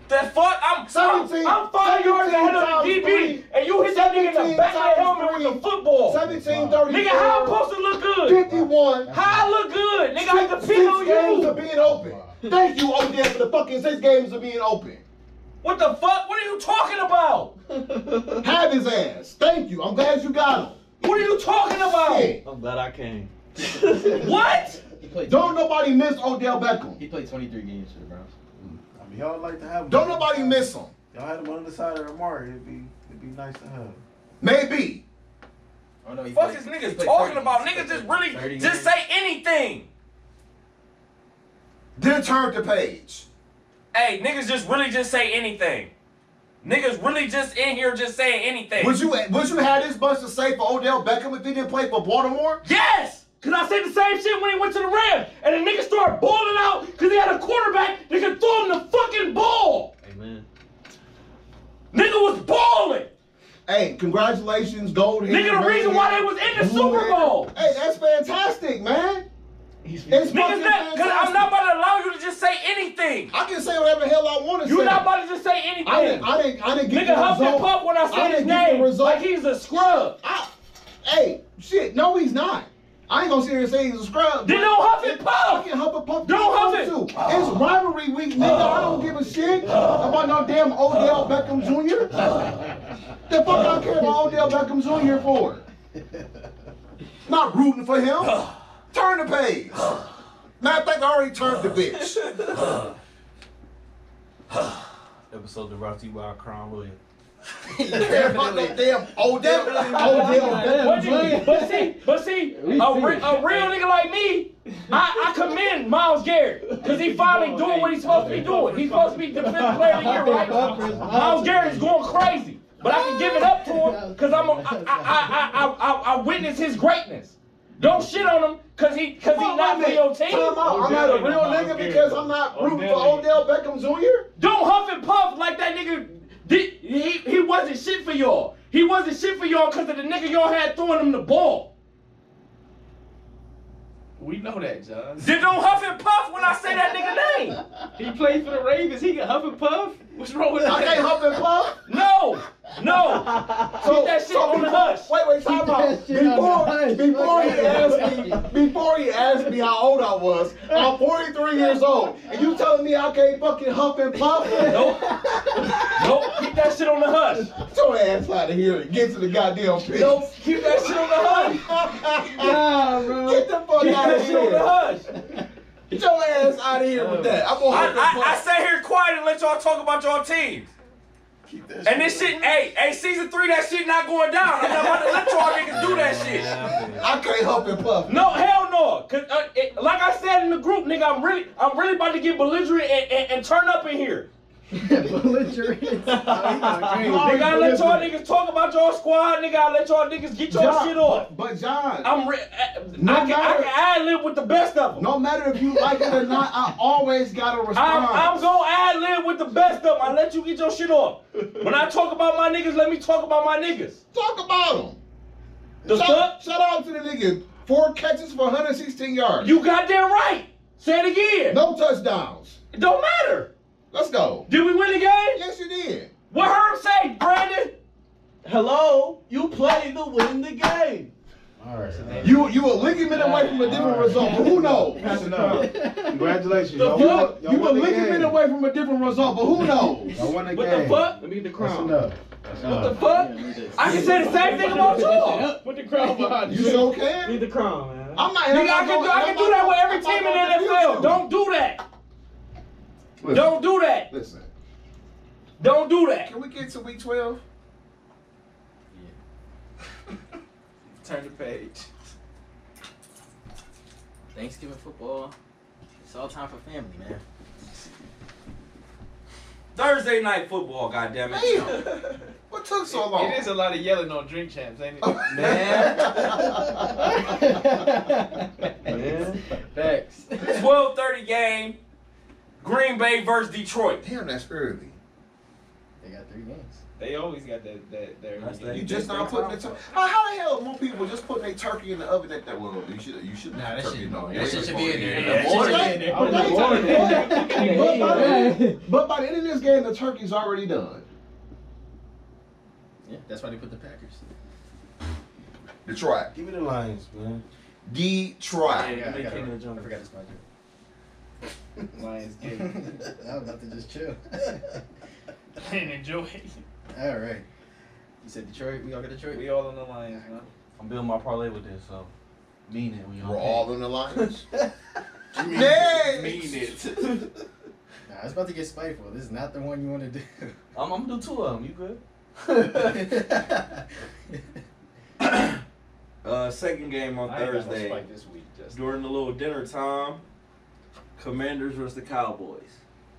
The fuck? I'm, I'm,
17
I'm five yards ahead of the
17
DB,
times
and you hit that nigga in the
17
back of the
times
helmet with
three.
the football.
17,
Oh, Nigga, how I'm supposed to look good?
51.
How I look good? Nigga, I
Six,
can
six
pin on
games of
you.
being open. Thank you, Odell, for the fucking six games of being open.
What the fuck? What are you talking about?
Have his ass. Thank you. I'm glad you got him.
What are you talking about?
Shit.
I'm glad I came.
What?
He played.
Don't nobody miss Odell Beckham.
He played 23 games for the Browns.
I mean, y'all like to have. him.
Don't nobody miss him.
Y'all had him on the side of Amari. It'd be it'd be nice to have.
Maybe.
Oh no, he
Fuck
played-
is
he
niggas
played
talking
30.
about? Niggas just really
30
just
games.
say anything.
Then turn the page.
Hey, niggas just really just say anything. Niggas really just in here just saying anything.
Would you would you have this bunch to say for Odell Beckham if he didn't play for Baltimore?
Yes! Cause I said the same shit when he went to the Rams, and the nigga started balling out because he had a quarterback that could throw him the fucking ball.
Amen.
Nigga was balling.
Hey, congratulations, Gold.
Nigga, the reason why they was in the Super Bowl.
Hey, that's fantastic, man. It's fucking
Niggas, that, cause I'm
fantastic.
not about to allow you to just say anything.
I can say whatever the hell I want to say.
You're not about to just say anything.
I didn't. I didn't. I didn't get
Nigga
the
huff and
result.
puff when I
I
say his
didn't get the
name.
result.
Like he's a scrub.
I, hey, shit. No, he's not. I ain't gonna sit here and say he's a scrub.
Then
but-
don't huff and puff.
Fucking Huff and Puff.
Don't
you
huff
want to. It's rivalry week, nigga. I don't give a shit about no damn Odell Beckham Jr. the fuck I care about Odell Beckham Jr. for? Not rooting for him. Turn the page. Matter of fact, I already turned the bitch.
Episode brought to you by Crown Lawyer.
Care about no damn Odell. Odell Beckham.
But, you, but see,
[laughs]
but see, a, re- a real nigga like me, I, I commend Miles Garrett because he
Oh,
finally doing what he's supposed to be doing. He's supposed to be defensive player of the
[laughs]
year right now. Miles Garrett's going crazy, but I can give it up to him because I'm a, I, I, I, I, I, I witness his greatness. Don't shit on him because he because he's
Come
not
on,
for
wait
your
a minute. Time
team.
out. I'm not a real nigga because I'm not rooting for Odell Beckham Jr.
Don't huff and puff like that nigga. Did, he he wasn't shit for y'all. He wasn't shit for y'all because of the nigga y'all had throwing him the ball.
We know that, John.
Then don't huff and puff when I say that nigga name.
He [laughs] played for the Ravens. He can huff and puff. What's wrong with
I can't
that?
huff and
[laughs]
puff.
No, no. Keep that shit on the hush.
Wait, wait, time out.
that shit on the
Before,
hush.
before he
Fuck
asked me, before he asked me how old I was, I'm 43 years old, and you telling me I can't fucking huff and puff?
Nope. Nope. Keep that shit on the hush.
Get your ass out of here and get to the goddamn pitch.
Nope. Keep that shit on the hush.
Nah, bro.
Get the fuck
Keep
out
that
of
shit on the
here.
hush.
Get your ass out of here
Uh,
with that. I'm gonna
I,
huff and
I, I
puff.
sat here quiet and let y'all talk about y'all teams. And this shit, hey, hey, season three, that shit not going down. I'm not about to let y'all niggas do that shit.
I can't huff and puff.
No, hell no. Cause uh, it, like I said in the group, nigga, I'm really, I'm really about to get belligerent and, and, and turn up in here.
[laughs]
Belligerent.
Nigga, I let y'all niggas talk about y'all squad. Nigga, I let y'all niggas get y'all
John,
shit off.
But John,
I'm re- I,
No
I can,
matter-
I can ad lib with the best of them.
no matter if you like it or not, I always gotta respond.
I'm, I'm gonna ad lib with the best of them. I let you get your shit off. When I talk about my niggas, let me talk about my niggas.
Talk about him.
The fuck?
Shout, shout out to the nigga. Four catches for 116 yards.
You goddamn right. Say it again.
no touchdowns.
It don't matter.
Let's go.
Did we win the game?
Yes, you did.
What Herb say, Brandon?
Hello, you played to win the game.
All right.
You you a ligament away from a different result, but who knows?
That's enough. Congratulations.
You
y'all
a,
won- y'all
you a
won the
ligament
game.
away from a different result, but who knows?
Y'all won the
What
game.
the fuck? Let me get the
That's
crown.
enough. That's
What the
enough.
fuck?
I can say the same thing about y'all.
Put the crown behind
You
you.
sure can.
Need the crown, man.
I'm not.
Nigga, I can do, I can do that with every team in the NFL. Don't do that. Don't do that.
listen.
Don't do that.
Can we get to week 12?
Turn the page. Thanksgiving football. It's all time for family, man.
Thursday night football, goddammit.
Damn. What took so long?
It is a lot of yelling on drink champs, ain't it? [laughs]
Facts.
12:30 game. Green Bay versus Detroit.
[laughs] Damn, that's early.
They got three games.
They always got that that their
That's that-
You just not putting the turkey. How, how the hell more people just putting their turkey in the oven at that? Well, you should you should
Nah, that
turkey
shit-
no.
that shit should be in there.
Yeah,
But
that
they- but they- but by the end- But by the end of this game, the turkey's already done.
Yeah, that's why they put the Packers.
Detroit.
Give me the Lions, man.
Detroit.
I,
They
forgot-
came to the jungle.
I forgot it's my joke. [laughs]
Lions game.
I was about to just chill. [laughs]
And enjoy it.
all right. You said Detroit. We all got Detroit.
We all on the Lions, man.
I'm building my parlay with this, so mean it when y'all
We're
pick.
all in the Lions.
Mean
Next.
it.
Nah, it's about to get spiteful. This is not the one you want
[laughs]
to do.
[laughs] I'm, I'm gonna do two of them. You good?
[laughs]
Uh, second game on Thursday.
this week, just
During the little dinner time, Commanders versus the Cowboys.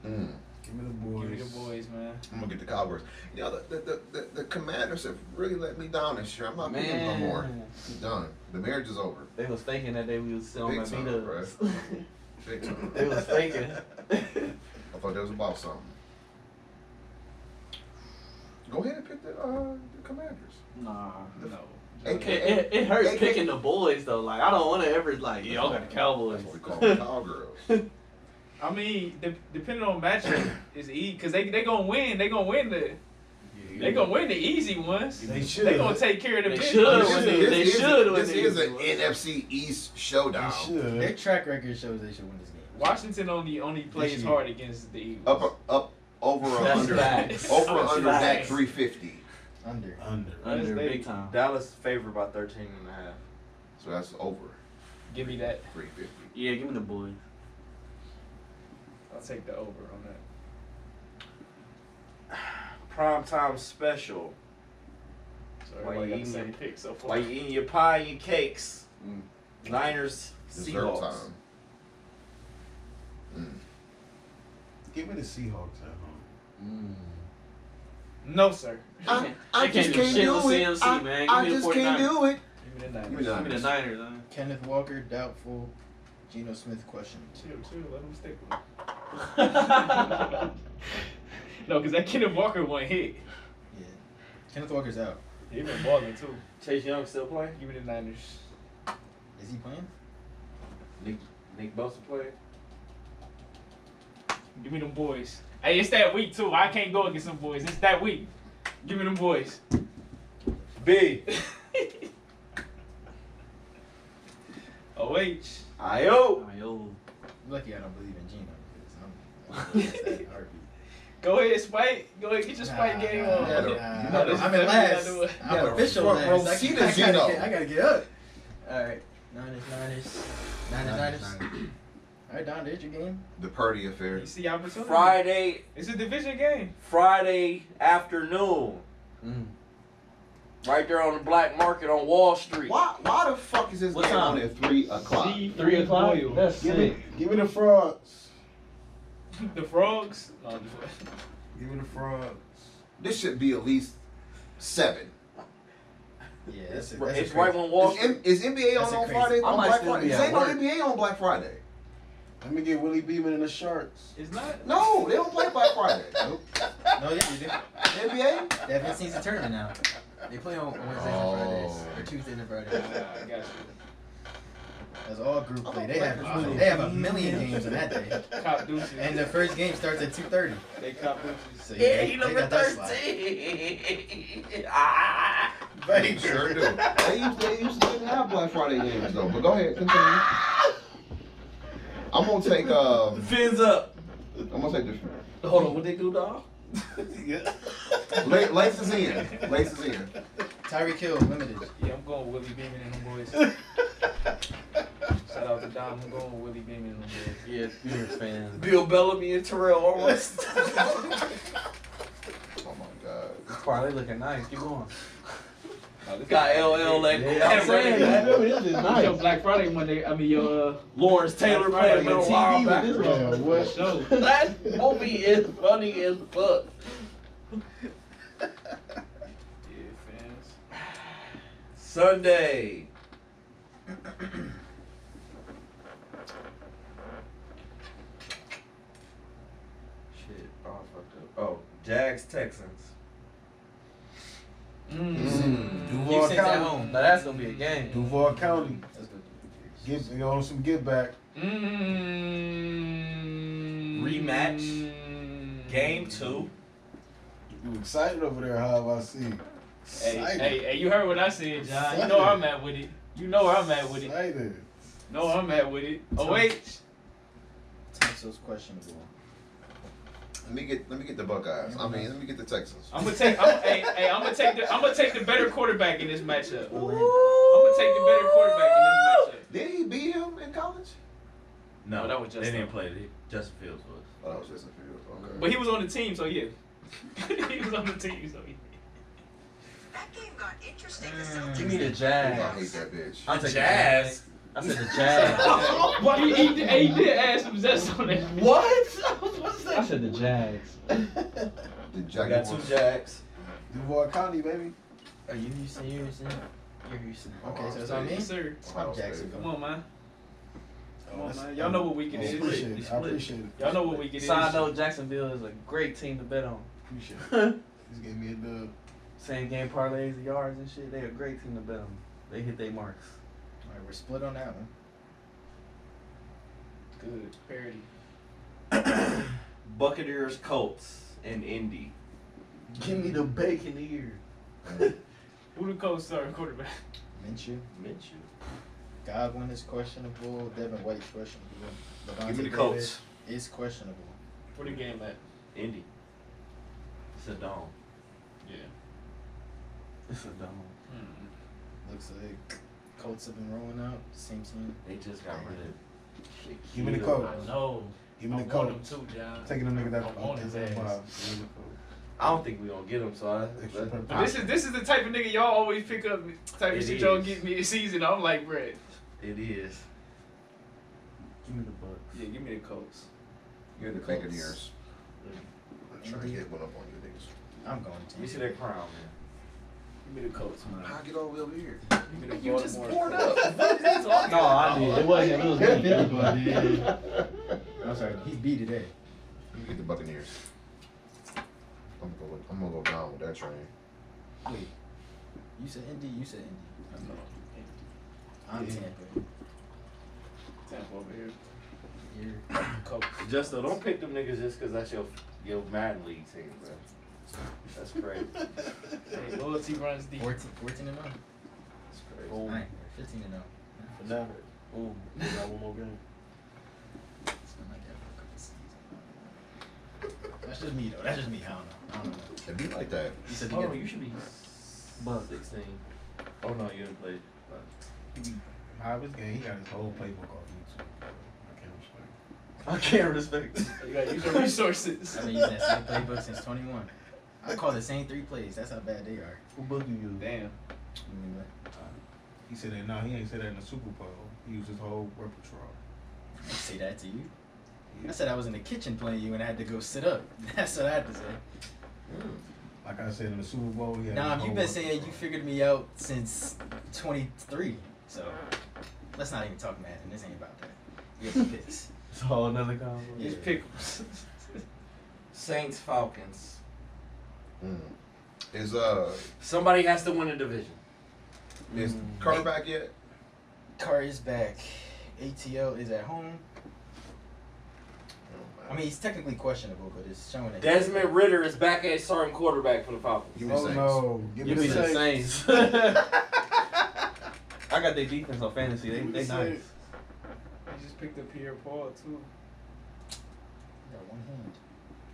Mm,
Give me the boys.
give me the boys, man.
I'm gonna get the Cowboys. You know the the, the, the the Commanders have really let me down this year. I'm not picking them no more. It's done. The marriage is over.
They was faking that day we was still on
Big
my
time,
beat ups.
Big time.
[laughs] they was
[laughs]
faking.
I thought that was about something. Go ahead and pick the, uh, the Commanders.
Nah.
No.
It, it, it hurts picking the boys though. Like I don't want to ever like yeah, I got the Cowboys.
That's what we call them,
[laughs]
cowgirls.
I mean, de- depending on [coughs] matchup, is easy because they they gonna win. They gonna win the they gonna win the easy ones.
They should.
They gonna take care of the
They
business.
should.
This is-
They
this is-
should win
This
the
is
East.
an NFC East
They
showdown.
Their
should.
track record shows they should win this game.
Washington only only plays
year.
hard against the Eagles.
Up, up, over or
That's
under,
facts.
over or
That's
under that
facts.
350.
Under.
Under.
Under
They-
big time.
Um, Dallas favored by 13 and a half.
So that's over
Give me that.
350.
Yeah, give me the boys.
I'll take the over on that.
Primetime special.
So
Why
everybody
you
got the same
eating
pick so far.
While you eating your pie and your cakes.
Mm.
Niners,
Dessert
Seahawks.
time.
Give me the Seahawks at home.
No sir.
I- I They can't just do can't shit do with it. CMC, I- man. Give I me the just can't
do it.
Give me the Niners.
Give me the
Give me the
Niners.
Niners. Huh?
Kenneth Walker, doubtful. Geno Smith, question.
Chill, chill. Let them stick [laughs] with it. no, because that Kenneth Walker one hit.
Yeah. Kenneth Walker's out.
He been balling too.
Chase Young still playing?
Give me the Niners.
Is he playing?
Nick Bosa playing?
Give me them boys. Hey, it's that week too. I can't go against them boys. It's that week. Give me them boys. [laughs]
B.
Oh wait. [laughs]
Oh.
I.O.
Ayo.
I'm lucky I don't believe in Geno because I'm. I'm against that in
[laughs]
a heartbeat.
Go ahead, Spike. Go ahead, get your Spike
Nah,
game
nah,
on.
nah,
You
nah.
gotta-
I'm- I'm in last.
you gotta do it.
You
I'm
gotta
official
front row
last. I,
seat
I,
is
gotta
Geno.
get, I gotta get up. All right. Niners, Niners. Niners, Niners. All right, Don, there's your game.
The Purdy affair.
You see opportunity.
Friday,
It's a division game. [laughs]
Friday afternoon.
Mm.
Right there on the black market on Wall Street.
Why, why the fuck is this
What
game
time?
on at 3 o'clock?
Three o'clock.
That's
Give me,
sick.
give me the frogs.
The frogs. No, I'm just-
Give me the frogs.
This should be at least 7.
Yeah, that's it. That's
It's
a
right
crazy-
on Wall
Is,
Street.
M- is NBA on,
That's a
on
crazy-
Friday?
I
On
might
Black
still
Friday?
be
There
at
ain't no
work.
NBA on Black Friday.
Let me get Willie Beeman and the Sharks.
It's not.
No, they don't play Black Friday.
No, yeah, you did.
NBA?
They haven't seen the tournament now. They play on Wednesdays and Fridays
Oh.
or Tuesdays and
Nah,
Fridays.
I got you.
That's all group play. They have
Oh,
they have a million games on that
[laughs]
day,
Cop deuces.
and the first game starts at two thirty.
they cop deuces.
So
Yeah,
they-
he
they
number
got that slot.
13. Ah.
They sure do. They used, they used to didn't have Black Friday games though. But go ahead, continue. I'm gonna take um,
Fins up.
I'm gonna take the
Hold on, what they do, dog?
yeah.
La- Lace is in. Lace is in.
Tyreek Hill limited.
Yeah, I'm going Willie Beeman and them boys.
[laughs]
Shout out to Dom. I'm going Willie Beeman and them boys.
Yes, Bill Bellamy and Terrell
[laughs]
Owens.
Oh my god.
Wow, they looking nice. Keep going.
Got LL that
Yeah, I'm saying,
that-
Remember, this is nice.
Your Black Friday Monday. I mean your uh,
Lawrence Taylor
Black
played a
Friday on
little while
TV
back.
with this man,
for
what?
show.
That movie is funny as fuck.
Yeah, fans.
Sunday. Shit, oh, I fucked up. Oh, Jags Texans.
Mm.
Duval
Houston's at
County.
home. Now that's gonna be a game.
Duval County.
That's good.
Get you on some get back.
Mm.
Mm.
Rematch. Game two.
You excited over there, how I see. you.
Hey,
Excited.
hey, hey, you heard what I said, John. You know where I'm at with it. You know where I'm at with it.
Excited.
Know where I'm at with it. Oh, wait.
Tunsil's questionable.
Let me get let me get the Buckeyes. I mean, let me get the Texans.
I'm gonna take. I'm, hey, hey, I'm gonna take the. I'm gonna take the better quarterback in this matchup. I'm gonna take the better quarterback in this matchup.
Did he beat him in college?
No,
No, that was
they
Justin.
didn't play it. Justin Fields was.
Oh, that was Justin Fields. Okay.
But he was on the team, so yeah. [laughs] he was on the team, so yeah.
That game got interesting
Mm.
to
Give me the
I hate
Jags.
that bitch.
I'm
The
taking
Jazz.
the Jags. I said the
[laughs]
Jags.
[laughs]
Why he, he, did- he did add some zest on that.
What?
[laughs]
What's
I said the Jags.
The
I got two
Jaguars.
Jags.
Duval County, baby.
Are you Houston? You Houston? You're Houston. Okay,
Ohio
so it's on me.
Yes, sir.
Ohio
I'm
State.
Come
Jacksonville.
on, man. Come on,
that's-
man. Y'all know what week
I
it
appreciate
is.
it. I appreciate it.
Y'all know what week it is.
Side note: Jacksonville is a great team to bet on.
Appreciate it. Just gave me a dub.
[laughs] Same game parlays, and yards and shit. They a great team to bet on. They hit their marks.
All right, we're split on that one.
Good.
Parody.
Buccaneers Colts in Indy.
Give me the bacon ear.
Who the coach starting quarterback?
Minshew.
Minshew.
Godwin is questionable. Devin White's questionable.
Give me
Davante
the
Davis
Colts.
Is questionable.
Where the game at?
Indy. It's a dome.
Yeah.
It's a dumb.
Hmm.
Looks like Colts have been rolling out. Same team.
They just got rid of
Give me the
I
Colts.
know.
Give me
I
the
want
Colts.
him too, John.
Taking them niggas
I
out.
want his ass.
I don't think we're gonna get him, so I, [laughs]
Extra
But this is this is the type of nigga y'all always pick up type
It
of shit y'all
is.
get me a season. I'm like, bruh.
it is.
Give me the bucks.
Yeah, give me the Colts.
You're the
Colts.
Buccaneers. I'm trying to get one up on you niggas.
I'm going
Let me
to.
see that crown, man.
Give me the Colts, man.
How I get all the way over here?
Give me the you just poured up.
No, I did. It wasn't. It was me.
But then,
I'm sorry. He's B today.
Let me get the Buccaneers. I'm gonna go. I'm gonna go down with that train.
Wait. You said Indy. You said Indy. I'm
Yeah.
Tampa.
Tampa over here.
You're
Colts.
Justo, don't pick them niggas just because that's your your Madden League team, bro. That's crazy.
Hey, loyalty runs deep.
14, 14 and oh? 0.
That's crazy.
Boom.
Nine. 15 and oh. 0.
For now. Ooh, we got one more game.
It's been like that for a couple seasons. That's just me though. That's just me. I don't know. I don't know.
It'd be like that.
You said
Oh,
together.
you should be
Bucks.
16. Oh, no, you didn't play.
Howard's game, he got his whole playbook on YouTube. I can't explain.
I can't respect. it.
You gotta use your resources.
I've been using that same playbook since 21. I call the same three plays. That's how bad they are.
Who boogie you?
Damn.
Anyway.
He said that, no, he ain't said that in the Super Bowl. He used his whole repertoire.
I say that to you. I said I was in the kitchen playing you and I had to go sit up. [laughs] That's what I had to say.
Like I said in the Super Bowl, yeah.
Nah, you've been saying you figured me out since 23. So let's not even talk Madden. This ain't about that. We have
[laughs]
the picks.
It's a whole another combo.
Just
Yeah.
pick
Saints, Falcons.
Mm. Is uh
Somebody has to win a division.
is
Mm.
Carter back yet?
Car is back. ATL is at home. I mean, he's technically questionable, but it's showing that.
Desmond Ritter is back as starting quarterback for the Falcons.
Give me
Oh
Saints.
no, give me
Give me
the
the
[laughs]
Saints.
Saints.
I got their defense on fantasy. They they nice.
I just picked up Pierre Paul too.
He got one hand.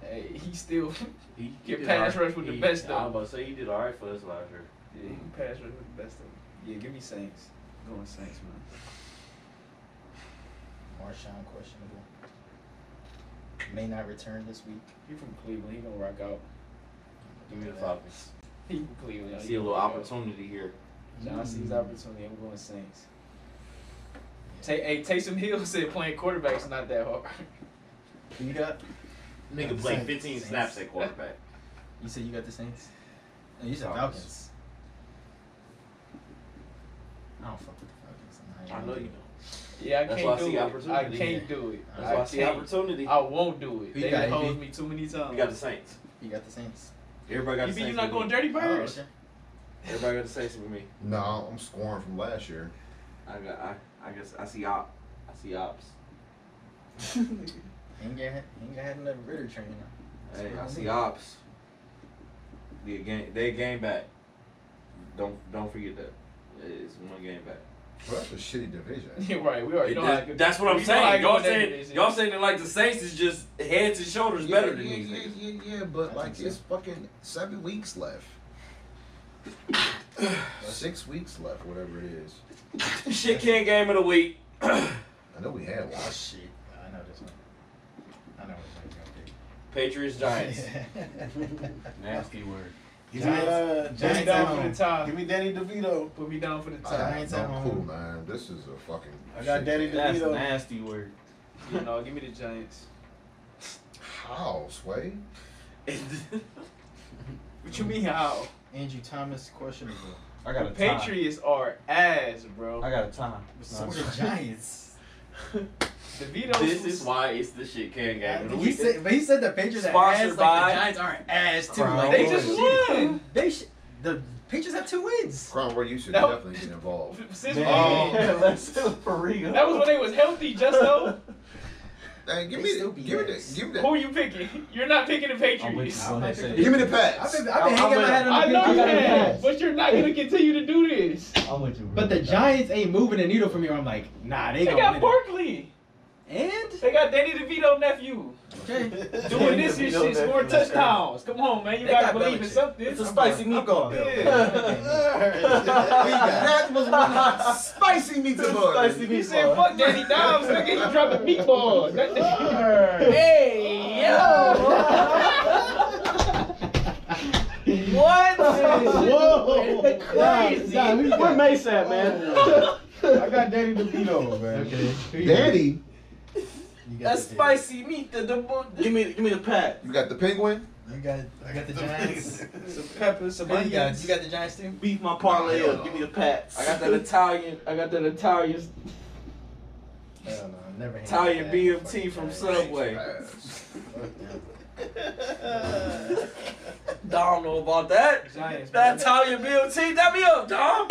Hey, he still
He
Get
did
pass
all-
rush with the
he-
best, though.
I was about to say he did all right for us last year.
yeah, he can pass rush with the best of them.
yeah, give me Saints. Going Saints, man.
Marshawn questionable. May not return this week.
He from Cleveland. He gonna rock out.
Give me the Falcons.
He from Cleveland.
I
He
see a
gonna
little
rock out.
opportunity here.
John
Mm-hmm.
sees opportunity. I'm going Saints.
Ta- hey, Taysom Hill [laughs] said playing quarterback's not that hard.
Who you got?
Nigga played 15 snaps at quarterback.
You said you got the Saints? No, you said
Falcons.
Falcons. I don't fuck with the Falcons. I'm
I
not even
know
gonna
you
do
know.
[laughs] Yeah, I
That's why I
can't
see opportunity.
do it. I can't do it.
That's why I see
can't.
opportunity.
I won't do it.
Who you
They
got,
done
AB?
hosed me too many times.
We got the Saints.
it. You got the Saints.
Everybody got the
You be
Saints.
you not
with
going
me.
dirty birds?
Oh, okay.
Everybody got the Saints with me.
No, I'm scoring from last year.
I got. I, I guess I see op. I see ops.
Ain't got, ain't got enough Ritter training.
Hey, I see ops. Be a game. They a game back. Don't don't forget that. It's one game back.
Well, that's a shitty division.
[laughs] Yeah, right. We already know how
That-
good.
that's what I'm
we know how
saying.
good
Y'all
that is,
saying
yeah.
y'all saying that like the Saints is just heads and shoulders better than
yeah,
these
yeah,
niggas.
yeah, yeah, but
I
like
think so.
it's fucking seven weeks left. [coughs] Six weeks left, whatever it is.
[laughs] Shit can game of the week.
[coughs] I know we had one.
Oh, shit. I know this one. I know which
Patriots
one
Giants.
you're going to pick.
Nasty
word.
Give me, uh,
Put me
Giants
Danny
at
down for
home.
the top.
DeVito. Give me Danny DeVito.
Put me down for the top.
Giants at
I'm cool,
home.
man. This is a fucking.
I got
shit.
Danny
That's
DeVito. [laughs]
nasty word.
You know, give me the Giants.
How, Sway?
What you mean how?
[laughs] Andrew Thomas [laughs] questionable.
I got a
Patriots are ass, bro.
Tie. I got a tie.
[laughs]
So are the Giants.
DeVito.
This is why it's the shit can game. of the
He
week.
said, but he said the Patriots are ass.
Sponsored
Like
by-
the Giants aren't ass too.
Crown
Like
Royal.
they just won. They sh- the Patriots have two wins.
Crown Royal, you should
No.
definitely get involved.
[laughs]
[laughs]
Since
Oh.
Yeah, [laughs] let's for real.
that was when they was healthy just though.
Hey, give
They
me,
still
the,
be
give me,
ass.
the, give me
Who
the,
you picking? You're not picking the
I'm waiting
Patriots.
for that shit.
give me the
I've
pass.
been, I've been hanging my head
I
on the
know you
I got a
have,
pass.
but you're not gonna continue to do this.
I'm with you, bro.
But the Giants ain't moving the needle for me. I'm like, nah, they,
They
gonna
got
win
Barkley.
it.
They got Danny DeVito nephew
And okay,
doing this and shit, scoring touchdowns. Come on, man, you
They
gotta
got
believe in
Belichick.
something.
it's a spicy meatball.
[laughs]
[laughs]
That was one spicy meat
[laughs] Spicy
to
He
meatball.
said, "Fuck Danny Dimes, nigga, he dropping meatballs."
[laughs]
That nigga- hey yo, what?
Whoa!
Crazy.
Nah, nah, we-
Where Mace at, man?
[laughs] I got Danny DeVito, man.
okay.
Daddy,
You got
That's
the-
spicy meat. The the
Give me, give me the pat.
you got the penguin.
You got, you got [laughs] the Giants.
Some peppers, some
you got,
onions.
you got the Giants too.
Beef my parlay
Hell
up.
no.
Give me the pats.
I got that Italian. I got that Italian
Hell no, I never. hanging
Italian
my head on the
BMT from
fucking
Subway.
Ass.
Dom know about that.
Giants,
That
man.
Italian BMT, that me up, Dom.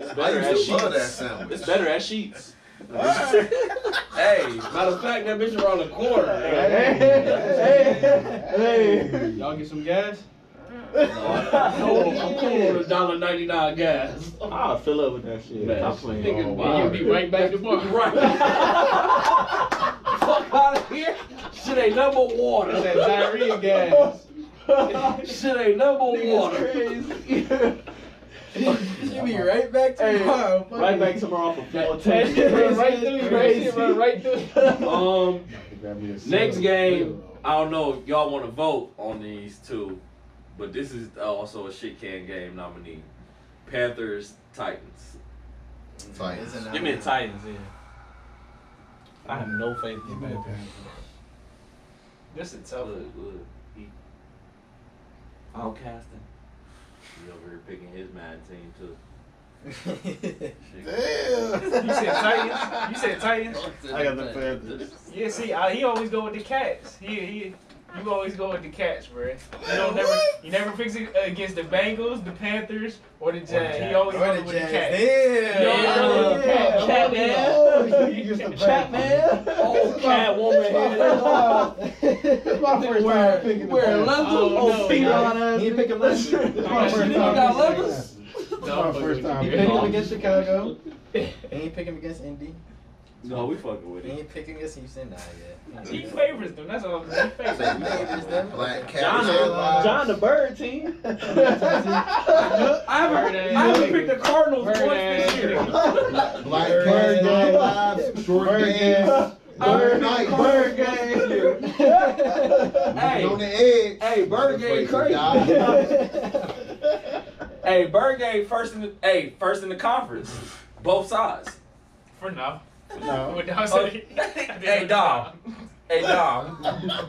It's
I
better at
used to love that
sheets.
sandwich.
It's better at sheets.
Hey, matter of fact, that bitch around the corner.
Hey, hey,
Y'all get some gas.
I'm cool, I'm cool on a dollar ninety nine gas.
I'll fill up with that shit.
Man,
Stop playing.
nigga,
Oh,
and
wow.
you'll be [laughs] right back tomorrow. Fuck out of here. Shit ain't number
That's
water. [laughs]
that diarrhea gas.
Shit ain't number water. [laughs]
Crazy.
You be right back
Hey,
tomorrow. fuck
right
it.
back tomorrow for
[laughs]
That-
410.
That shit run right through you. That shit run right through you.
Um,
Grab me a
next
sandwich.
game, I don't know if y'all want to vote on these two, but this is also a shit can game nominee. Panthers Titans.
Tight.
It's a
Give
[laughs]
me the
nine.
Titans, yeah.
I have no faith in
Give me
that.
the pass.
This is tough.
Look, look, he
Outcasting.
he over here picking his mad team too. Shit.
You said Titans. You said Titans.
I got the Panthers.
Yeah, see, I, he always go with the cats. He, he, you always go with the cats, bro. You don't never, you never fix it against the Bengals, the Panthers, or the Jazz. He always
Or
go
the
with the
Jazz.
cats.
Yeah.
Yo, brother,
Yeah.
cat, cat, man.
Oh, [laughs] you think you just a bad
Oh,
It's my first time picking
Wearing
the
leather?
Panthers.
Oh, feet on.
He
pick him last year.
It's my first time.
You got
picking the
leathers?
Panthers. It's my first time.
You
picking
picked
the
him
against Chicago.
He ain't pick him against Indy.
No, we fucking with
He
it.
ain't pick him against Houston. Nah, yeah.
He favors them. That's all. I'm saying. He favors them.
Black cat.
John,
Headlights.
John the Bird team.
I haven't, I haven't picked the Cardinals once this year.
Black
Bird game.
cat. Short
Bird
game.
game.
Bird night.
Bird
Hey. On
Hey,
the edge.
hey, Bird game crazy.
[laughs]
hey, Bird game first in the hey first in the conference, both sides.
For now. [laughs]
No.
With
[laughs]
Dom said he-
Oh.
[laughs]
Hey, Dom. Hey, Dom,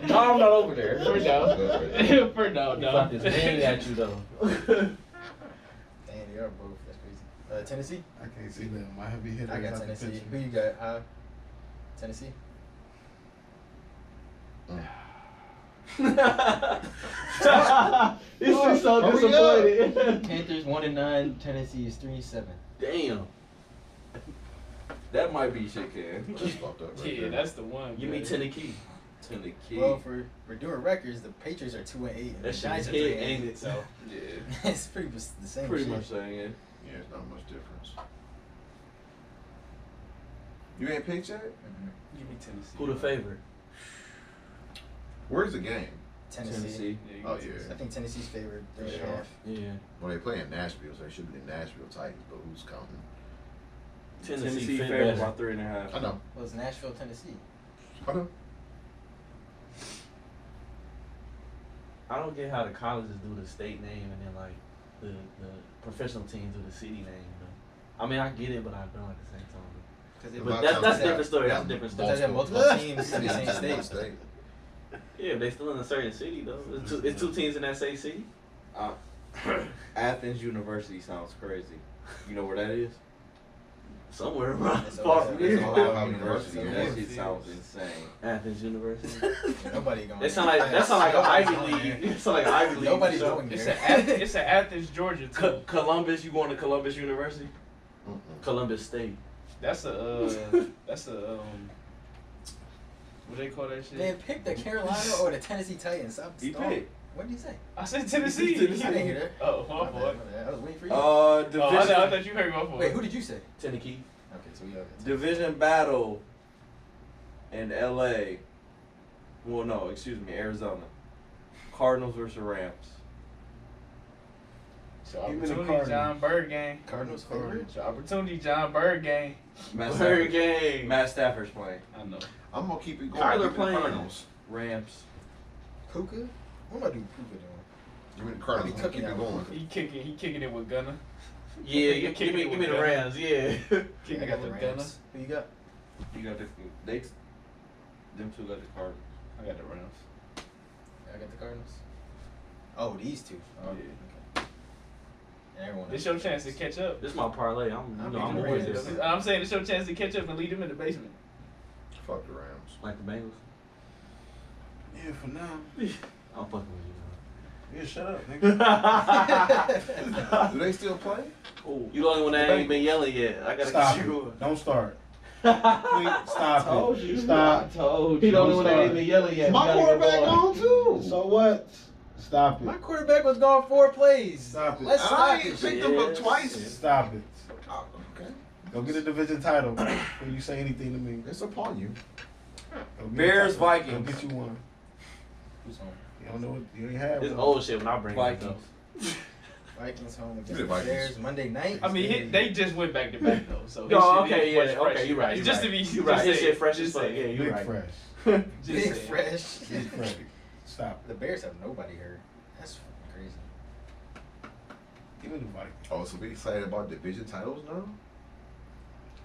Dom not over there.
For now. For now, Dom.
Fuck this
[laughs]
man at you though.
Damn, they are both. That's crazy. Uh, Tennessee.
I can't see them. My heavy hitter.
I
is
got
out the
Tennessee.
picture.
Who you got? Huh? Tennessee.
[laughs] this is so
Hurry up.
disappointed.
Panthers one and nine. Tennessee is three and seven.
Damn, that might be shit can. [laughs]
That's fucked up right
Yeah,
there.
that's the one.
Give
bro.
me ten key. Ten key.
Well, for for doing records, the Patriots are two and eight, and the
That shit
Giants
is
are three
hit,
and
ain't
eight.
it? So yeah,
[laughs] it's pretty much the same.
pretty
shit.
much saying it.
Yeah, it's not much difference. You ain't picked yet?
Give me Tennessee.
Who the favorite?
Where's the game?
Tennessee.
Yeah,
Oh,
give me
yeah.
I think Tennessee's favored. Three and a
Sure.
half.
Yeah.
Well, they play in Nashville, so they should be the Nashville Titans, but who's counting?
Tennessee,
Tennessee fit
favored
better.
by three and a half.
I [laughs] know.
Well, it's Nashville, Tennessee.
I know.
I don't get how the colleges do the state name and then like the, the professional teams do the city name. Though. I mean, I get it, but I don't at the same time.
Because
But
But
About
that's that's a
time.
different story. That's a different
they have
story.
multiple teams in the same state.
state.
Yeah, but they still in a certain city though. It's two, it's two teams in that same city.
Athens University sounds crazy. You know where that is?
Somewhere around
It's
Boston.
Ohio- it's Ohio
University.
University.
That shit
University.
sounds insane.
[laughs] Athens University.
Nobody going.
That sound like that sound like an Ivy League. It sound like an Ivy League.
Nobody's
So-
going
It's
there.
a Ath- it's a [laughs] Athens, Georgia. Too.
Co- Columbus, you going to Columbus University?
Columbus State.
That's a
[laughs]
uh, that's a um, what they call that shit?
Man, pick the Carolina or the Tennessee Titans. Stop.
He
stop.
picked.
What did you say?
I said Tennessee.
I didn't hear that.
Oh,
My
my
bad,
boy.
my bad. I was waiting for you.
Uh,
Oh, I, thought, I
division,
thought you heard my boy.
Wait, who did you say?
Tennessee.
Okay, so we have it.
division battle in L.A. Well, no, excuse me, Arizona. Cardinals versus Rams.
So
Give me the
opportunity, John Bird game.
Cardinals favorite.
So opportunity, John Bird game.
Matt
Bird
Stafford.
game.
Matt Stafford's playing.
I know.
I'm gonna keep it going.
Kyler
Give me the
playing.
Cardinals.
Rams.
Puka. What am I doing? Puka doing?
Give me the Cardinals. I'm gonna keep it going.
He kicking, he kicking it with Gunner.
[laughs] Yeah,
Give me-
give me give me the Rams. Yeah. [laughs]
Kicking
I
it
got the
with
Rams. Who you got?
You got the they them two got the Cardinals.
Gunner. I got the Rams.
I got the Cardinals. Oh, these two. Oh,
Yeah.
Okay. And everyone.
This
else.
Uh, your chance to catch up.
This my parlay. I'm you know, I'm
Rams.
always
This is- I'm saying it's your chance to catch up and lead them in the basement.
Fuck the Rams.
like the Bengals.
Yeah, for now.
I'm fucking with you.
Yeah, shut up, nigga.
dog.
Do they still play?
[laughs] you the only one that ain't been yelling yet. I gotta
Stop
get you.
it. Don't start. Please,
I
stop
Told
it.
you.
Stop.
I told
He
you.
the only one that ain't
Sorry.
been
yelling yet.
My quarterback on too.
So what? Stop
My
it.
quarterback was gone four plays.
Stop it.
Let's
And
stop
I
it.
ain't picked them up twice.
Stop it.
Oh, okay.
Go get a division title before you say anything to me.
It's upon you.
Go get a
Bears,
title.
Vikings.
Go get you one.
Who's home?
You don't know what you ain't had.
It's
one.
old shit when I bring it up.
Vikings.
Vikings home
Give
against
me
the
the Vikings.
Bears Monday night.
I mean, he,
Yeah.
they just went back to back though. So his
No,
shit
okay,
is
yeah,
fresh,
okay,
fresh.
you right, you
Just to
right.
be,
You right, his
say
shit
it.
fresh
Just
as fuck,
say it.
yeah.
Big
right.
fresh.
Just
Big
say it.
fresh.
[laughs] Big fresh. Stop
the Bears have nobody hurt. That's fucking crazy.
it. Give me the Vikings.
Oh, so we excited about division titles now?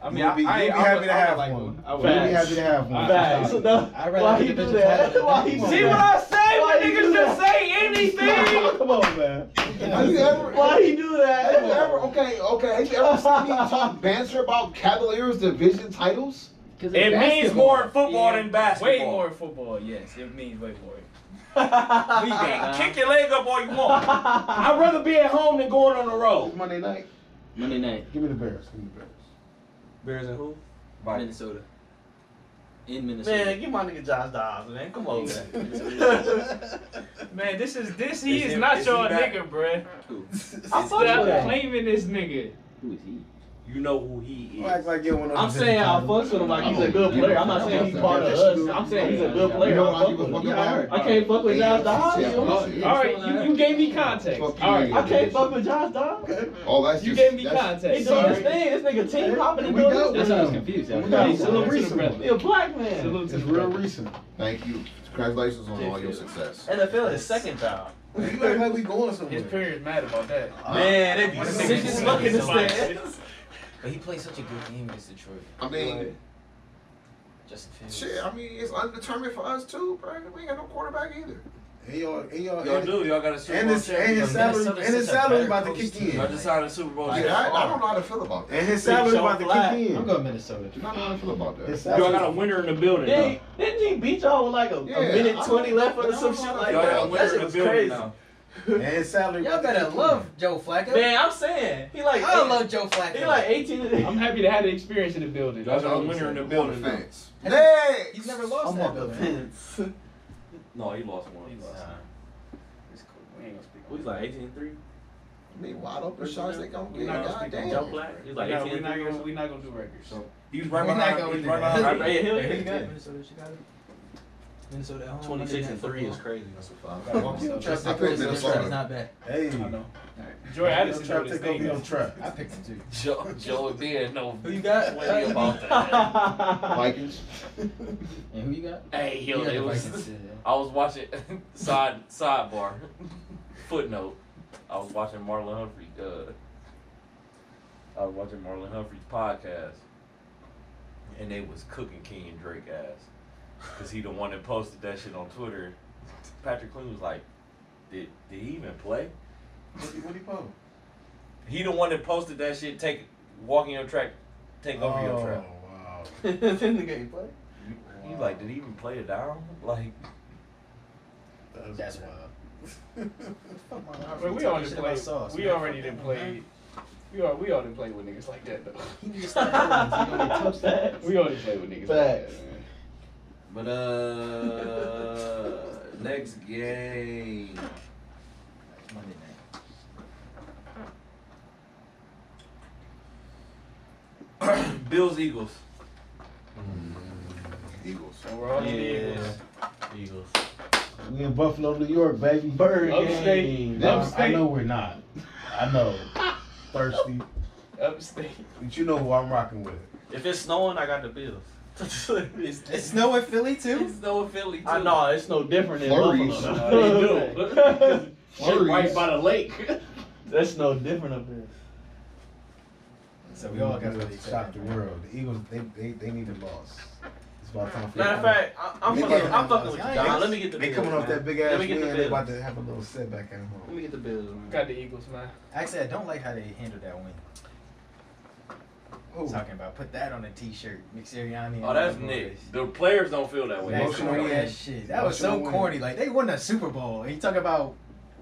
I
You
mean,
would be-
I, I,
you would be
I, would-
happy to
I would
have
like
one.
I would.
You'll
Facts.
be happy to have one.
Facts.
Stop it.
I'd rather
Why
have
he
the
do
bitches
that?
have it.
Why he
Come on,
do
See what
man.
I say
Why
when
you
niggas
do
just
that?
say anything.
Come on, man.
Have you ever,
Why he do
have you
that?
ever, okay, okay, have you ever seen me talk banter about Cavaliers division titles?
It means more in football
Yeah.
than basketball.
Way more in football, yes. It means way more.
You can kick your leg up all you want. I'd rather be at home than going on the road.
It's Monday night.
Monday night,
Give me the Bears. Give me the Bears.
Bears and who?
Vikings.
Minnesota. In Minnesota.
Man, give my nigga Josh Dobbs, man. Come [laughs] on, man.
Man, this is this. He
Is
is
he-
not
is
your
he back?
nigga, bruh.
Who?
I'm
that.
claiming this nigga.
Who is he?
You know who he
You
is.
act like you want
I'm saying I fucks with him like he's a good player. I'm not saying he's part of us. I'm saying he's a good
You
player.
know
I
why
fuck
you was
with him.
fucking hard?
I can't fuck with Josh Dobbs.
Yeah.
All right, you, you gave me context. All
Fuck you,
right,
nigga.
I can't fuck with Josh Dobbs.
Oh, that's
You
just-
gave me
that's-
He
context.
doing his
Sorry.
thing. This nigga team hopping and
We
doing
got
That's
his
how I was
thing.
confused.
We got
He's
one.
a little
It's
recent,
real
He a black man.
Salute
It's
to the
real
brother.
recent.
Thank you. Congratulations on all your success.
NFL is second job.
You act like we going somewhere.
His parents mad about that.
Man, they be
What a
sick
nigga
as
said
fuck in the
somebody-
stands.
But he played such a good game against Detroit.
I mean,
Justin Fields.
shit, I mean, it's undetermined for us too, bro. We ain't got no quarterback either.
And y'all, and y'all,
Y'all
and,
do. Y'all got a Super
and
Bowl
his, and his
champion.
salary,
Minnesota's
and his
such a
salary
better
about to
coach
kick
team.
Y'all
in.
just signed a Super
Oh,
Bowl
Yeah, I, I
champion.
don't know how to feel about
And
that.
his
Big
salary
Sean
about to
Fly.
kick in.
I'm going Minnesota.
Do not know how to feel about that.
His
It's,
Y'all
salary-
got a winner in the building.
Didn't
though.
he, didn't he beat y'all with like a,
Yeah,
a minute
I-
20 left or
I
some
don't
shit
know
like
how
Y'all
to-
got a
that?
winner in
That shit
the
was
building
crazy.
now.
And his salary.
Y'all better love Joe Flacco.
Man, I'm saying. He like,
I
eight-
love Joe Flacco.
he like 18 to
I'm happy to have the experience in the building.
Y'all got a winner in the building now.
fence.
He's never lost
I'm
that
on the
building. [laughs]
fence.
No, he lost one.
He lost.
It's cool.
We ain't gonna speak
We
on
was like 18 to 3.
I mean, wide open shots they gonna get.
We're not gonna
God
speak
damn.
Joe Black. He was like
that.
18
We're
to
not
3
gonna-
or something.
we're not gonna do records.
So he was right
We're not
behind. He
gonna
was
do
right
that.
behind.
Yeah, hell yeah.
he did.
Minnesota, Chicago.
Minnesota at home.
26 and 3 is crazy.
I
Justin
picked
Fields is
Minnesota.
not bad.
Hey.
I know. Joy Addison
Trap
do this
take over
thing.
your trap.
I picked him too.
Joe, Joe did no
Who you got?
way about that.
[laughs]
Vikings.
And who you got?
hey,
You
yo,
got
they
the
was.
Vikings too.
I was watching side sidebar footnote. I was watching Marlon Humphrey. Uh, I was watching Marlon Humphrey's podcast, and they was cooking King and Drake ass, cause he the one that posted that shit on Twitter. Patrick Queen was like, "Did did he even play?"
What do you post?
He the one that posted that shit. Take walking your track
Take over your
Oh.
trap.
this nigga ain't play.
You like, did he even play it down? Like,
That's wild.
But we already played. we already didn't play. We are. We already played with niggas like that though. we already played with niggas like that. man.
but uh, next game.
Monday night.
Bills Eagles.
Eagles.
And we're all in the
Yeah.
Eagles.
Eagles.
[laughs] We in Buffalo, New York, baby.
Bird
Upstate.
game.
No, I
Upstate.
know we're not. I know. [laughs] Thirsty.
Upstate.
But you know who I'm rocking with.
If it's snowing, I got the Bills. [laughs]
It's, [laughs] it's snow in Philly too.
It's no Philly too.
I know it's no different in
Flurries.
Buffalo.
[laughs]
[laughs]
They do. Shit
Flurries.
right by the lake.
That's no different up there.
So we all got
to
really
shock
excited.
the world. The Eagles, they they, they need a loss. It's about time for
Matter of fact, I, I'm
They
fucking,
coming
I'm
off
fucking with
those-
you, Don. Let me get the.
They
Bills,
coming off
man.
that big ass
Let me
win.
get the
They
Bills.
about to have a little setback at
Let
home.
me get the Bills, man.
Got the Eagles, man.
Actually, I don't like how they handled that win.
Ooh.
Talking about put that on a T-shirt, Nick Sirianni.
Oh, that's Nick. The players don't feel that way.
That
Emotional
corny
win.
ass shit. That was so
Emotional win.
corny. Like they won a Super Bowl. And you talk about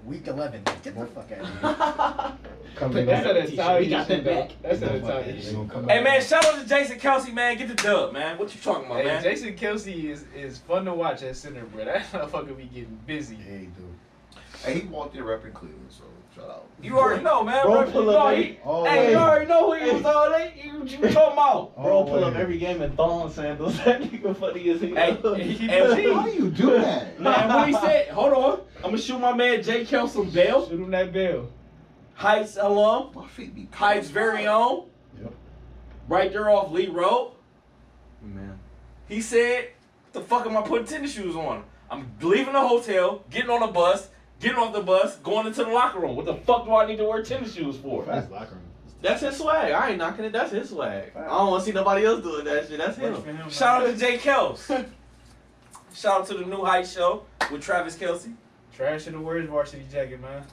week eleven. Get the fuck out of here.
Come
Put
That's an
that on a T-shirt. We
Italian
got
shit,
that
though.
back.
That's an Italian
They
shit.
gonna come
Hey
out.
man, shout out to Jason Kelsey, man. Get the dub, man. What you talking about,
Hey,
man?
Jason Kelsey is is fun to watch at center, bro. That [laughs] motherfucker be getting busy.
Hey, dude.
Hey, he walked in repping Cleveland, so shout out.
you already know, man.
Bro,
bro.
pull
You
up
know
every-
he-
Always.
Hey, you already know who he is, all that. You, what you talking
[laughs]
about?
Bro, pull up
Always.
every game in thong sandals. [laughs] That nigga funny as hell. [laughs]
Hey, he- hey,
Why you do that?
Man, what he said? Hold on. I'm gonna shoot my man Jay Kelson Bell,
Shoot him that bell.
Heights alum,
[laughs] My feet be
Heights very own.
Yep.
Right there off Lee Road.
Man.
He said, "The fuck am I putting tennis shoes on? I'm leaving the hotel, getting on a bus, getting off the bus, going into the locker room. What the fuck do I need to wear tennis shoes for?"
That's locker room.
That's his swag. I ain't knocking it. That's his swag. I don't want to see nobody else doing that shit. That's him.
Shout out to Jay Kels. Shout out to the new height show with Travis Kelsey.
Trash in the words varsity jacket, man.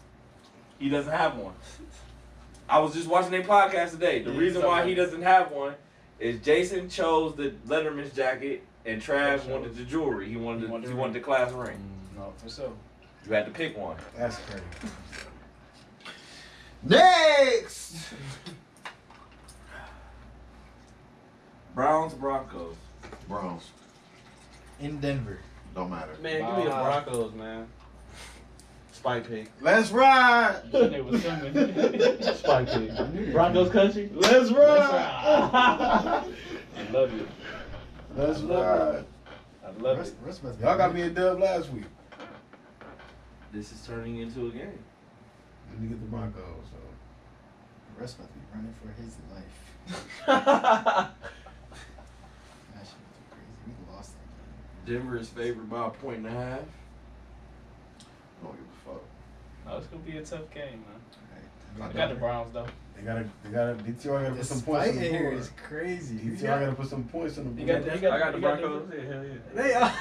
He doesn't have one. I was just watching their podcast today. The
Yeah,
reason
so-
why he doesn't have one is Jason chose the Letterman's jacket and Trav wanted the jewelry. He wanted
He
the,
wanted
he
the
wanted the class ring.
No, for sure.
You had to pick one.
That's crazy.
Next!
Browns Broncos.
Browns.
[laughs] In Denver.
Don't matter.
Man, give me the
Wow.
Broncos, man. Spike pick.
Let's ride.
It was coming.
Spike pick. Broncos country. Let's
ride.
I love you.
Let's ride.
I love
Rest-
it.
rest must be- Y'all got me a dub last week.
This is turning into a game.
Let me get the Broncos. So.
The rest must be running for his life.
[laughs]
That shit was crazy. We lost that
Denver is favored by a point and a half.
Don't give a fuck.
No, Oh, it's gonna be a tough game, man.
game.
I got the Browns though.
They gotta, they gotta, DTR gotta
The
put some points
spike
on the
in here
board.
is crazy. [laughs] You
DTR
got-
gotta put some points on the
You
board.
got, the- you got,
I got the
you got
Broncos. Yeah, hell yeah.
They
[laughs]
are.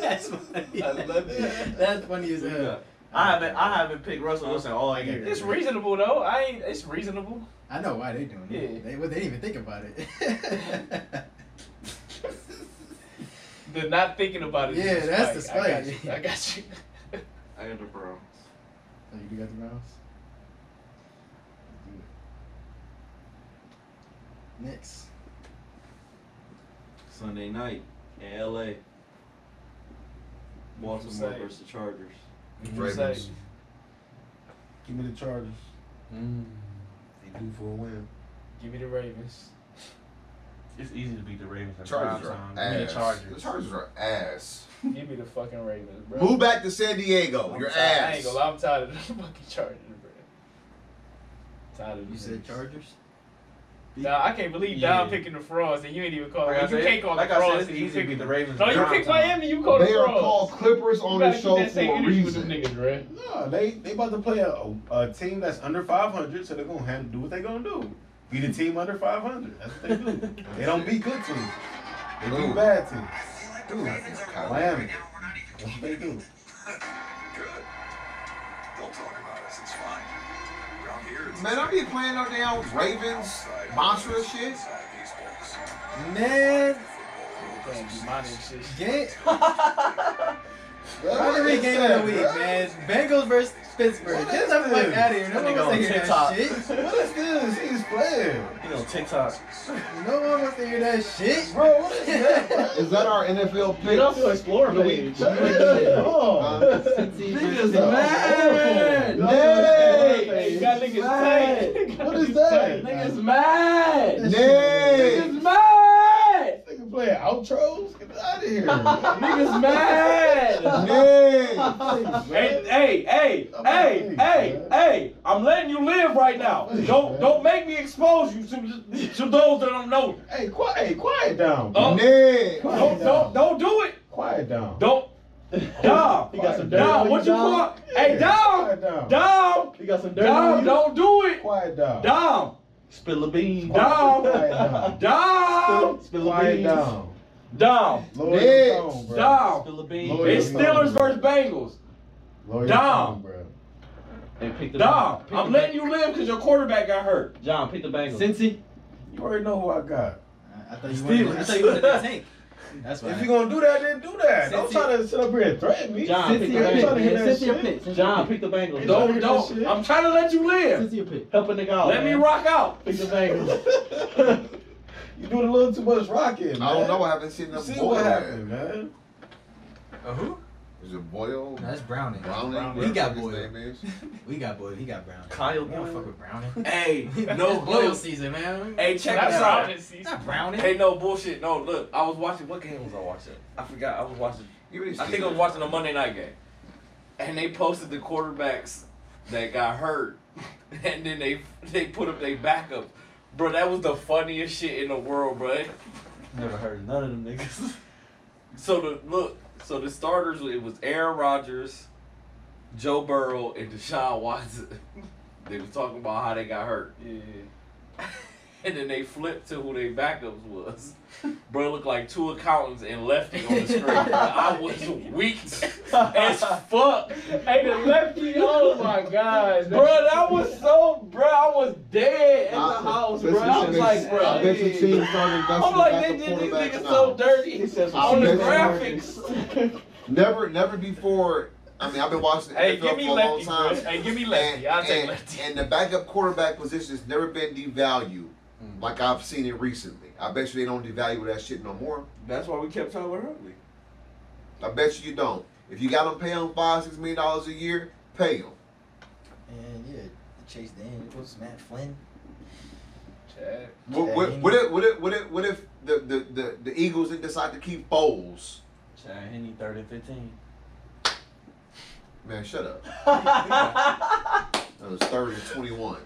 That's funny.
I love it.
[laughs] That's funny as hell.
I haven't, I haven't picked Russell Wilson all year.
It's reasonable though. I ain't. It's reasonable.
I know why they doing it.
Yeah.
They, well, they didn't even think about it. [laughs]
The not thinking about it. is
Yeah, that's the spike.
I got you. I got you.
I got the Browns.
oh, you got the Browns? Next.
Sunday night in LA. Baltimore
Say.
versus the Chargers.
Ravens.
Say,
Give me the Chargers.
Mm.
They do for a win.
give me the Ravens.
It's easy to beat the Ravens. in
Chargers
prime
are
time.
ass.
Yeah, Chargers.
The Chargers are ass.
Give me the fucking Ravens, bro.
Move back to San Diego.
I'm
Your
tired- I ain't
ass.
gonna lie, I'm tired of the [laughs] fucking Chargers, bro. Tired of
You
the
said
niggas.
Chargers?
Nah, I can't believe
Yeah.
Don picking the frauds and you ain't even calling.
Like I
you
said,
can't call
like
the
I said,
frauds.
it's
and you
easy to
pick
beck the Ravens.
No,
in
you
prime
pick
time.
Miami, you call the
They are
frauds.
called Clippers
You
on
gotta
the
keep
show
that same
for a
energy with them
reason.
niggas, bro.
No, they they about to play a, a team that's under 500, so they're gonna have to do what they gonna do. Be the team under 500. That's what they do.
[laughs]
they don't beat good teams. They beat
Ooh.
bad teams.
Dude, that's kind of-
Miami. That's what they do.
Good. Don't talk about us. It's fine. Around here,
Man, I be playing no damn Ravens mantra shit.
Man, game. What the game of the week, man? Bengals versus Pittsburgh. Get the fuck out of here. No
That
one
nigga on
wants to hear
TikTok.
that shit.
What is this? He's playing.
[laughs] You know, TikTok.
No one wants to hear that shit. [laughs]
Bro, what is that?
Is that our NFL
Get off
picks?
your Explorer page.
Oh.
Niggas
are
mad.
horrible. Nay.
Hey, got niggas
Mad.
tight. Got
What is
niggas
that?
tight.
Niggas mad.
Nay.
Niggas mad.
Nigga playing outros? Get out of here.
Niggas mad.
Nay.
[laughs]
Hey, hey, hey,
I'm not
hey, hey,
saying, man.
hey! I'm letting you live right now.
Please,
Don't
man.
don't make me expose you to to those that don't know.
Hey, quiet, hey, quiet down. bro.
Oh.
Nay.
Quiet down.
Don't don't don't do it.
Quiet down.
Don't. Dom,
He got some dirt.
Dom,
on
what
you,
you
Dom.
call? Hey, Dom,
Quiet down.
Dom,
He got some dirt. on
Dom,
you.
don't do it.
Quiet down.
Dom,
Spill a bean.
Quiet
Dom,
down.
Dom,
Spill a
Quiet
bean.
down.
Dom,
Lower
Bitch.
your tone, bro.
Dom.
Spill a bean.
Lord.
It's Steelers versus Bengals.
Lower your
Down.
tone, bro.
Hey, pick the
Dom,
pick
I'm
the-
letting you live because your quarterback got hurt.
John, pick the Bengals.
Cincy.
You already know who I got.
I thought you wanted. I thought you wanted to [laughs] tank. That's why.
If you're gonna do that, then do that. Don't
Cincy.
try to sit up here and threaten me.
John,
I'm
pick
trying
the
to
Bengals.
hear
man.
that
Sit your
shit.
pit. Sit
John, pick the Bengals.
Don't-
Don't, don't. I'm trying to let you live.
your pit.
Help a nigga out.
Let me
man.
rock
[laughs]
out.
Pick the Bengals.
You doing a little too much rocking.
I don't
man.
know. I haven't seen
You
them
see
boil.
what happened, man.
Uh, who?
Is it boil?
No, that's Browning.
Browning.
He got
whatever his
boiled.
name is.
We got boy. He got Browning.
Kyle
We don't
Boyd.
fuck with [laughs] Browning.
Hey,
It's
[laughs]
no,
boil
no.
season, man.
Hey,
[laughs]
check
That's
this
how
out.
it is.
Not Browning.
Hey, no bullshit. No, look, I was watching. What game was I watching? I forgot. I was watching.
You really
I think I was watching a Monday night game, and they posted the quarterbacks that got hurt, [laughs] and then they they put up their backup. Bro, that was the funniest shit in the world, bro.
Never heard of none of them niggas. [laughs]
So the look, so the starters it was Aaron Rodgers, Joe Burrow, and Deshaun Watson. [laughs] they was talking about how they got hurt. Yeah. [laughs] and then they flipped to who their backups was. Bro, it looked like two accountants and lefty
[laughs]
on the screen. bro. I was weak [laughs] as fuck.
Hey, the lefty. Oh my gosh.
Bro, that was so bro, I was dead in the
I-
house,
this
bro.
is
I was
this-
like, bro.
I bet your team started
I'm like, they did these niggas so dirty
He said some
I'll
on the
bet
shit.
you-
graphics.
Never, never before. I mean, I've been watching the
Hey,
NFL
give me
for a long
lefty,
time.
bro. Hey, give me lefty. I'll
and,
take lefty.
and the backup quarterback position has never been devalued
Mm.
like I've seen it recently. I bet you they don't devalue that shit no more.
That's why we kept Tyler Huntley.
I bet you you don't. If you got them pay them five, six million dollars a year, pay them.
And yeah, Chase Dan. It was Matt Flynn.
What, what, what if, what if, what if, what if the, the, the, the Eagles didn't decide to keep Foles?
Chad Henney, 30 and 15.
Man, shut
[laughs]
up. That was third and twenty-one.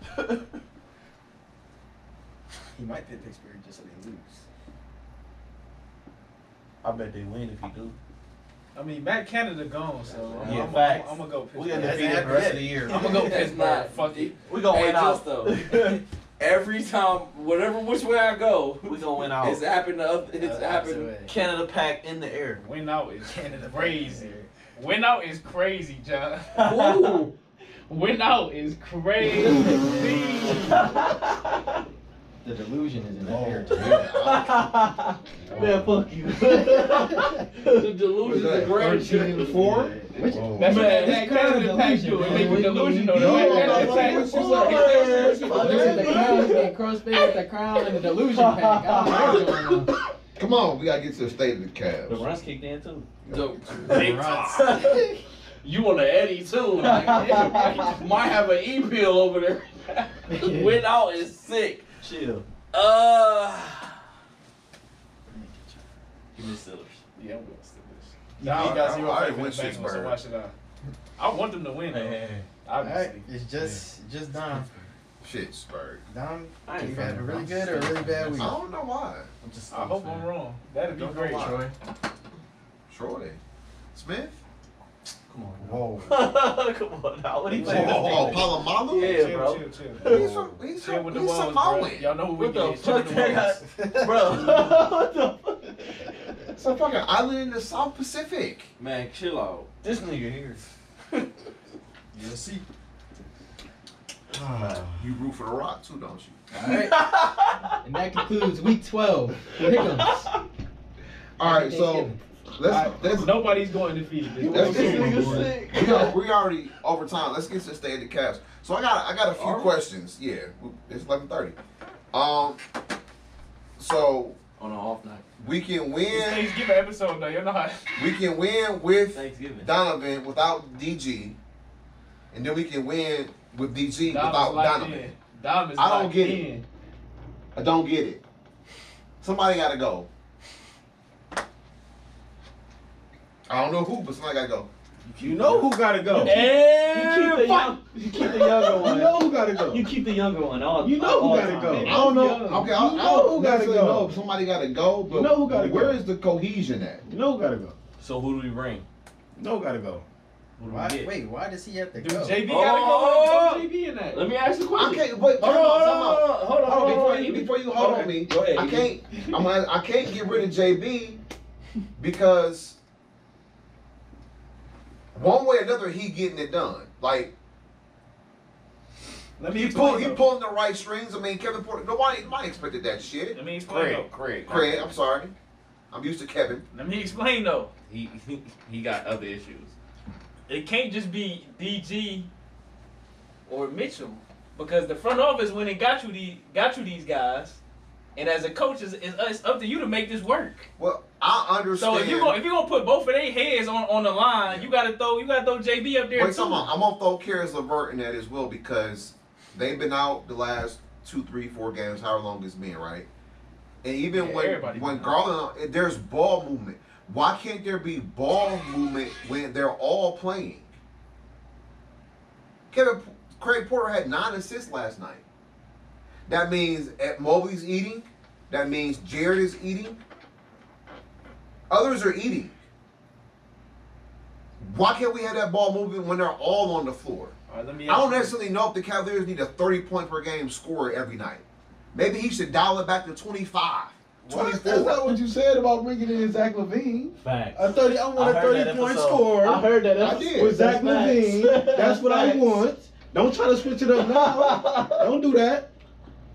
He might pick Pittsburgh just so they lose.
I bet they win if you do.
I mean, Matt Canada gone, so I'm,
Yeah,
I'm, I'm,
facts.
I'm gonna go pick.
We
that.
undefeated the rest of the year.
I'm gonna go Pittsburgh.
Nah,
Fuck it.
We gonna
Hey,
win out.
just though, every time, whatever which way I go,
[laughs] We gonna win out.
it's happened. To, oth- it's
Uh,
happened.
[laughs] so, uh,
Canada pack in the
[laughs]
air.
Win out is crazy. Win out is crazy, John.
Ooh,
[laughs] Win out is crazy.
The delusion is in the air. [laughs]
Man, fuck you.
the delusion is
Thirteen
great.
four.
Whoa.
That's what that
Man,
Matt
it's kind of
Canada pack do. It
delusional,
make you
man.
delusional.
No,
though.
no,
That
no,
Matt
no,
[laughs]
Canada pack-
Look at the crown. He got crossfade with the crown and the delusion pack. I don't know what's going on.
Come on, we gotta get to the state of the
The
Cavs.
runs kicked in too.
The- Big time. You want to Eddie too? Like, might have an E pill over there. [laughs] Win out is sick.
Chill.
Uh, give me the Steelers.
Yeah, I'm going to
I-
Nah, I got
I-
zero
I already
faith in the
went
Bengals, so
Pittsburgh.
why should I? uh, I want them to win, though, obviously.
Alright, it's just just Dom.
Shit, Spurs.
Dom,
I ain't
you had a really good or a really
I
bad week.
don't know why.
I'm just
I hope I'm wrong. That'd be
Don't know
great.
why.
Troy.
Troy. Smith?
Come on.
[laughs]
Whoa.
[laughs] Come on now. What are you
Oh,
saying?
oh, Palomalu?
Yeah,
Chill,
bro.
chill, chill.
He's from, he's [laughs]
Chill
from,
with the
he's
ones, bro.
Samoan.
Y'all know who we
What the
get. Chill
fuck
with
they
the ones.
got? [laughs] Bro. What the fuck?
It's a fucking island in the South Pacific.
Man, chill out.
[laughs]
This nigga here.
You'll see.
[sighs] You root for the Rock too, don't you?
And that concludes week 12. Here comes.
All right, so let's let's
Nobody's going defeated. This
That's
this
it.
nigga's sick.
we, got, we already over time. Let's get to stay at the Cavs. So I got I got a few questions. Yeah, it's eleven thirty. Um, so
On an off night.
we can
It's
win.
Thanksgiving episode though. You know how
We can win with
[laughs]
Thanksgiving.
Donovan without DG, and then we can win with DG without
Diamond's locked
Donovan.
in. Diamond's
I don't
locked
get it.
in.
I don't get it. Somebody got to go. I don't know who, but somebody got to go.
You know who gotta go.
And
You keep the
fight.
young, you keep the younger
You
one.
know who gotta go.
You keep the younger one. All
You know who
all
gotta
time,
go.
man.
I don't know.
Yeah.
Okay, I, I
You know
don't
who gotta
necessarily
go.
know if somebody got to go, but
You know who gotta go.
where is the cohesion at?
You know who gotta go.
So who do we bring?
You know who gotta go.
Who do we
Why-
get?
Wait, [laughs] why does he have to
Do
go?
JB
Oh.
gotta go? Throw JB in that.
Let me ask the
I
question.
can't. But
Hold on, hold on, hold on,
Hold on,
hold
before
on.
you, before you hold on me,
Go ahead.
I can't. I'm gonna, I can't get rid of JB because one way or another he getting it done. Like
Let
he pull, he pulling the right strings. I mean, Kevin Porter. Nobody, nobody expected that shit.
Let me explain though.
Craig, Craig,
Craig, I'm sorry. I'm used to Kevin.
Let me explain though.
He he got other issues.
It can't just be DG or Mitchell because the front office went and got you these got you these guys, and as a coach, it's, it's, it's up to you to make this work.
Well, I
So
understand.
if you gonna if you gonna put both of their heads on, on the line, you gotta throw you gotta throw JB up there
Wait,
too.
come on. I'm gonna throw Karis Levert in that as well because they've been out the last two, three, four games, however long it's been, right? And even
Yeah, everybody
when when
been out.
Garland, uh, there's ball movement. Why can't there be ball movement when they're all playing? Kevin Craig Porter had nine assists last night. That means at Mobley's eating. That means Jared is eating. Others are eating. Why can't we have that ball movement when they're all on the floor?
All right, let me
I don't
ask you-
necessarily know if the Cavaliers need a 30 point per game scorer every night. Maybe he should dial it back to 25,
What? That's
24.
not what you said about bringing in Zach Levine.
Facts.
A thirty, I want
I
a
heard that
thirty point
episode.
score.
I heard that.
I
episode.
did. With Zach
That's
Levine,
facts.
[laughs]
that's what I
Facts.
want. Don't try to switch it up now. Don't do that.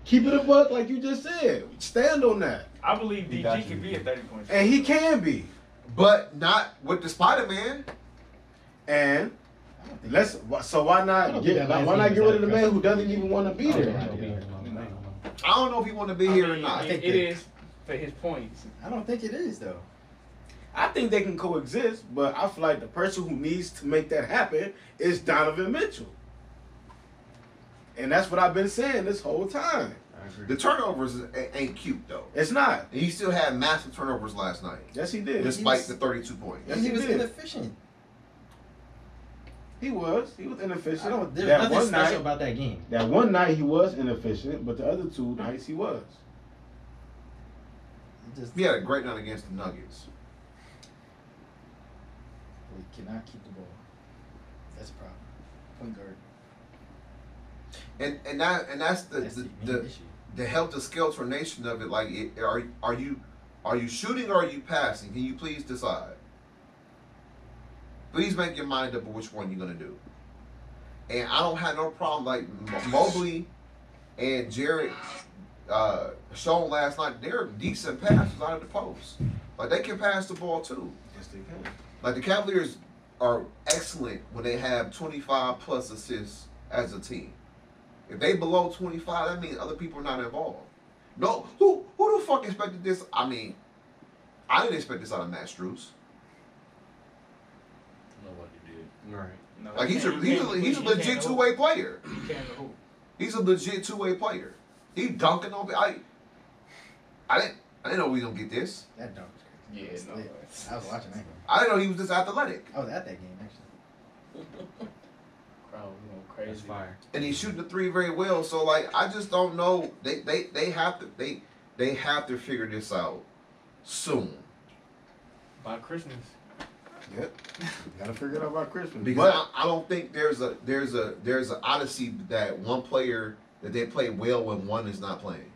Keep it a buck, like you just said. Stand on that,
I believe
He got
DG
you.
could be a thirty point.
and he can be.
But not with the Spider Man.
And let's. So why
I don't
not?
think
Get,
that last
why not
game
get
was
rid of the
that
man who doesn't even want to be there?
I don't know if he want to be here or not.
I think
it
that-
is for his points.
I don't think it is though.
I think they can coexist, but I feel like the person who needs to make that happen is Donovan Mitchell. And that's what I've been saying this whole time.
The turnovers a- ain't cute, though.
It's not.
And he still had massive turnovers last night,
Yes, he did.
despite the 32 points.
Yes,
he
he
was
did.
inefficient.
He was. He was inefficient.
I don't, there's
that
nothing
one
special
night,
about that game.
that one night he was inefficient, but the other two nights he was.
It just
He had a great night against the Nuggets.
we cannot keep the ball. That's a problem. Point guard.
And and that and that's Uh, the
That's the,
the,
main
the,
issue.
the helter skelter nation of it. Like, it, are are you are you shooting or are you passing? Can you please decide? Please make your mind up of which one you're gonna do. And I don't have no problem like Mo- Mobley and Jared uh, shown last night. They're decent passers out of the post. Like they can pass the ball too.
Yes, they can.
Like the Cavaliers are excellent when they have 25 plus assists as a team. If they below 25, that means other people are not involved. No, who who the fuck expected this? I mean, I didn't expect this out of Matt Struz.
I don't know what to do.
Right.
No,
Like
you
he's a
can't- you
he's a,
can't-
he's a
you can't
legit
hoop.
two way player.
You can't hoop.
He's a legit two way player. He dunking on I I didn't I didn't know we was gonna get this.
That dunk was crazy.
Yeah,
It was
no.
lit. I was watching that game.
I didn't know he was this athletic.
I was at that game actually.
Bro, you know, crazy.
and he's shooting the three very well. So like I just don't know. They they they have to they they have to figure this out soon.
By Christmas.
Gotta figure it out by Christmas.
Because I, I don't think there's a there's a there's an odyssey that one player that they play well when one is not playing.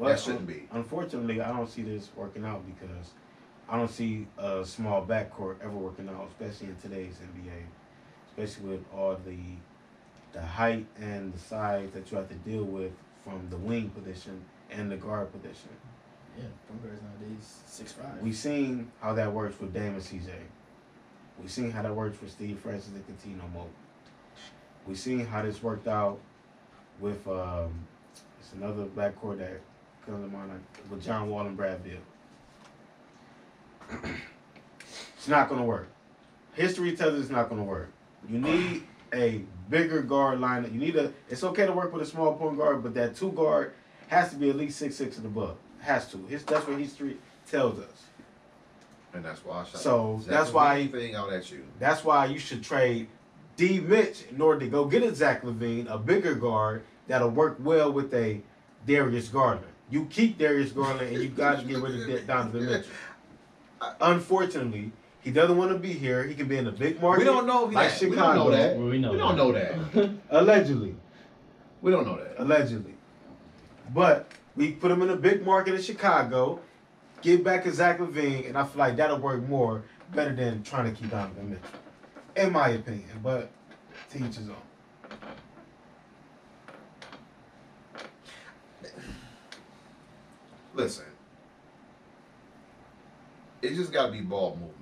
that shouldn't be.
Unfortunately, I don't see this working out because I don't see a small backcourt ever working out, especially in today's NBA, especially with all the the height and the size that you have to deal with from the wing position and the guard position.
Yeah, point guards nowadays six five.
We've seen how that works with Dame and CJ. We've seen how that works for Steve Francis and Catino Moat. We've seen how this worked out with um, it's another backcourt that comes to mind like, with John Wall and Brad Beal. [clears throat] it's not gonna work. History tells us it's not gonna work. You need a bigger guard lineup. You need a. It's okay to work with a small point guard, but that two guard has to be at least six six and above. Has to. It's, that's what history tells us.
And that's why I shot
So,
Zach
that's why-
Levine thing out at you.
That's why you should trade D. Mitch in order to go get a Zach Levine, a bigger guard that'll work well with a Darius Garland. You keep Darius Garland and you got to get rid of that Donovan Mitchell. Unfortunately, he doesn't want to be here. He can be in a big market.
We don't know that.
like
we don't
Chicago.
know that.
We know
We don't
that.
know that.
Allegedly,
We
[laughs]
don't know that.
allegedly. But we put him in a big market in Chicago. Get back a Zach Levine, and I feel like that'll work more better than trying to keep Donovan Mitchell, in my opinion. But teachers on.
Listen, it just got to be ball movement.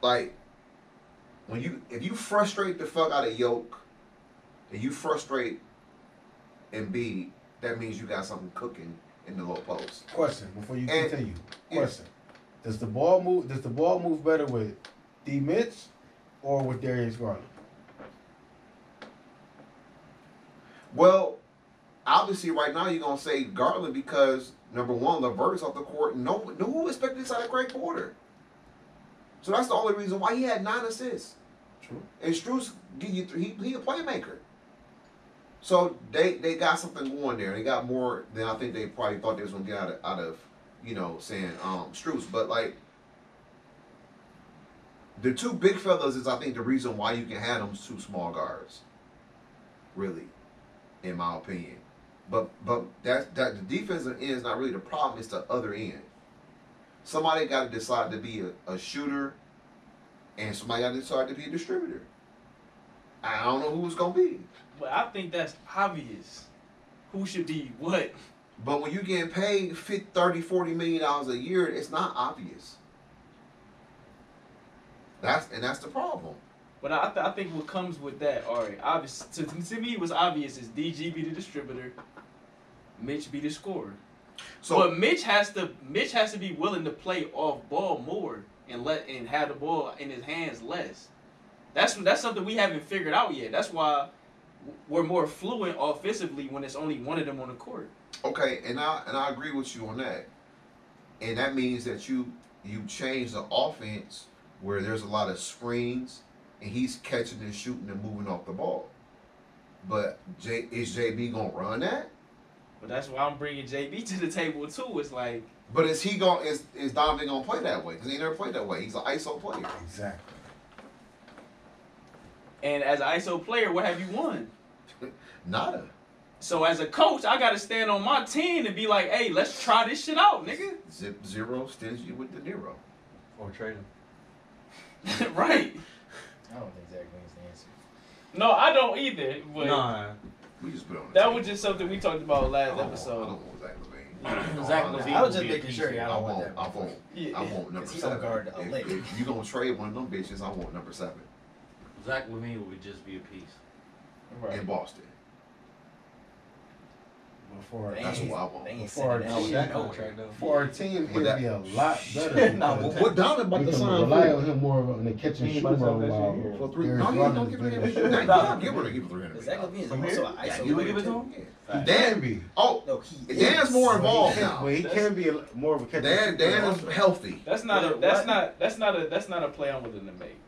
Like when you if you frustrate the fuck out of Yoke, and you frustrate Embiid, that means you got something cooking in the low post.
Question before you
And-
continue.
yeah.
Question: Does the ball move? Does the ball move better with D. Mitch or with Darius Garland?
Well, obviously, right now you're gonna say Garland because number one, Levert is off the court. No, no, who expected this out of Greg Porter? So that's the only reason why he had nine assists.
True.
And Struce give you th- he he a playmaker. So they they got something going there. They got more than I think they probably thought they was gonna get out of out of you know saying um Struce, but like. The two big fellas is, I think, the reason why you can have them two small guards. Really in my opinion. But but that that the defensive end is not really the problem. It's the other end. Somebody got to decide to be a, a shooter, and somebody got to decide to be a distributor. I don't know who it's gonna be.
But I think that's obvious. Who should be what?
But when you're getting paid 50, 30, 40 million dollars a year, it's not obvious. That's and that's the problem.
But I, th- I think what comes with that, all right, obvious to, to me, it was obvious is DG be the distributor, Mitch be the scorer.
So
but Mitch has to Mitch has to be willing to play off ball more and let and have the ball in his hands less. That's that's something we haven't figured out yet. That's why we're more fluent offensively when it's only one of them on the court.
Okay, and I and I agree with you on that. And that means that you you change the offense where there's a lot of screens and he's catching and shooting and moving off the ball. But J, is JB gonna run that?
But that's why I'm bringing JB to the table too. It's like
But is he gonna is is Donovan gonna play that way? Because he never played that way. He's an ISO player.
Exactly.
and as an ISO player, what have you won?
Nada.
So as a coach, I gotta stand on my team and be like, hey, let's try this shit out,
[laughs]
nigga.
Zip zero stingy with the Nero.
Or trade him.
right.
I don't think Zach Levine's the answer.
No, I don't either. But
Nah,
We just put it on the
that
table.
was just something we talked about last
I
episode.
don't want Zach Levine.
Zach
I don't-
Levine
I was
would
just
be a
making sure.
I
y'all don't want
won't.
that.
I won't.
Yeah.
I want number
He don't
seven.
guard the
if,
elite.
if you gonna trade one of them bitches, I want number seven
Zach Levine would just be a piece.
in Boston.
before
That's what I want.
They ain't
Before
sending
I
that
do
shit
that
nowhere.
for our team,
Would
it'd
that-
be a lot better.
Nah,
because
what-
Donovan
we can rely on him more of in the catch and
He ain't
shoot
about to sell that
role.
shit here.
for three.
Darius
No, you
Garland
don't
is
give her
better.
that. You don't give her give her three hundred.
Zach Levine is
From
also
here?
an
Yeah,
ISO
you would give
player,
it to
too.
him.
Fact.
Can
Dan,
be.
oh,
No, he is.
Dan's more involved
But he can-
now.
But he can be a- more of a catch
Oh, Dan,
and shoot.
Dan
guard.
is healthy.
That's not a.
What-
That's
what?
not. That's not a. That's not a play I'm willing to make.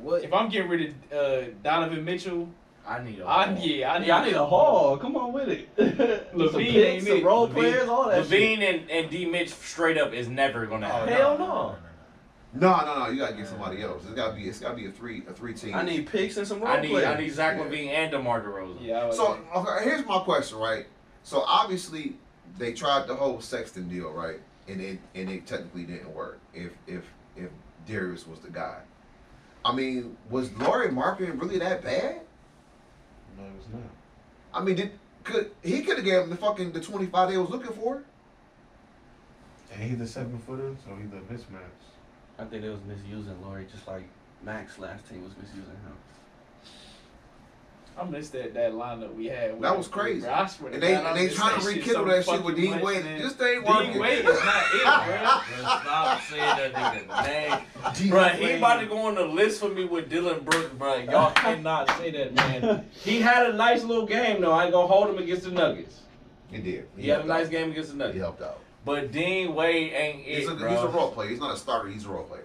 What?
If I'm getting rid of uh, Donovan Mitchall,
I need a
I
wall.
yeah, I need,
Yeah, I need a haul. Come on with it. [laughs] Levine some
Levine
picks,
ain't
some
it.
role
Levine-
players, all that shit.
Levine and, and D Mitch straight up is never gonna
Oh,
happen.
Hell no.
No, no, no. You gotta get somebody else. It's gotta be. It's gotta be a three. A three team.
I need picks and some role
I need
players.
I need Zach
Yeah.
Levine and DeMar DeRozan.
Yeah. I would
So
say.
okay, here's my question, right? So obviously they tried the whole Sexton deal, right? And it and it technically didn't work. If if if Darius was the guy, I mean, was Laurie marketing really that bad?
No, it's not.
I mean, did could he could have gave him the fucking the twenty five they was looking for?
And he's a seven footer, so he's a mismatch.
I think they was misusing Lori just like Max last team was misusing him.
I missed that that lineup we had.
That was crazy.
Bro, I swear to
And they
God, I
and they
missed
trying to
shit
rekindle
so
that shit
fucking
with D
much,
Wade.
man.
This thing
D
working.
Wade is not
[laughs]
it, bro.
Stop saying that nigga name.
Bruh, he about to go on the list for me with Dylan Brooks, bruh. Y'all cannot say that,
[laughs]
man. He had a nice little game, though. I ain't gonna hold him against the Nuggets.
He did.
He had a nice game against the
He
Nuggets.
helped out.
But Dean Wade ain't it,
He's a,
bro.
he's a role player. He's not a starter. He's a role player.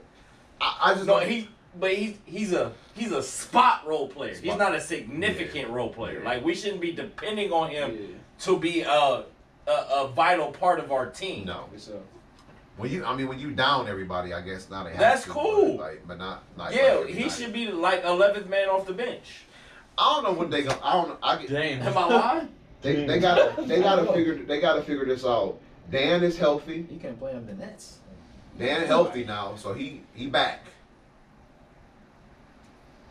I, I just
No,
don't-
he, but he's he's a he's a spot role player. He's
Spot.
not a significant role player.
Yeah.
Like we shouldn't be depending on him
Yeah.
to be a, a a vital part of our team.
no.
What's up?
When you, I mean, when you down everybody, I guess now they have
That's
to,
cool.
But, like, but not like
yeah,
like,
he
like-
should be like eleventh man off the bench.
I don't know when they go. I don't. know. I get,
Am I [laughs] lying?
they they got they got to figure they got to figure this out. Dan is healthy.
You can play on the Nets.
Dan healthy now, so he he back.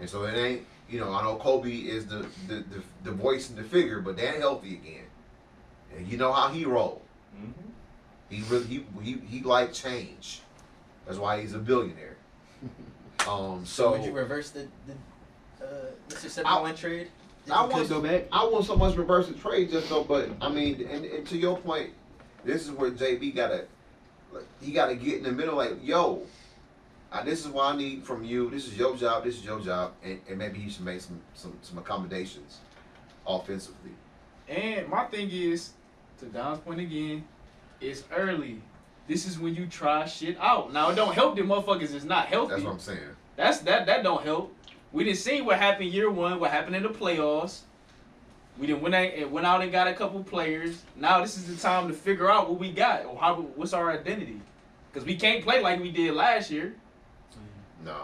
And so it ain't you know I know Kobe is the the the, the voice and the figure, but Dan healthy again, and you know how he roll. He really he he he like change. That's why he's a billionaire. Um,
So
so
would you reverse the the uh, Mr.
I-
Seven One trade? If
I
you could
want-
go back.
I want so much reverse and trade just so, but I mean, and, and to your point, this is where JB gotta, like, he gotta get in the middle, like, yo, uh, this is what I need from you. This is your job. This is your job, and, and maybe he should make some some some accommodations, offensively.
And my thing is, to Don's point again, it's early. This is when you try shit out. Now it don't help them motherfuckers is not healthy.
That's what I'm saying.
That's that that don't help. We didn't see what happened year one, what happened in the playoffs. We didn't went out, it went out and got a couple players. Now this is the time to figure out what we got or how what's our identity, because we can't play like we did last year.
No.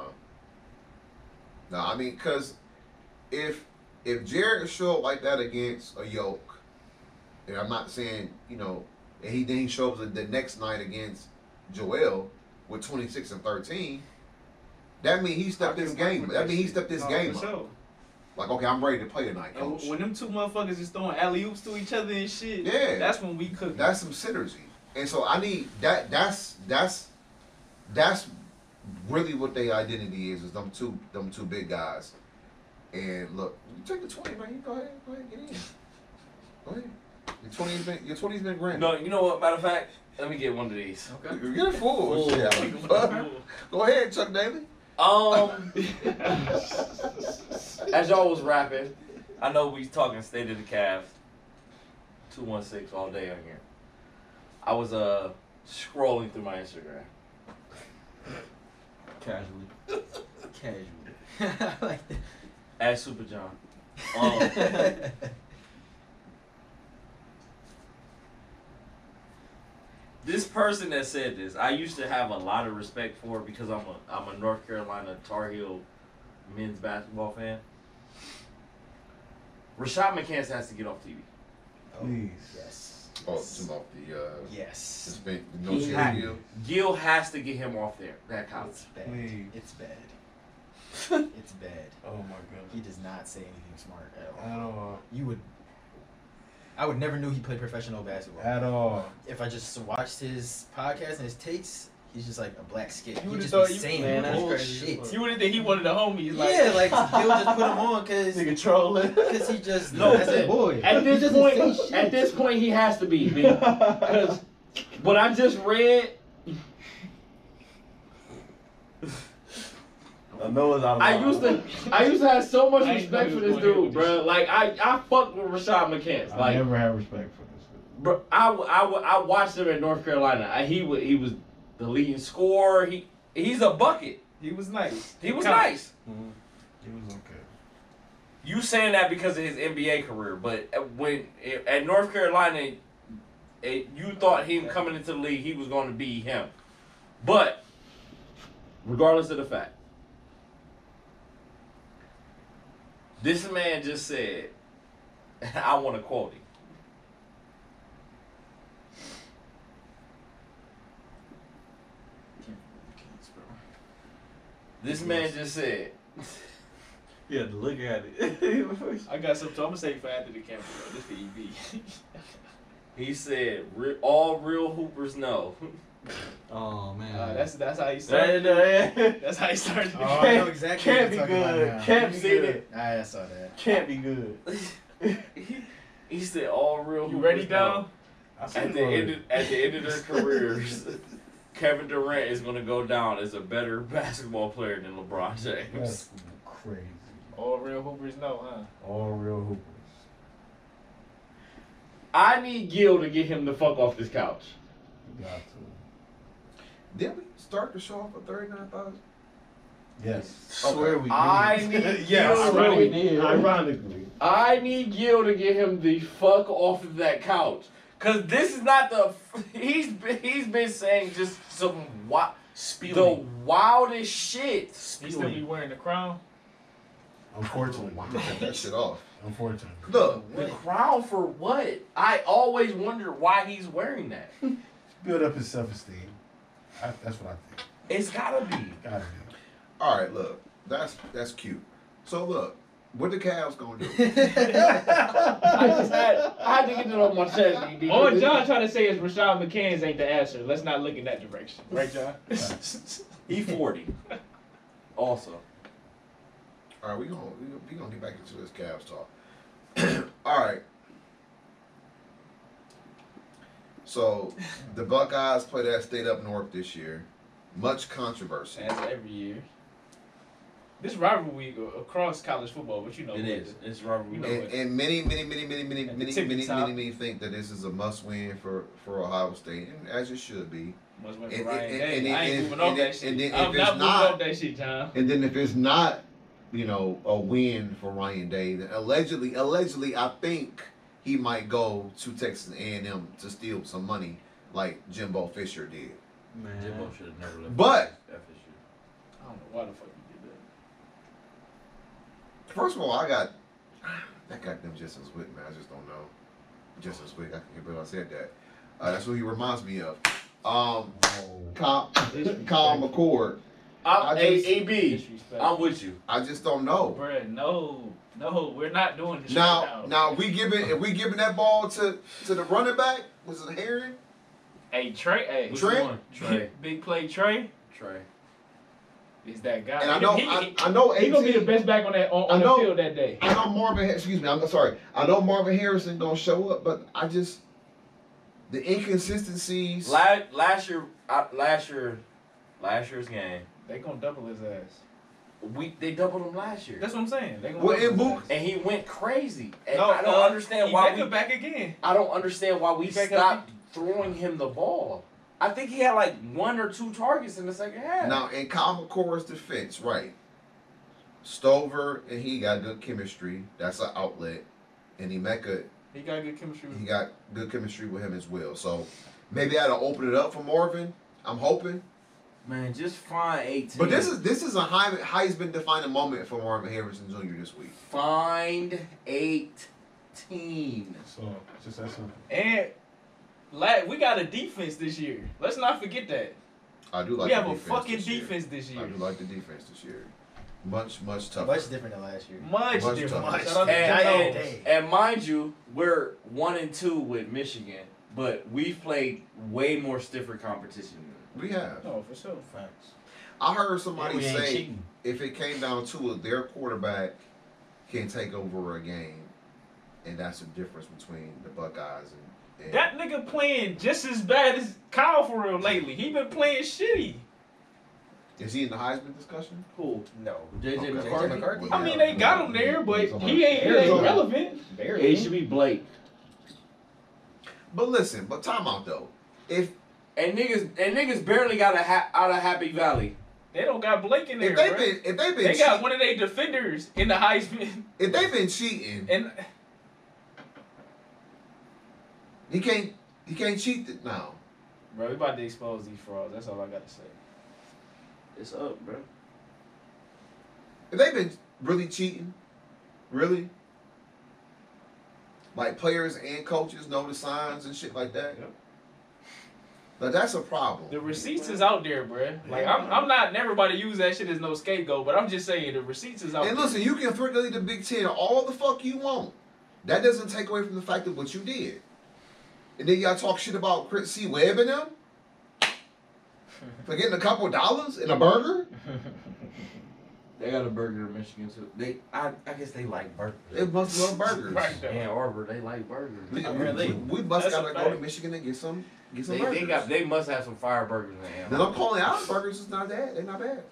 No, I mean, cause if if Jared show up like that against a yoke, and I'm not saying you know, and he then he shows up the next night against Joel with 26 and 13. That mean he stepped this game. That mean he stepped this
No,
game
for
up.
sure.
Like, okay, I'm ready to play tonight,
And
coach.
w- when them two motherfuckers is throwing alley oops to each other and shit,
Yeah.
that's when we cook.
That's some synergy. And so I need that. That's that's that's really what their identity is. Is them two them two big guys. And look, you take the twenty, man. You go ahead, go ahead, get in. Go ahead. Your twenty's been your twenty's been grand.
No, you know what? Matter of fact, let me get one of these.
Okay.
You Get a fool.
Fool.
Yeah. go ahead, Chuck Daly.
Um, as y'all was rapping, I know we talking state of the Cavs, two one six all day on here. I was uh scrolling through my Instagram.
Casually. Casually.
[laughs] I like
As Super John.
[laughs]
Um,
that.
this person that said this, I used to have a lot of respect for because I'm a I'm a North Carolina Tar Heel men's basketball fan. Rashad McCants has to get off TV.
Please.
Oh, yes.
Oh, some off the uh,
Yes.
suspension. No
He
shit
had-
deal.
Gil has to get him off there. That counts.
It's bad.
Please.
It's bad.
[laughs]
It's bad.
Oh my
He
goodness.
does not say anything smart at all.
At all.
You would. I would never knew he played professional basketball.
At all.
if I just watched his podcast and his takes, he's just like a black skit.
You
He
would've
just
thought
be
you-
saying
man, that's
bullshit.
You would have think he wanted the homies. Like,
yeah, like he'll just put
[laughs]
him on because
Nigga
[laughs]
trolling.
he [laughs] just
No,
that's it.
Boy.
At
he
this
doesn't
point,
say shit.
at this point, he has to be because what I just read,
I know it's out of
I used to, I used to have so much
I ain't
respect for
know
this
you was
dude,
gonna
bro. Like I, I fuck with Rashad McCants.
I
Like,
never had respect for this.
bro, I, w- I, w- I watched him in North Carolina. I, he was, he was the leading scorer. He, he's a bucket.
he was nice.
He was
Kinda.
nice.
He was okay.
You saying that because of his NBA career, but when at North Carolina, it, you thought him coming into the league, he was going to be him. But regardless of the fact, this man just said, [laughs] "I want to quote him."
This man just said,
You had to look at it.
[laughs]
I got something. I'm gonna say for after the camera. Though. This the EB.
he said, "Re- all real hoopers know.
oh man,
Uh, that's that's how he
Hey,
started.
no, yeah.
[laughs]
That's how he started.
Oh, I know exactly
Can't
what
be
you're talking about
good.
now.
Can't be
You seen
good.
it?
I saw that.
Can't be good.
he said,
"Oh,
all real
You
hoopers
ready,
know.
Dom?
At the end, of, at the end
[laughs]
of their careers, Kevin Durant is going to go down as a better basketball player than LeBron James.
That's crazy.
All real hoopers know, huh?
All real hoopers.
I need Gil to get him the fuck off this couch.
You got to.
Did we start the show off at thirty nine thousand?
Yes.
Swear we
I
[laughs]
need Gil.
swear
to-
we did.
Ironically.
I need Gil to get him the fuck off of that couch. Cause this is not the [laughs] he's been- he's been saying just some wi- the
Spewing.
wildest shit.
He still be wearing the crown.
Unfortunately.
Cut that shit off.
Unfortunately.
Look,
The crown for what? I always wonder why he's wearing that.
Build up his self esteem. I, that's what I think.
It's gotta be.
Gotta be.
all right, look, that's that's cute. So look, what the Cavs gonna do?
[laughs]
[laughs]
[laughs]
I just had I had to get it off my chest. DD.
All John trying to say is Rashad McCann's ain't the answer. Let's not look in that direction, right, John?
He forty. Also,
All right, we gonna we gonna- we gonna get back into this Cavs talk. [clears throat] All right. So the Buckeyes play that state up north this year. Much controversy.
As every year. This rivalry go across college football, but you know
It
what
is. It's Robert.
You know
And, and many, many, many, many, many,
At the
many,
tippy
many,
top.
many, many think that this is a must-win for for Ohio State, and as it should be.
Must win
And-
for Ryan
and-
Day.
and-
I ain't
and-
moving off
and-
that shit.
and then if
I'm
it's
not moving
not-
off that shit, John.
And then if it's not, you know, a win for Ryan Day, then allegedly, allegedly, I think he might go to Texas A&M to steal some money, like Jimbo Fisher did.
Jimbo should have never left.
But-
FSU.
I don't know why the fuck you did that.
First of all, I got [sighs] that got them just as quick, man. I just don't know. Just as quick. I can't believe I said that. Uh, that's what he reminds me of. Um, Kyle, Kyle McCord.
I'm
I
A-
just-
AB.
Disrespect.
I'm with you.
I just don't know.
Bruh, no. No, we're not doing this
Now,
right now.
now we giving if we giving that ball to to the running back was it Herring?
Hey, Trey. Hey,
Which Trey?
one?
[laughs]
Trey.
Big play Trey
Trey.
is that guy.
And I know
he,
I,
he-
I know
he gonna be
18
the best back on that on,
I
on the
know-
field that day.
I know Marvin. Excuse me. I'm sorry. I know Marvin Harrison gonna show up, but I just the inconsistencies.
Last last year, I, last year, last year's game,
They gonna double his ass.
we they doubled him last year,
That's what I'm saying. They gonna
Well,
double
and
his
Mook-
ass.
and he went crazy. And
No,
I don't
uh,
understand
he
why
back
we.
up back again.
I don't understand why we
He back up.
stopped throwing him the ball. I think he had like one or two targets in the second half.
Now in Kyle McCord's defense, right? Stover and he got good chemistry. That's an outlet, and Emeka
He got good chemistry.
he
With
got good chemistry with him as well. So maybe that'll open it up for Marvin. I'm hoping.
man, just find eighteen.
But this is this is a high, Heisman defining moment for Marvin Harrison Jr. this week.
find eighteen.
So, just that simple.
and lad, we got a defense this year. Let's not forget that.
I do like
we have
the
a
defense
fucking
this year.
defense this
I
year.
do like the defense this year. Much much tougher.
Much different than last year.
Much,
Much
different.
tougher.
Shout out to
And-
Jalen.
and- And mind you, we're one and two with Michigan, but we've played way more stiffer competition. than
we
them.
have.
No, for sure.
Facts.
I heard somebody
We ain't
say
cheating.
if it came down to it, their quarterback can take over a game, and that's the difference between the Buckeyes and. and
That nigga playing just as bad as Kyle for real lately. He been playing shitty.
is he in the Heisman discussion?
Cool.
No.
JJ
Okay.
McCarthy.
McCarthy.
I mean, they got him there, but he ain't, he ain't relevant.
It should be Blake.
But listen, but time out though. If
And niggas and niggas barely got a ha- out of Happy Valley.
They don't got Blake in there.
if they've
bruh.
been if they've been
they got
cheating,
one of their defenders in the Heisman, [laughs]
if they've been cheating,
and
he can't he can't cheat it now.
bro, we about to expose these frauds. That's all I gotta say.
It's up, bro.
If they've been really cheating, really, like players and coaches know the signs and shit like that. But that's a problem.
The receipts is out there, bruh. Like I'm, I'm not. Everybody use that shit as no scapegoat, but I'm just saying the receipts is out.
And
there.
listen, you can freaking the Big Ten all the fuck you want. That doesn't take away from the fact of what you did. And then y'all talk shit about Chris C. Webb and them for getting a couple dollars and a burger.
They got a burger in Michigan too. They, I, I guess they like burgers.
It must love burgers.
Right there.
Ann Arbor, they like burgers.
We,
Apparently.
we, we must
That's a
gotta go to
fact.
Michigan and get some get some
They,
burgers.
they got, they must have some fire burgers in Ann
Then I'm
Arbor.
calling out burgers is not bad. They're not bad.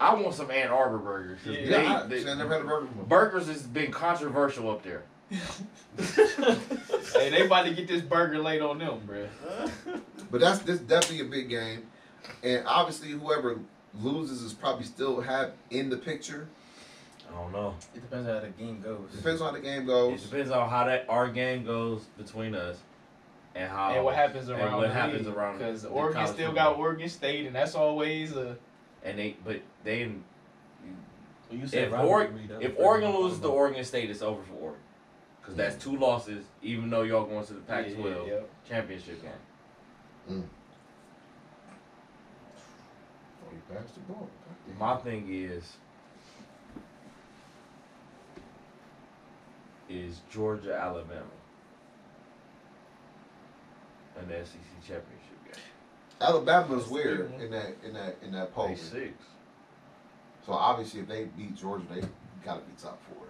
I want some Ann Arbor burgers. 'cause
Yeah, I,
they-
see, I
they-
never had a burger before.
burgers has been controversial up there.
hey, they about to get this burger laid on them, bruh.
But that's this definitely a big game, and obviously whoever loses is probably still have in the picture.
I don't know.
It depends on how the game goes.
Depends on how the game
It
goes.
depends on how that our game goes between us and how
and what happens
and
around?
what happens around
Because
the
Oregon
college
still
football.
got Oregon State, and that's always a.
and they but they didn't-
You
if Oregon if Oregon loses to Oregon State it's over for Oregon because that's two losses even though y'all going to the
Yeah,
Pac-12
yeah,
championship game.
Oh, you passed the ball. God
My thing is, is Georgia Alabama an SEC championship game?
damn. Alabama's weird in that in that in that
Oh,
They
polling.
six.
So obviously, if they beat Georgia, they gotta be top four.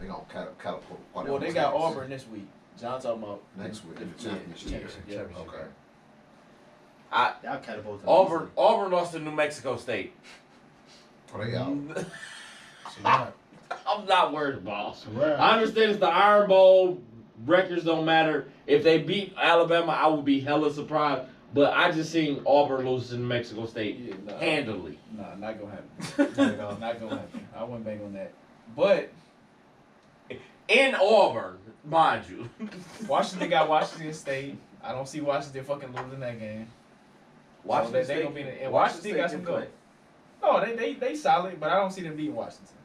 They gonna cat- catapult.
Well, they got Auburn this week. John talking about
next week. in the
Yeah,
championship.
yeah, yeah.
Okay.
Y'all
Oh.
catapulted.
Auburn Auburn lost to New Mexico State.
Are Oh, they out?
I'm not worried about. it.
It's a wrap.
I understand it's the Iron Bowl. Records don't matter. If they beat Alabama, I would be hella surprised. But I just seen Auburn lose to New Mexico State
Yeah, nah.
handily.
Nah, not gonna
[laughs]
happen. not, at all. not gonna happen. I wouldn't bank on that. But
In Auburn, mind you.
Washington got Washington State. I don't see Washington fucking losing that game.
Washington
they- they
State.
gonna be in the- and Washington State
Washington
got some
State can
No,
play.
they they they solid, but I don't see them beating Washington.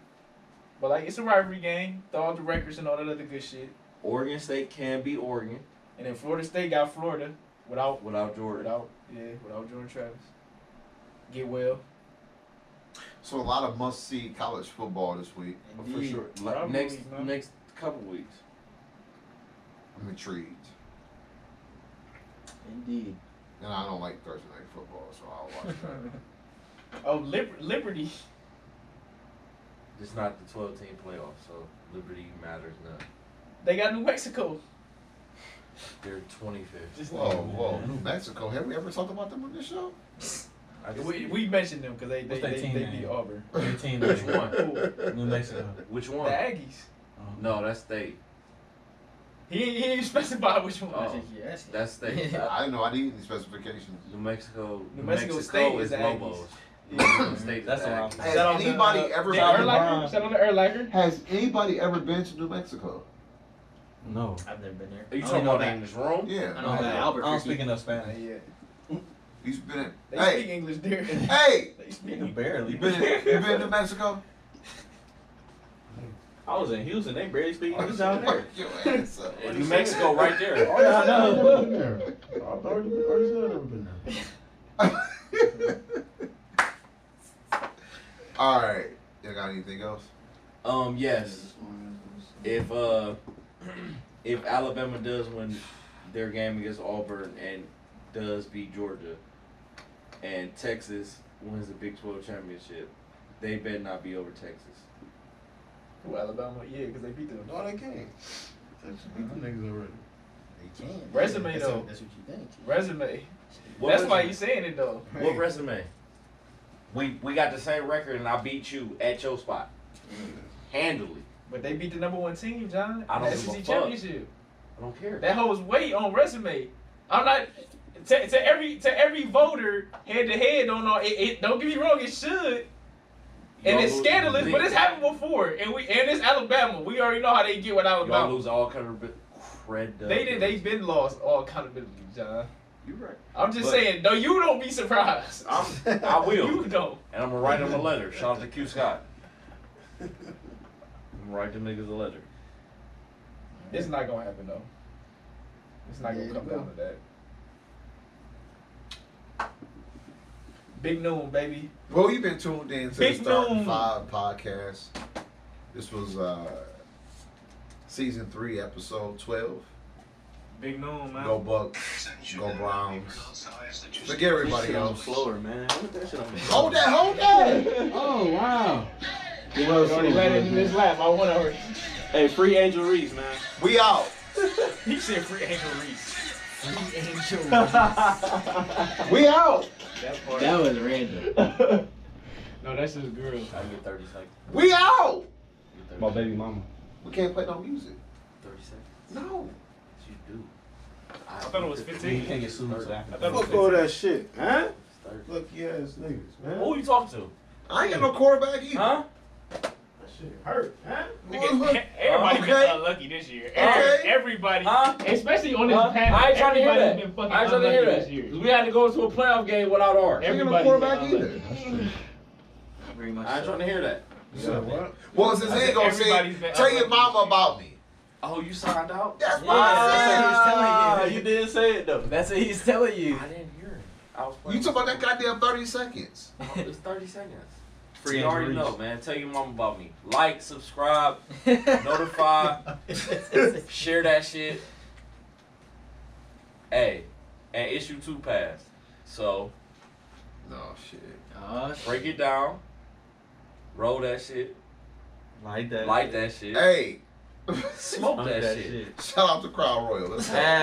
But like it's a rivalry game, throw out the records and all that other good shit.
Oregon State can be Oregon
And then Florida State got Florida without
without Jordan.
without yeah without Jordan Travis. Get well.
So a lot of must see college football this week.
For sure. Like,
Probably,
next
man.
next couple weeks.
I'm intrigued,
Indeed.
and I don't like Thursday night football, so I'll watch that.
oh, Liber- Liberty.
It's not the 12 team playoff, so Liberty matters not.
They got New Mexico.
They're 25th.
Just
whoa, whoa, New Mexico. Have we ever talked about them on this show?
I just-
we, we mentioned them because they they,
What's that
they,
team
they
name?
beat Auburn.
Your team
Which
name.
[laughs]
one?
New Mexico.
Which
The
one?
Aggies.
No, that's state.
He he didn't specify which one.
Oh. That's
[laughs]
state.
I didn't know. I didn't need any specifications.
New Mexico.
New Mexico State is the Aggies.
Lobos. New
Yeah.
Mexico State is
That's
the
the
Aggies.
Has
Shout out to,
anybody
uh,
ever
Dick
been-
Erlacher? Shout out to Erlacher.
Has anybody ever been to New Mexico?
No.
I've never been there.
Are you talking about in this room?
Yeah.
I don't,
Albert
speak enough Spanish.
Yeah.
He's been.
They speak
Hey,
English
[laughs]
there.
hey,
they speak English.
you
Barely.
been? You been to New Mexico?
I was in Houston. They barely speak English out there.
[laughs] Fuck your ass up.
In New Mexico, right there.
Oh,
Artie said
I
I've
know.
never been there. I've already Artie said I've never been there.
[laughs] All right. Y'all got anything else?
Um, yes. If uh, [clears throat] if Alabama does win their game against Auburn and does beat Georgia, and Texas wins the Big Twelve championship, they better not be over Texas.
Ooh, Alabama, yeah, because they beat them.
No, they can't. Texas beat them niggas already.
They can.
Resume,
that's what-
though.
that's what you think.
Resume.
What
That's why
resume?
you saying it though.
What resume? We we got the same record, and I beat you at your spot,
Mm.
handily.
But they beat the number one team, John.
I don't
in the
give a
SEC
fuck.
championship.
I don't care.
That holds weight on resume. I'm not to, to every to every voter head to head. Don't know. It, it, don't get me wrong. It should. And
Y'all
it's
lose-
scandalous, but it's
y'all
happened before. And we and it's Alabama. We already know how they get with
Y'all
Alabama.
lose all credi- credibility.
They did. They been lost all accountability, John.
You right.
I'm just
But-
saying. No, you don't be surprised.
I'm,
[laughs]
I will.
You don't.
And I'm gonna write them a letter. Shout out to Q Scott. I'm gonna write them niggas a letter.
It's not gonna happen though. It's not
Yeah,
gonna come
it will.
down to that.
Big noon, baby.
Well, you've been tuned in to
Big
the Starting
Noon.
Five podcast. This was uh season three, episode twelve.
Big noon, man.
Go Bucks, go Browns. Forget
This
everybody
shit on
else.
slower, man. What that shit on
Hold that, hold that.
Oh wow.
You know,
Already let it in this lap. I want to hurry.
Hey, free Angel Reese, man.
We out.
[laughs] He said free Angel Reese. [laughs]
We out.
That part.
That was random.
no, that's his girl.
I get 30 seconds.
We out.
Get 30
My baby mama.
We can't play no music.
30 seconds.
No.
What you do?
I thought it was 15.
get sued, so I
I
can
thought it was
Fuck all
15.
that shit, huh?
start.
Look, yes, niggas, man.
Who you talking to?
I ain't got no quarterback either.
Huh?
That shit hurt, huh?
Nigga, everybody
Okay.
been unlucky this year. Every-
Okay.
Everybody,
Huh?
especially on this
Huh?
panel.
I ain't trying to hear
everybody's
that.
Been fucking
I ain't trying to
unlucky
hear
this
that.
year.
We had to go into a playoff game without ours.
I ain't got no
everybody's
quarterback
been unlucky.
either.
Very much.
I ain't trying to hear that.
You said what?
Well, since he ain't gonna say,
Everybody's been
tell your
unlucky
mama
this year.
about me.
Oh, you signed out?
That's what
Ah,
I
you didn't say it though.
That's what he's telling [laughs] you.
I didn't hear it. I was
said. You talking about that goddamn thirty seconds?
It was 30 seconds.
Free
you already
Angel Reese.
know, man. Tell your mom about me. Like, subscribe, notify,
[laughs]
share that shit. Hey, and issue two passed. So
No Oh, shit.
break it down, roll that shit,
Like that.
light that shit,
Hey, [laughs]
smoke that, shit.
shout out to Crown Royal. Let's go.